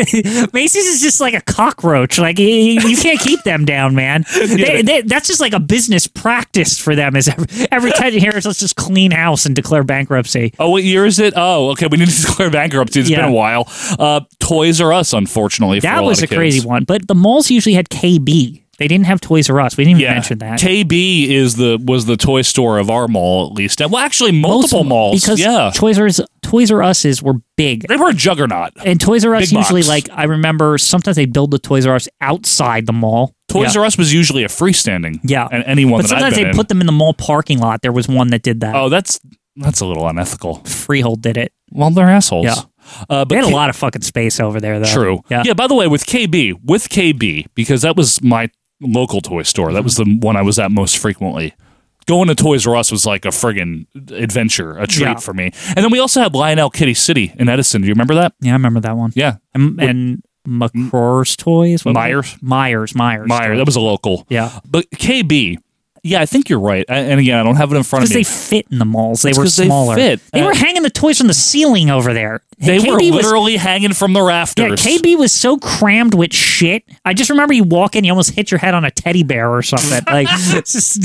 Speaker 3: Macy's is just like a cockroach. Like you, you can't keep them down,
Speaker 2: [LAUGHS]
Speaker 3: man. They, they, that's just like a business practice for them is every, every 10 years let's just clean house and declare bankruptcy.
Speaker 2: Oh, what year is it? Oh, okay. We need to [LAUGHS] declare bankruptcy. It's
Speaker 3: Yeah.
Speaker 2: been a while. Uh, Toys R Us, unfortunately, for
Speaker 3: That
Speaker 2: a lot
Speaker 3: was
Speaker 2: of
Speaker 3: a crazy
Speaker 2: kids.
Speaker 3: one, but the malls usually had KB. They didn't have Toys R Us. We didn't even mention that.
Speaker 2: KB is the was the toy store of our mall at least. Well, actually, multiple
Speaker 3: Most-
Speaker 2: malls.
Speaker 3: because
Speaker 2: yeah,
Speaker 3: Toys R Us, Toys R Us's were big.
Speaker 2: they were a juggernaut.
Speaker 3: And Toys R Us
Speaker 2: Big
Speaker 3: usually
Speaker 2: box.
Speaker 3: like I remember sometimes they build the Toys R Us outside the mall.
Speaker 2: Toys
Speaker 3: yeah.
Speaker 2: R Us was usually a freestanding.
Speaker 3: Yeah.
Speaker 2: and anyone
Speaker 3: But
Speaker 2: that
Speaker 3: sometimes
Speaker 2: I've been
Speaker 3: they
Speaker 2: in.
Speaker 3: put them in the mall parking lot. There was one that did that.
Speaker 2: oh, that's that's a little unethical.
Speaker 3: Freehold did it.
Speaker 2: Well, they're assholes.
Speaker 3: Yeah.
Speaker 2: Uh, but
Speaker 3: They had a
Speaker 2: K-
Speaker 3: lot of fucking space over there though.
Speaker 2: True.
Speaker 3: Uh, Yeah.
Speaker 2: By the way, with KB, with KB, because that was my local toy store. That was the one I was at most frequently. Going to Toys R Us was like a friggin' adventure, a treat
Speaker 3: Yeah.
Speaker 2: for me. And then we also had Lionel Kitty City in Edison. Do you remember that?
Speaker 3: Yeah, I remember that one.
Speaker 2: Yeah.
Speaker 3: And, and McCrore's Toys. what was it?
Speaker 2: Myers?
Speaker 3: Myers. Myers.
Speaker 2: Meyer. That was a local.
Speaker 3: Yeah.
Speaker 2: But KB, yeah, I think you're right. A- And again, I don't have it in front
Speaker 3: Because
Speaker 2: of me.
Speaker 3: they fit in the malls. They
Speaker 2: It's
Speaker 3: were
Speaker 2: 'cause they
Speaker 3: smaller.
Speaker 2: fit.
Speaker 3: They
Speaker 2: Uh,
Speaker 3: were hanging the toys from the ceiling over there.
Speaker 2: They were
Speaker 3: KB was-
Speaker 2: literally hanging from the
Speaker 3: Yeah,
Speaker 2: rafters.
Speaker 3: KB was so crammed with shit. I just remember you walk in, you almost hit your head on a teddy bear or
Speaker 2: [LAUGHS]
Speaker 3: something. Like, it's just,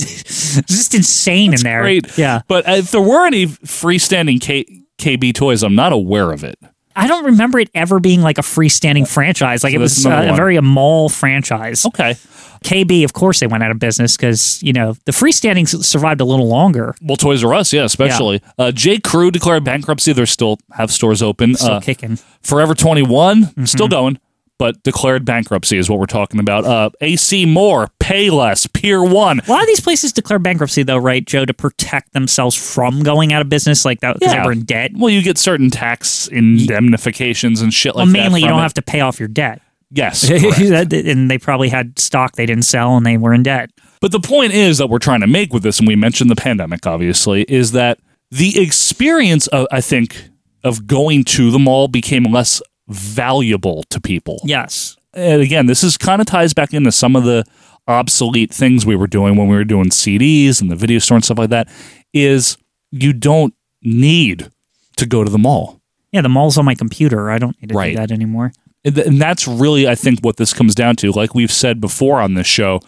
Speaker 3: it's just insane in there.
Speaker 2: Great.
Speaker 3: Yeah.
Speaker 2: But if there were any freestanding K- KB toys, I'm not aware of it.
Speaker 3: I don't remember it ever being like a freestanding franchise. Like,
Speaker 2: So
Speaker 3: it
Speaker 2: that's
Speaker 3: was
Speaker 2: another
Speaker 3: uh, a
Speaker 2: one.
Speaker 3: very a mall franchise.
Speaker 2: Okay.
Speaker 3: KB, of course, they went out of business because, you know, the freestanding s- survived a little longer.
Speaker 2: Well, Toys R Us, yeah, especially. Uh, J. Crew declared bankruptcy. They are still have stores open.
Speaker 3: Still Mm-hmm.
Speaker 2: uh,
Speaker 3: kicking.
Speaker 2: Forever 21, still going, but declared bankruptcy is what we're talking about. Uh, AC Moore, Payless, Pier 1.
Speaker 3: A lot of these places declare bankruptcy, though, right, Joe, to protect themselves from going out of business like that because
Speaker 2: Yeah.
Speaker 3: they were in debt.
Speaker 2: Well, you get certain tax indemnifications and shit like that.
Speaker 3: well, mainly you
Speaker 2: from
Speaker 3: don't
Speaker 2: it.
Speaker 3: have to pay off your debt. [LAUGHS]
Speaker 2: Yes. [LAUGHS] correct.
Speaker 3: That- and they probably had stock they didn't sell and they were in debt.
Speaker 2: But the point is that we're trying to make with this, and we mentioned the pandemic, obviously, is that the experience of I think of going to the mall became less valuable to people.
Speaker 3: Yes.
Speaker 2: And again, this is kind of ties back into some of the obsolete things we were doing when we were doing CDs and the video store and stuff like that. Is you don't need to go to the mall.
Speaker 3: Yeah, the mall's on my computer. I don't need to
Speaker 2: Right.
Speaker 3: do that anymore.
Speaker 2: And th- and that's really, I think, what this comes down to. Like we've said before on this show,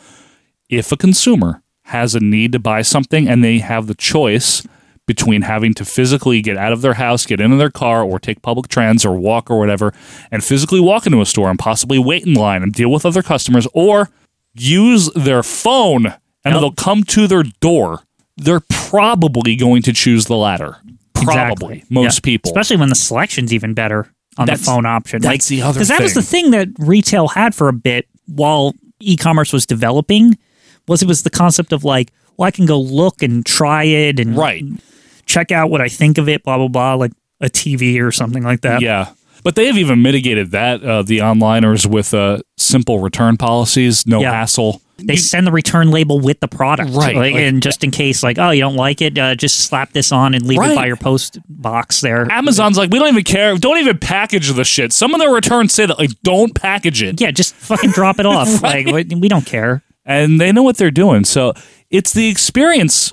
Speaker 2: if a consumer has a need to buy something and they have the choice between having to physically get out of their house, get into their car, or take public trans or walk or whatever, and physically walk into a store and possibly wait in line and deal with other customers, or use their phone and they'll come to their door, they're probably going to choose the latter. Probably.
Speaker 3: Exactly.
Speaker 2: Most
Speaker 3: Yeah.
Speaker 2: people.
Speaker 3: Especially when the selection's even better on
Speaker 2: That's-
Speaker 3: the phone option.
Speaker 2: that's the other
Speaker 3: Because that was
Speaker 2: thing.
Speaker 3: the thing that retail had for a bit while e commerce was developing was it was the concept of like, well, I can go look and try it and
Speaker 2: right.
Speaker 3: check out what I think of it, blah blah blah, like a TV or something like that.
Speaker 2: Yeah. But they have even mitigated that, uh, the onliners, with uh, simple return policies, no
Speaker 3: Yeah.
Speaker 2: hassle.
Speaker 3: They send the return label with the product,
Speaker 2: Right,
Speaker 3: Like,
Speaker 2: like-
Speaker 3: and just in case, like, oh, you don't like it, uh, just slap this on and leave
Speaker 2: Right.
Speaker 3: it by your post box there.
Speaker 2: Amazon's like, we don't even care. Don't even package the shit. Some of their returns say that, like, don't package it.
Speaker 3: Yeah, just fucking drop it off.
Speaker 2: [LAUGHS] Right.
Speaker 3: Like, we, we don't care.
Speaker 2: and they know what they're doing. So it's the experience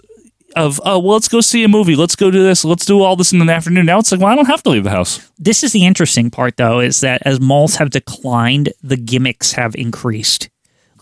Speaker 2: of, oh, well, let's go see a movie. Let's go do this. Let's do all this in the afternoon. Now it's like, well, I don't have to leave the house.
Speaker 3: This is the interesting part, though, is that as malls have declined, the gimmicks have increased.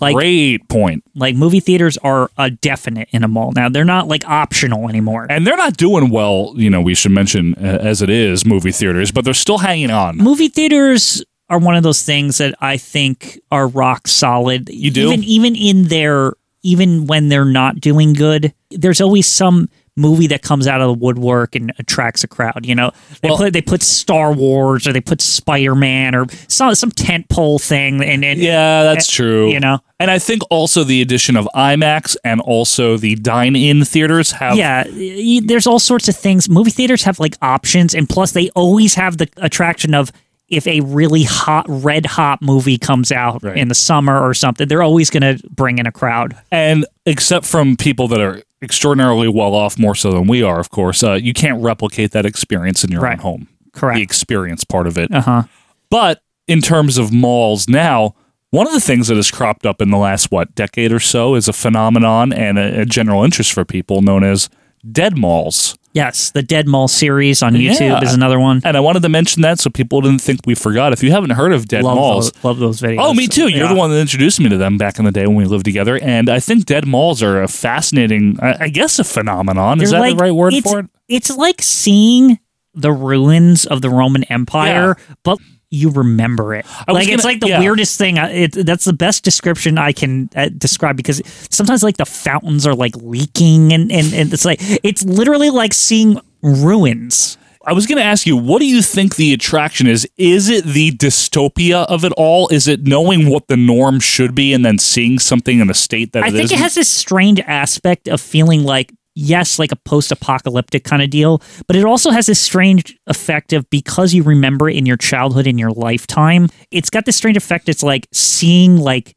Speaker 3: Like,
Speaker 2: Great point.
Speaker 3: like movie theaters are a definite in a mall now. They're not like optional anymore.
Speaker 2: And they're not doing well, you know, we should mention uh, as it is movie theaters, but they're still hanging on.
Speaker 3: movie theaters are one of those things that I think are rock solid. You
Speaker 2: do?
Speaker 3: even even in their even when they're not doing good, there's always some movie that comes out of the woodwork and attracts a crowd. You know, they put they put Star Wars or they put Spider Man or some some tentpole thing. And, and
Speaker 2: Yeah, that's
Speaker 3: eh,
Speaker 2: true.
Speaker 3: You know,
Speaker 2: And I think also the addition of IMAX and also the dine in theaters have.
Speaker 3: yeah, y- there's all sorts of things. Movie theaters have like options, and plus they always have the attraction of if a really hot, red hot movie comes out in the summer or something, they're always going to bring in a crowd.
Speaker 2: And except from people that are extraordinarily well off, more so than we are, of course, uh, you can't replicate that experience in your own
Speaker 3: Right.
Speaker 2: home.
Speaker 3: Correct.
Speaker 2: The experience part of it.
Speaker 3: Uh huh.
Speaker 2: But in terms of malls now, one of the things that has cropped up in the last, what, decade or so is a phenomenon and a, a general interest for people known as dead malls.
Speaker 3: Yes, the Dead Mall series on YouTube
Speaker 2: Yeah.
Speaker 3: is another one.
Speaker 2: And I wanted to mention that so people didn't think we forgot. If you haven't heard of dead
Speaker 3: love
Speaker 2: malls,
Speaker 3: those, love those videos.
Speaker 2: Oh, me too. You're
Speaker 3: Yeah.
Speaker 2: the one that introduced me to them back in the day when we lived together. And I think dead malls are a fascinating, I I guess, a phenomenon. Is
Speaker 3: They're
Speaker 2: that
Speaker 3: like-
Speaker 2: the right word
Speaker 3: it's-
Speaker 2: for it?
Speaker 3: It's like seeing the ruins of the Roman Empire, but you remember it.
Speaker 2: I was
Speaker 3: Like it's
Speaker 2: gonna-
Speaker 3: like the
Speaker 2: yeah.
Speaker 3: weirdest thing. I- It, that's the best description I can uh, describe because sometimes like the fountains are like leaking and, and and it's like it's literally like seeing ruins.
Speaker 2: I was going to ask you, what do you think the attraction is? Is it the dystopia of it all? Is it knowing what the norm should be and then seeing something in a state that
Speaker 3: I think it
Speaker 2: isn't?
Speaker 3: has this strange aspect of feeling like yes, like a post-apocalyptic kind of deal, but it also has this strange effect of because you remember it in your childhood in your lifetime. It's got this strange effect. It's like seeing like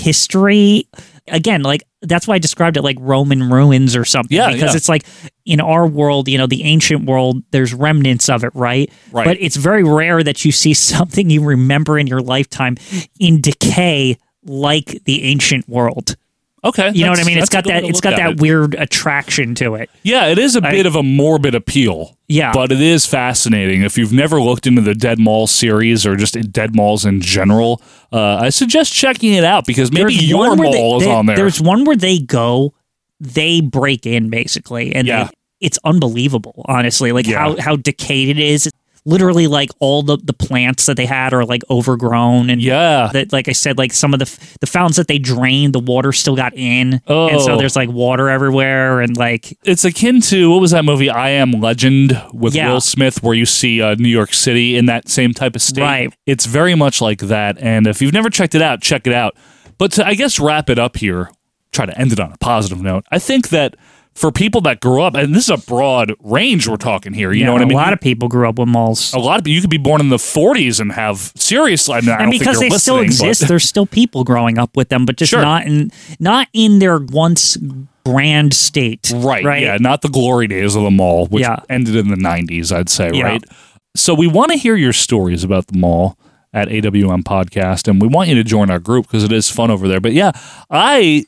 Speaker 3: history again. Like that's why I described it like Roman ruins or something.
Speaker 2: Yeah,
Speaker 3: because
Speaker 2: yeah.
Speaker 3: it's like in our world, you know, the ancient world, there's remnants of it, right?
Speaker 2: Right.
Speaker 3: But it's very rare that you see [LAUGHS] something you remember in your lifetime in decay like the ancient world.
Speaker 2: Okay.
Speaker 3: You know what I
Speaker 2: that's-
Speaker 3: mean?
Speaker 2: that's
Speaker 3: It's
Speaker 2: a
Speaker 3: got
Speaker 2: good way
Speaker 3: that.
Speaker 2: to
Speaker 3: It's
Speaker 2: look
Speaker 3: got
Speaker 2: at
Speaker 3: that
Speaker 2: it.
Speaker 3: weird attraction to it.
Speaker 2: Yeah, it is a
Speaker 3: I-
Speaker 2: bit of a morbid appeal.
Speaker 3: Yeah.
Speaker 2: But it is fascinating. If you've never looked into the Dead Mall series or just Dead Malls in general, uh, I suggest checking it out because maybe
Speaker 3: There's
Speaker 2: your
Speaker 3: one where they-
Speaker 2: mall is
Speaker 3: they-
Speaker 2: on there.
Speaker 3: There's one where they go, they break in basically, and
Speaker 2: Yeah.
Speaker 3: they, it's unbelievable. Honestly, like
Speaker 2: Yeah.
Speaker 3: how how decayed it is. Literally, like all the the plants that they had are like overgrown, and
Speaker 2: yeah,
Speaker 3: that like I said, like some of the f- the fountains that they drained, the water still got in, and
Speaker 2: Oh.
Speaker 3: so there's like water everywhere, and like
Speaker 2: it's akin to what was that movie I Am Legend with
Speaker 3: Yeah.
Speaker 2: Will Smith where you see uh, New York City in that same type of state.
Speaker 3: Right.
Speaker 2: It's very much like that and if you've never checked it out, check it out. But to I guess wrap it up here, try to end it on a positive note. I think that for people that grow up and this is a broad range we're talking here, you
Speaker 3: yeah,
Speaker 2: know what I mean?
Speaker 3: A lot of people grew up with malls.
Speaker 2: a lot of you could be born in the 40s and have serious. I, mean, I
Speaker 3: and
Speaker 2: don't think
Speaker 3: because they
Speaker 2: you're
Speaker 3: still
Speaker 2: listening, but-
Speaker 3: exist, there's still people growing up with them, but just
Speaker 2: Sure.
Speaker 3: not in not in their once grand state.
Speaker 2: right,
Speaker 3: right?
Speaker 2: Yeah, not the glory days of the mall, which
Speaker 3: Yeah.
Speaker 2: ended in the 90s, I'd say,
Speaker 3: Yeah.
Speaker 2: right? So we want to hear your stories about the mall at AWM Podcast, and we want you to join our group because it is fun over there. But yeah, I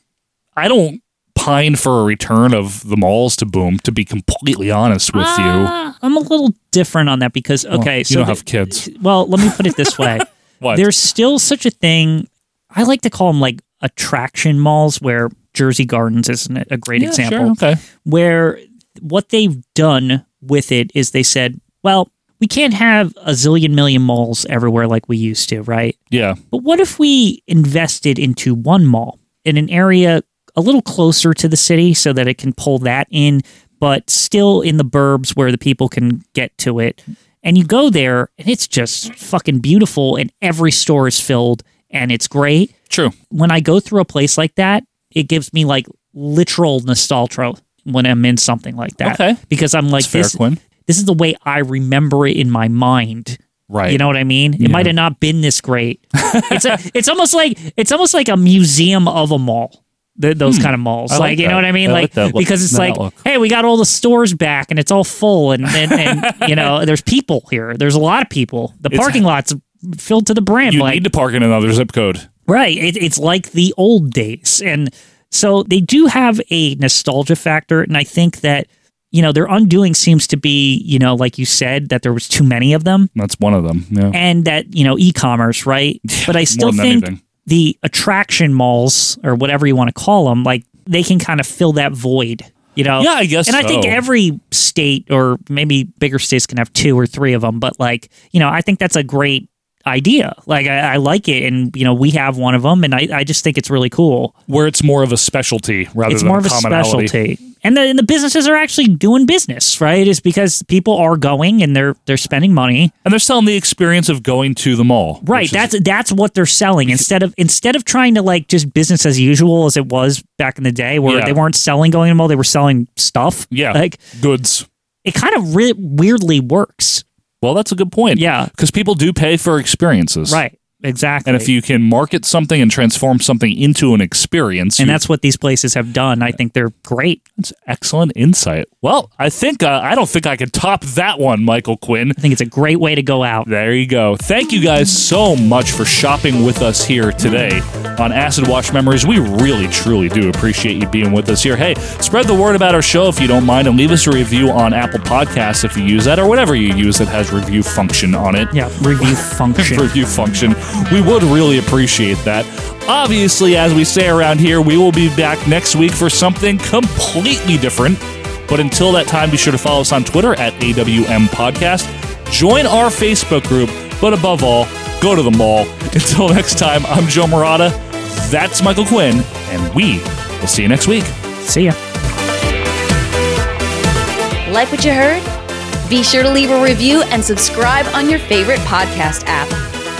Speaker 2: I don't pine for a return of the malls to boom. To be completely honest with you,
Speaker 3: Ah, I'm a little different on that because okay,
Speaker 2: you
Speaker 3: so
Speaker 2: don't
Speaker 3: the-
Speaker 2: have kids.
Speaker 3: Well, let me put it this way:
Speaker 2: [LAUGHS] What?
Speaker 3: there's still such a thing. I like to call them like attraction malls, where Jersey Gardens isn't a great
Speaker 2: Yeah, sure,
Speaker 3: example.
Speaker 2: okay.
Speaker 3: where what they've done with it is they said, well, we can't have a zillion million malls everywhere like we used to, right?
Speaker 2: yeah,
Speaker 3: But what if we invested into one mall in an area a little closer to the city so that it can pull that in, but still in the burbs where the people can get to it? And you go there and it's just fucking beautiful and every store is filled and it's great.
Speaker 2: true.
Speaker 3: When I go through a place like that, it gives me like literal nostalgia when I'm in something like that.
Speaker 2: Okay.
Speaker 3: Because I'm like
Speaker 2: That's fair,
Speaker 3: this.
Speaker 2: Quinn.
Speaker 3: This is the way I remember it in my mind.
Speaker 2: Right.
Speaker 3: You know what I mean? It
Speaker 2: Yeah.
Speaker 3: might have not been this great. [LAUGHS] it's a, it's almost like it's almost like a museum of a mall. Th- those
Speaker 2: Hmm.
Speaker 3: kind of malls,
Speaker 2: I
Speaker 3: like,
Speaker 2: like
Speaker 3: you know
Speaker 2: that.
Speaker 3: what I mean,
Speaker 2: I like
Speaker 3: like,
Speaker 2: that look-
Speaker 3: because it's
Speaker 2: that
Speaker 3: like,
Speaker 2: look.
Speaker 3: hey, we got all the stores back and it's all full, and and, and you know, there's people here. There's a lot of people. The
Speaker 2: It's-
Speaker 3: parking lot's filled to the brim.
Speaker 2: You
Speaker 3: like,
Speaker 2: need to park in another zip code.
Speaker 3: Right. It, it's like the old days. And so they do have a nostalgia factor. And I think that, you know, their undoing seems to be, you know, like you said, that there was too many of them
Speaker 2: That's one of them. Yeah.
Speaker 3: and that, you know, e
Speaker 2: [LAUGHS]
Speaker 3: commerce, right? But I still
Speaker 2: than
Speaker 3: think
Speaker 2: anything.
Speaker 3: the attraction malls or whatever you want to call them, like they can kind of fill that void. You know,
Speaker 2: Yeah, I guess
Speaker 3: And I think
Speaker 2: so.
Speaker 3: every state, or maybe bigger states, can have two or three of them. But like, you know, I think that's a great idea. Like, I, I like it, and you know, we have one of them, and I, I just think it's really cool.
Speaker 2: Where it's more of a specialty rather
Speaker 3: it's
Speaker 2: than
Speaker 3: more of a
Speaker 2: commonality.
Speaker 3: specialty, and the, and the businesses are actually doing business, right? It's because people are going and they're they're spending money.
Speaker 2: And they're selling the experience of going to the mall.
Speaker 3: Right,
Speaker 2: which is-
Speaker 3: that's that's what they're selling instead of instead of trying to like just business as usual as it was back in the day where
Speaker 2: Yeah.
Speaker 3: they weren't selling going to the mall, they were selling stuff.
Speaker 2: yeah,
Speaker 3: like
Speaker 2: goods.
Speaker 3: it kind of re- weirdly works.
Speaker 2: Well, that's a good point.
Speaker 3: Yeah,
Speaker 2: because people do pay for experiences.
Speaker 3: Right, exactly.
Speaker 2: And if you can market something and transform something into an experience,
Speaker 3: and
Speaker 2: you-
Speaker 3: that's what these places have done. I think they're great.
Speaker 2: That's excellent insight. Well, I think uh, I don't think I can top that one, Michael Quinn. I
Speaker 3: think it's a great way to go out.
Speaker 2: There you go. Thank you guys so much for shopping with us here today on Acid Wash Memories. We really, truly do appreciate you being with us here. Hey, spread the word about our show if you don't mind, and leave us a review on Apple Podcasts if you use that, or whatever you use that has review function on it.
Speaker 3: Yeah,
Speaker 2: [LAUGHS]
Speaker 3: review function.
Speaker 2: review function. We would really appreciate that. Obviously, as we say around here, we will be back next week for something completely different. But until that time, be sure to follow us on Twitter at AWM Podcast. Join our Facebook group, but above all, go to the mall. [LAUGHS] Until next time, I'm Joe Morata. That's Michael Quinn, and we will see you next week.
Speaker 3: See ya.
Speaker 1: Like what you heard? Be sure to leave a review and subscribe on your favorite podcast app.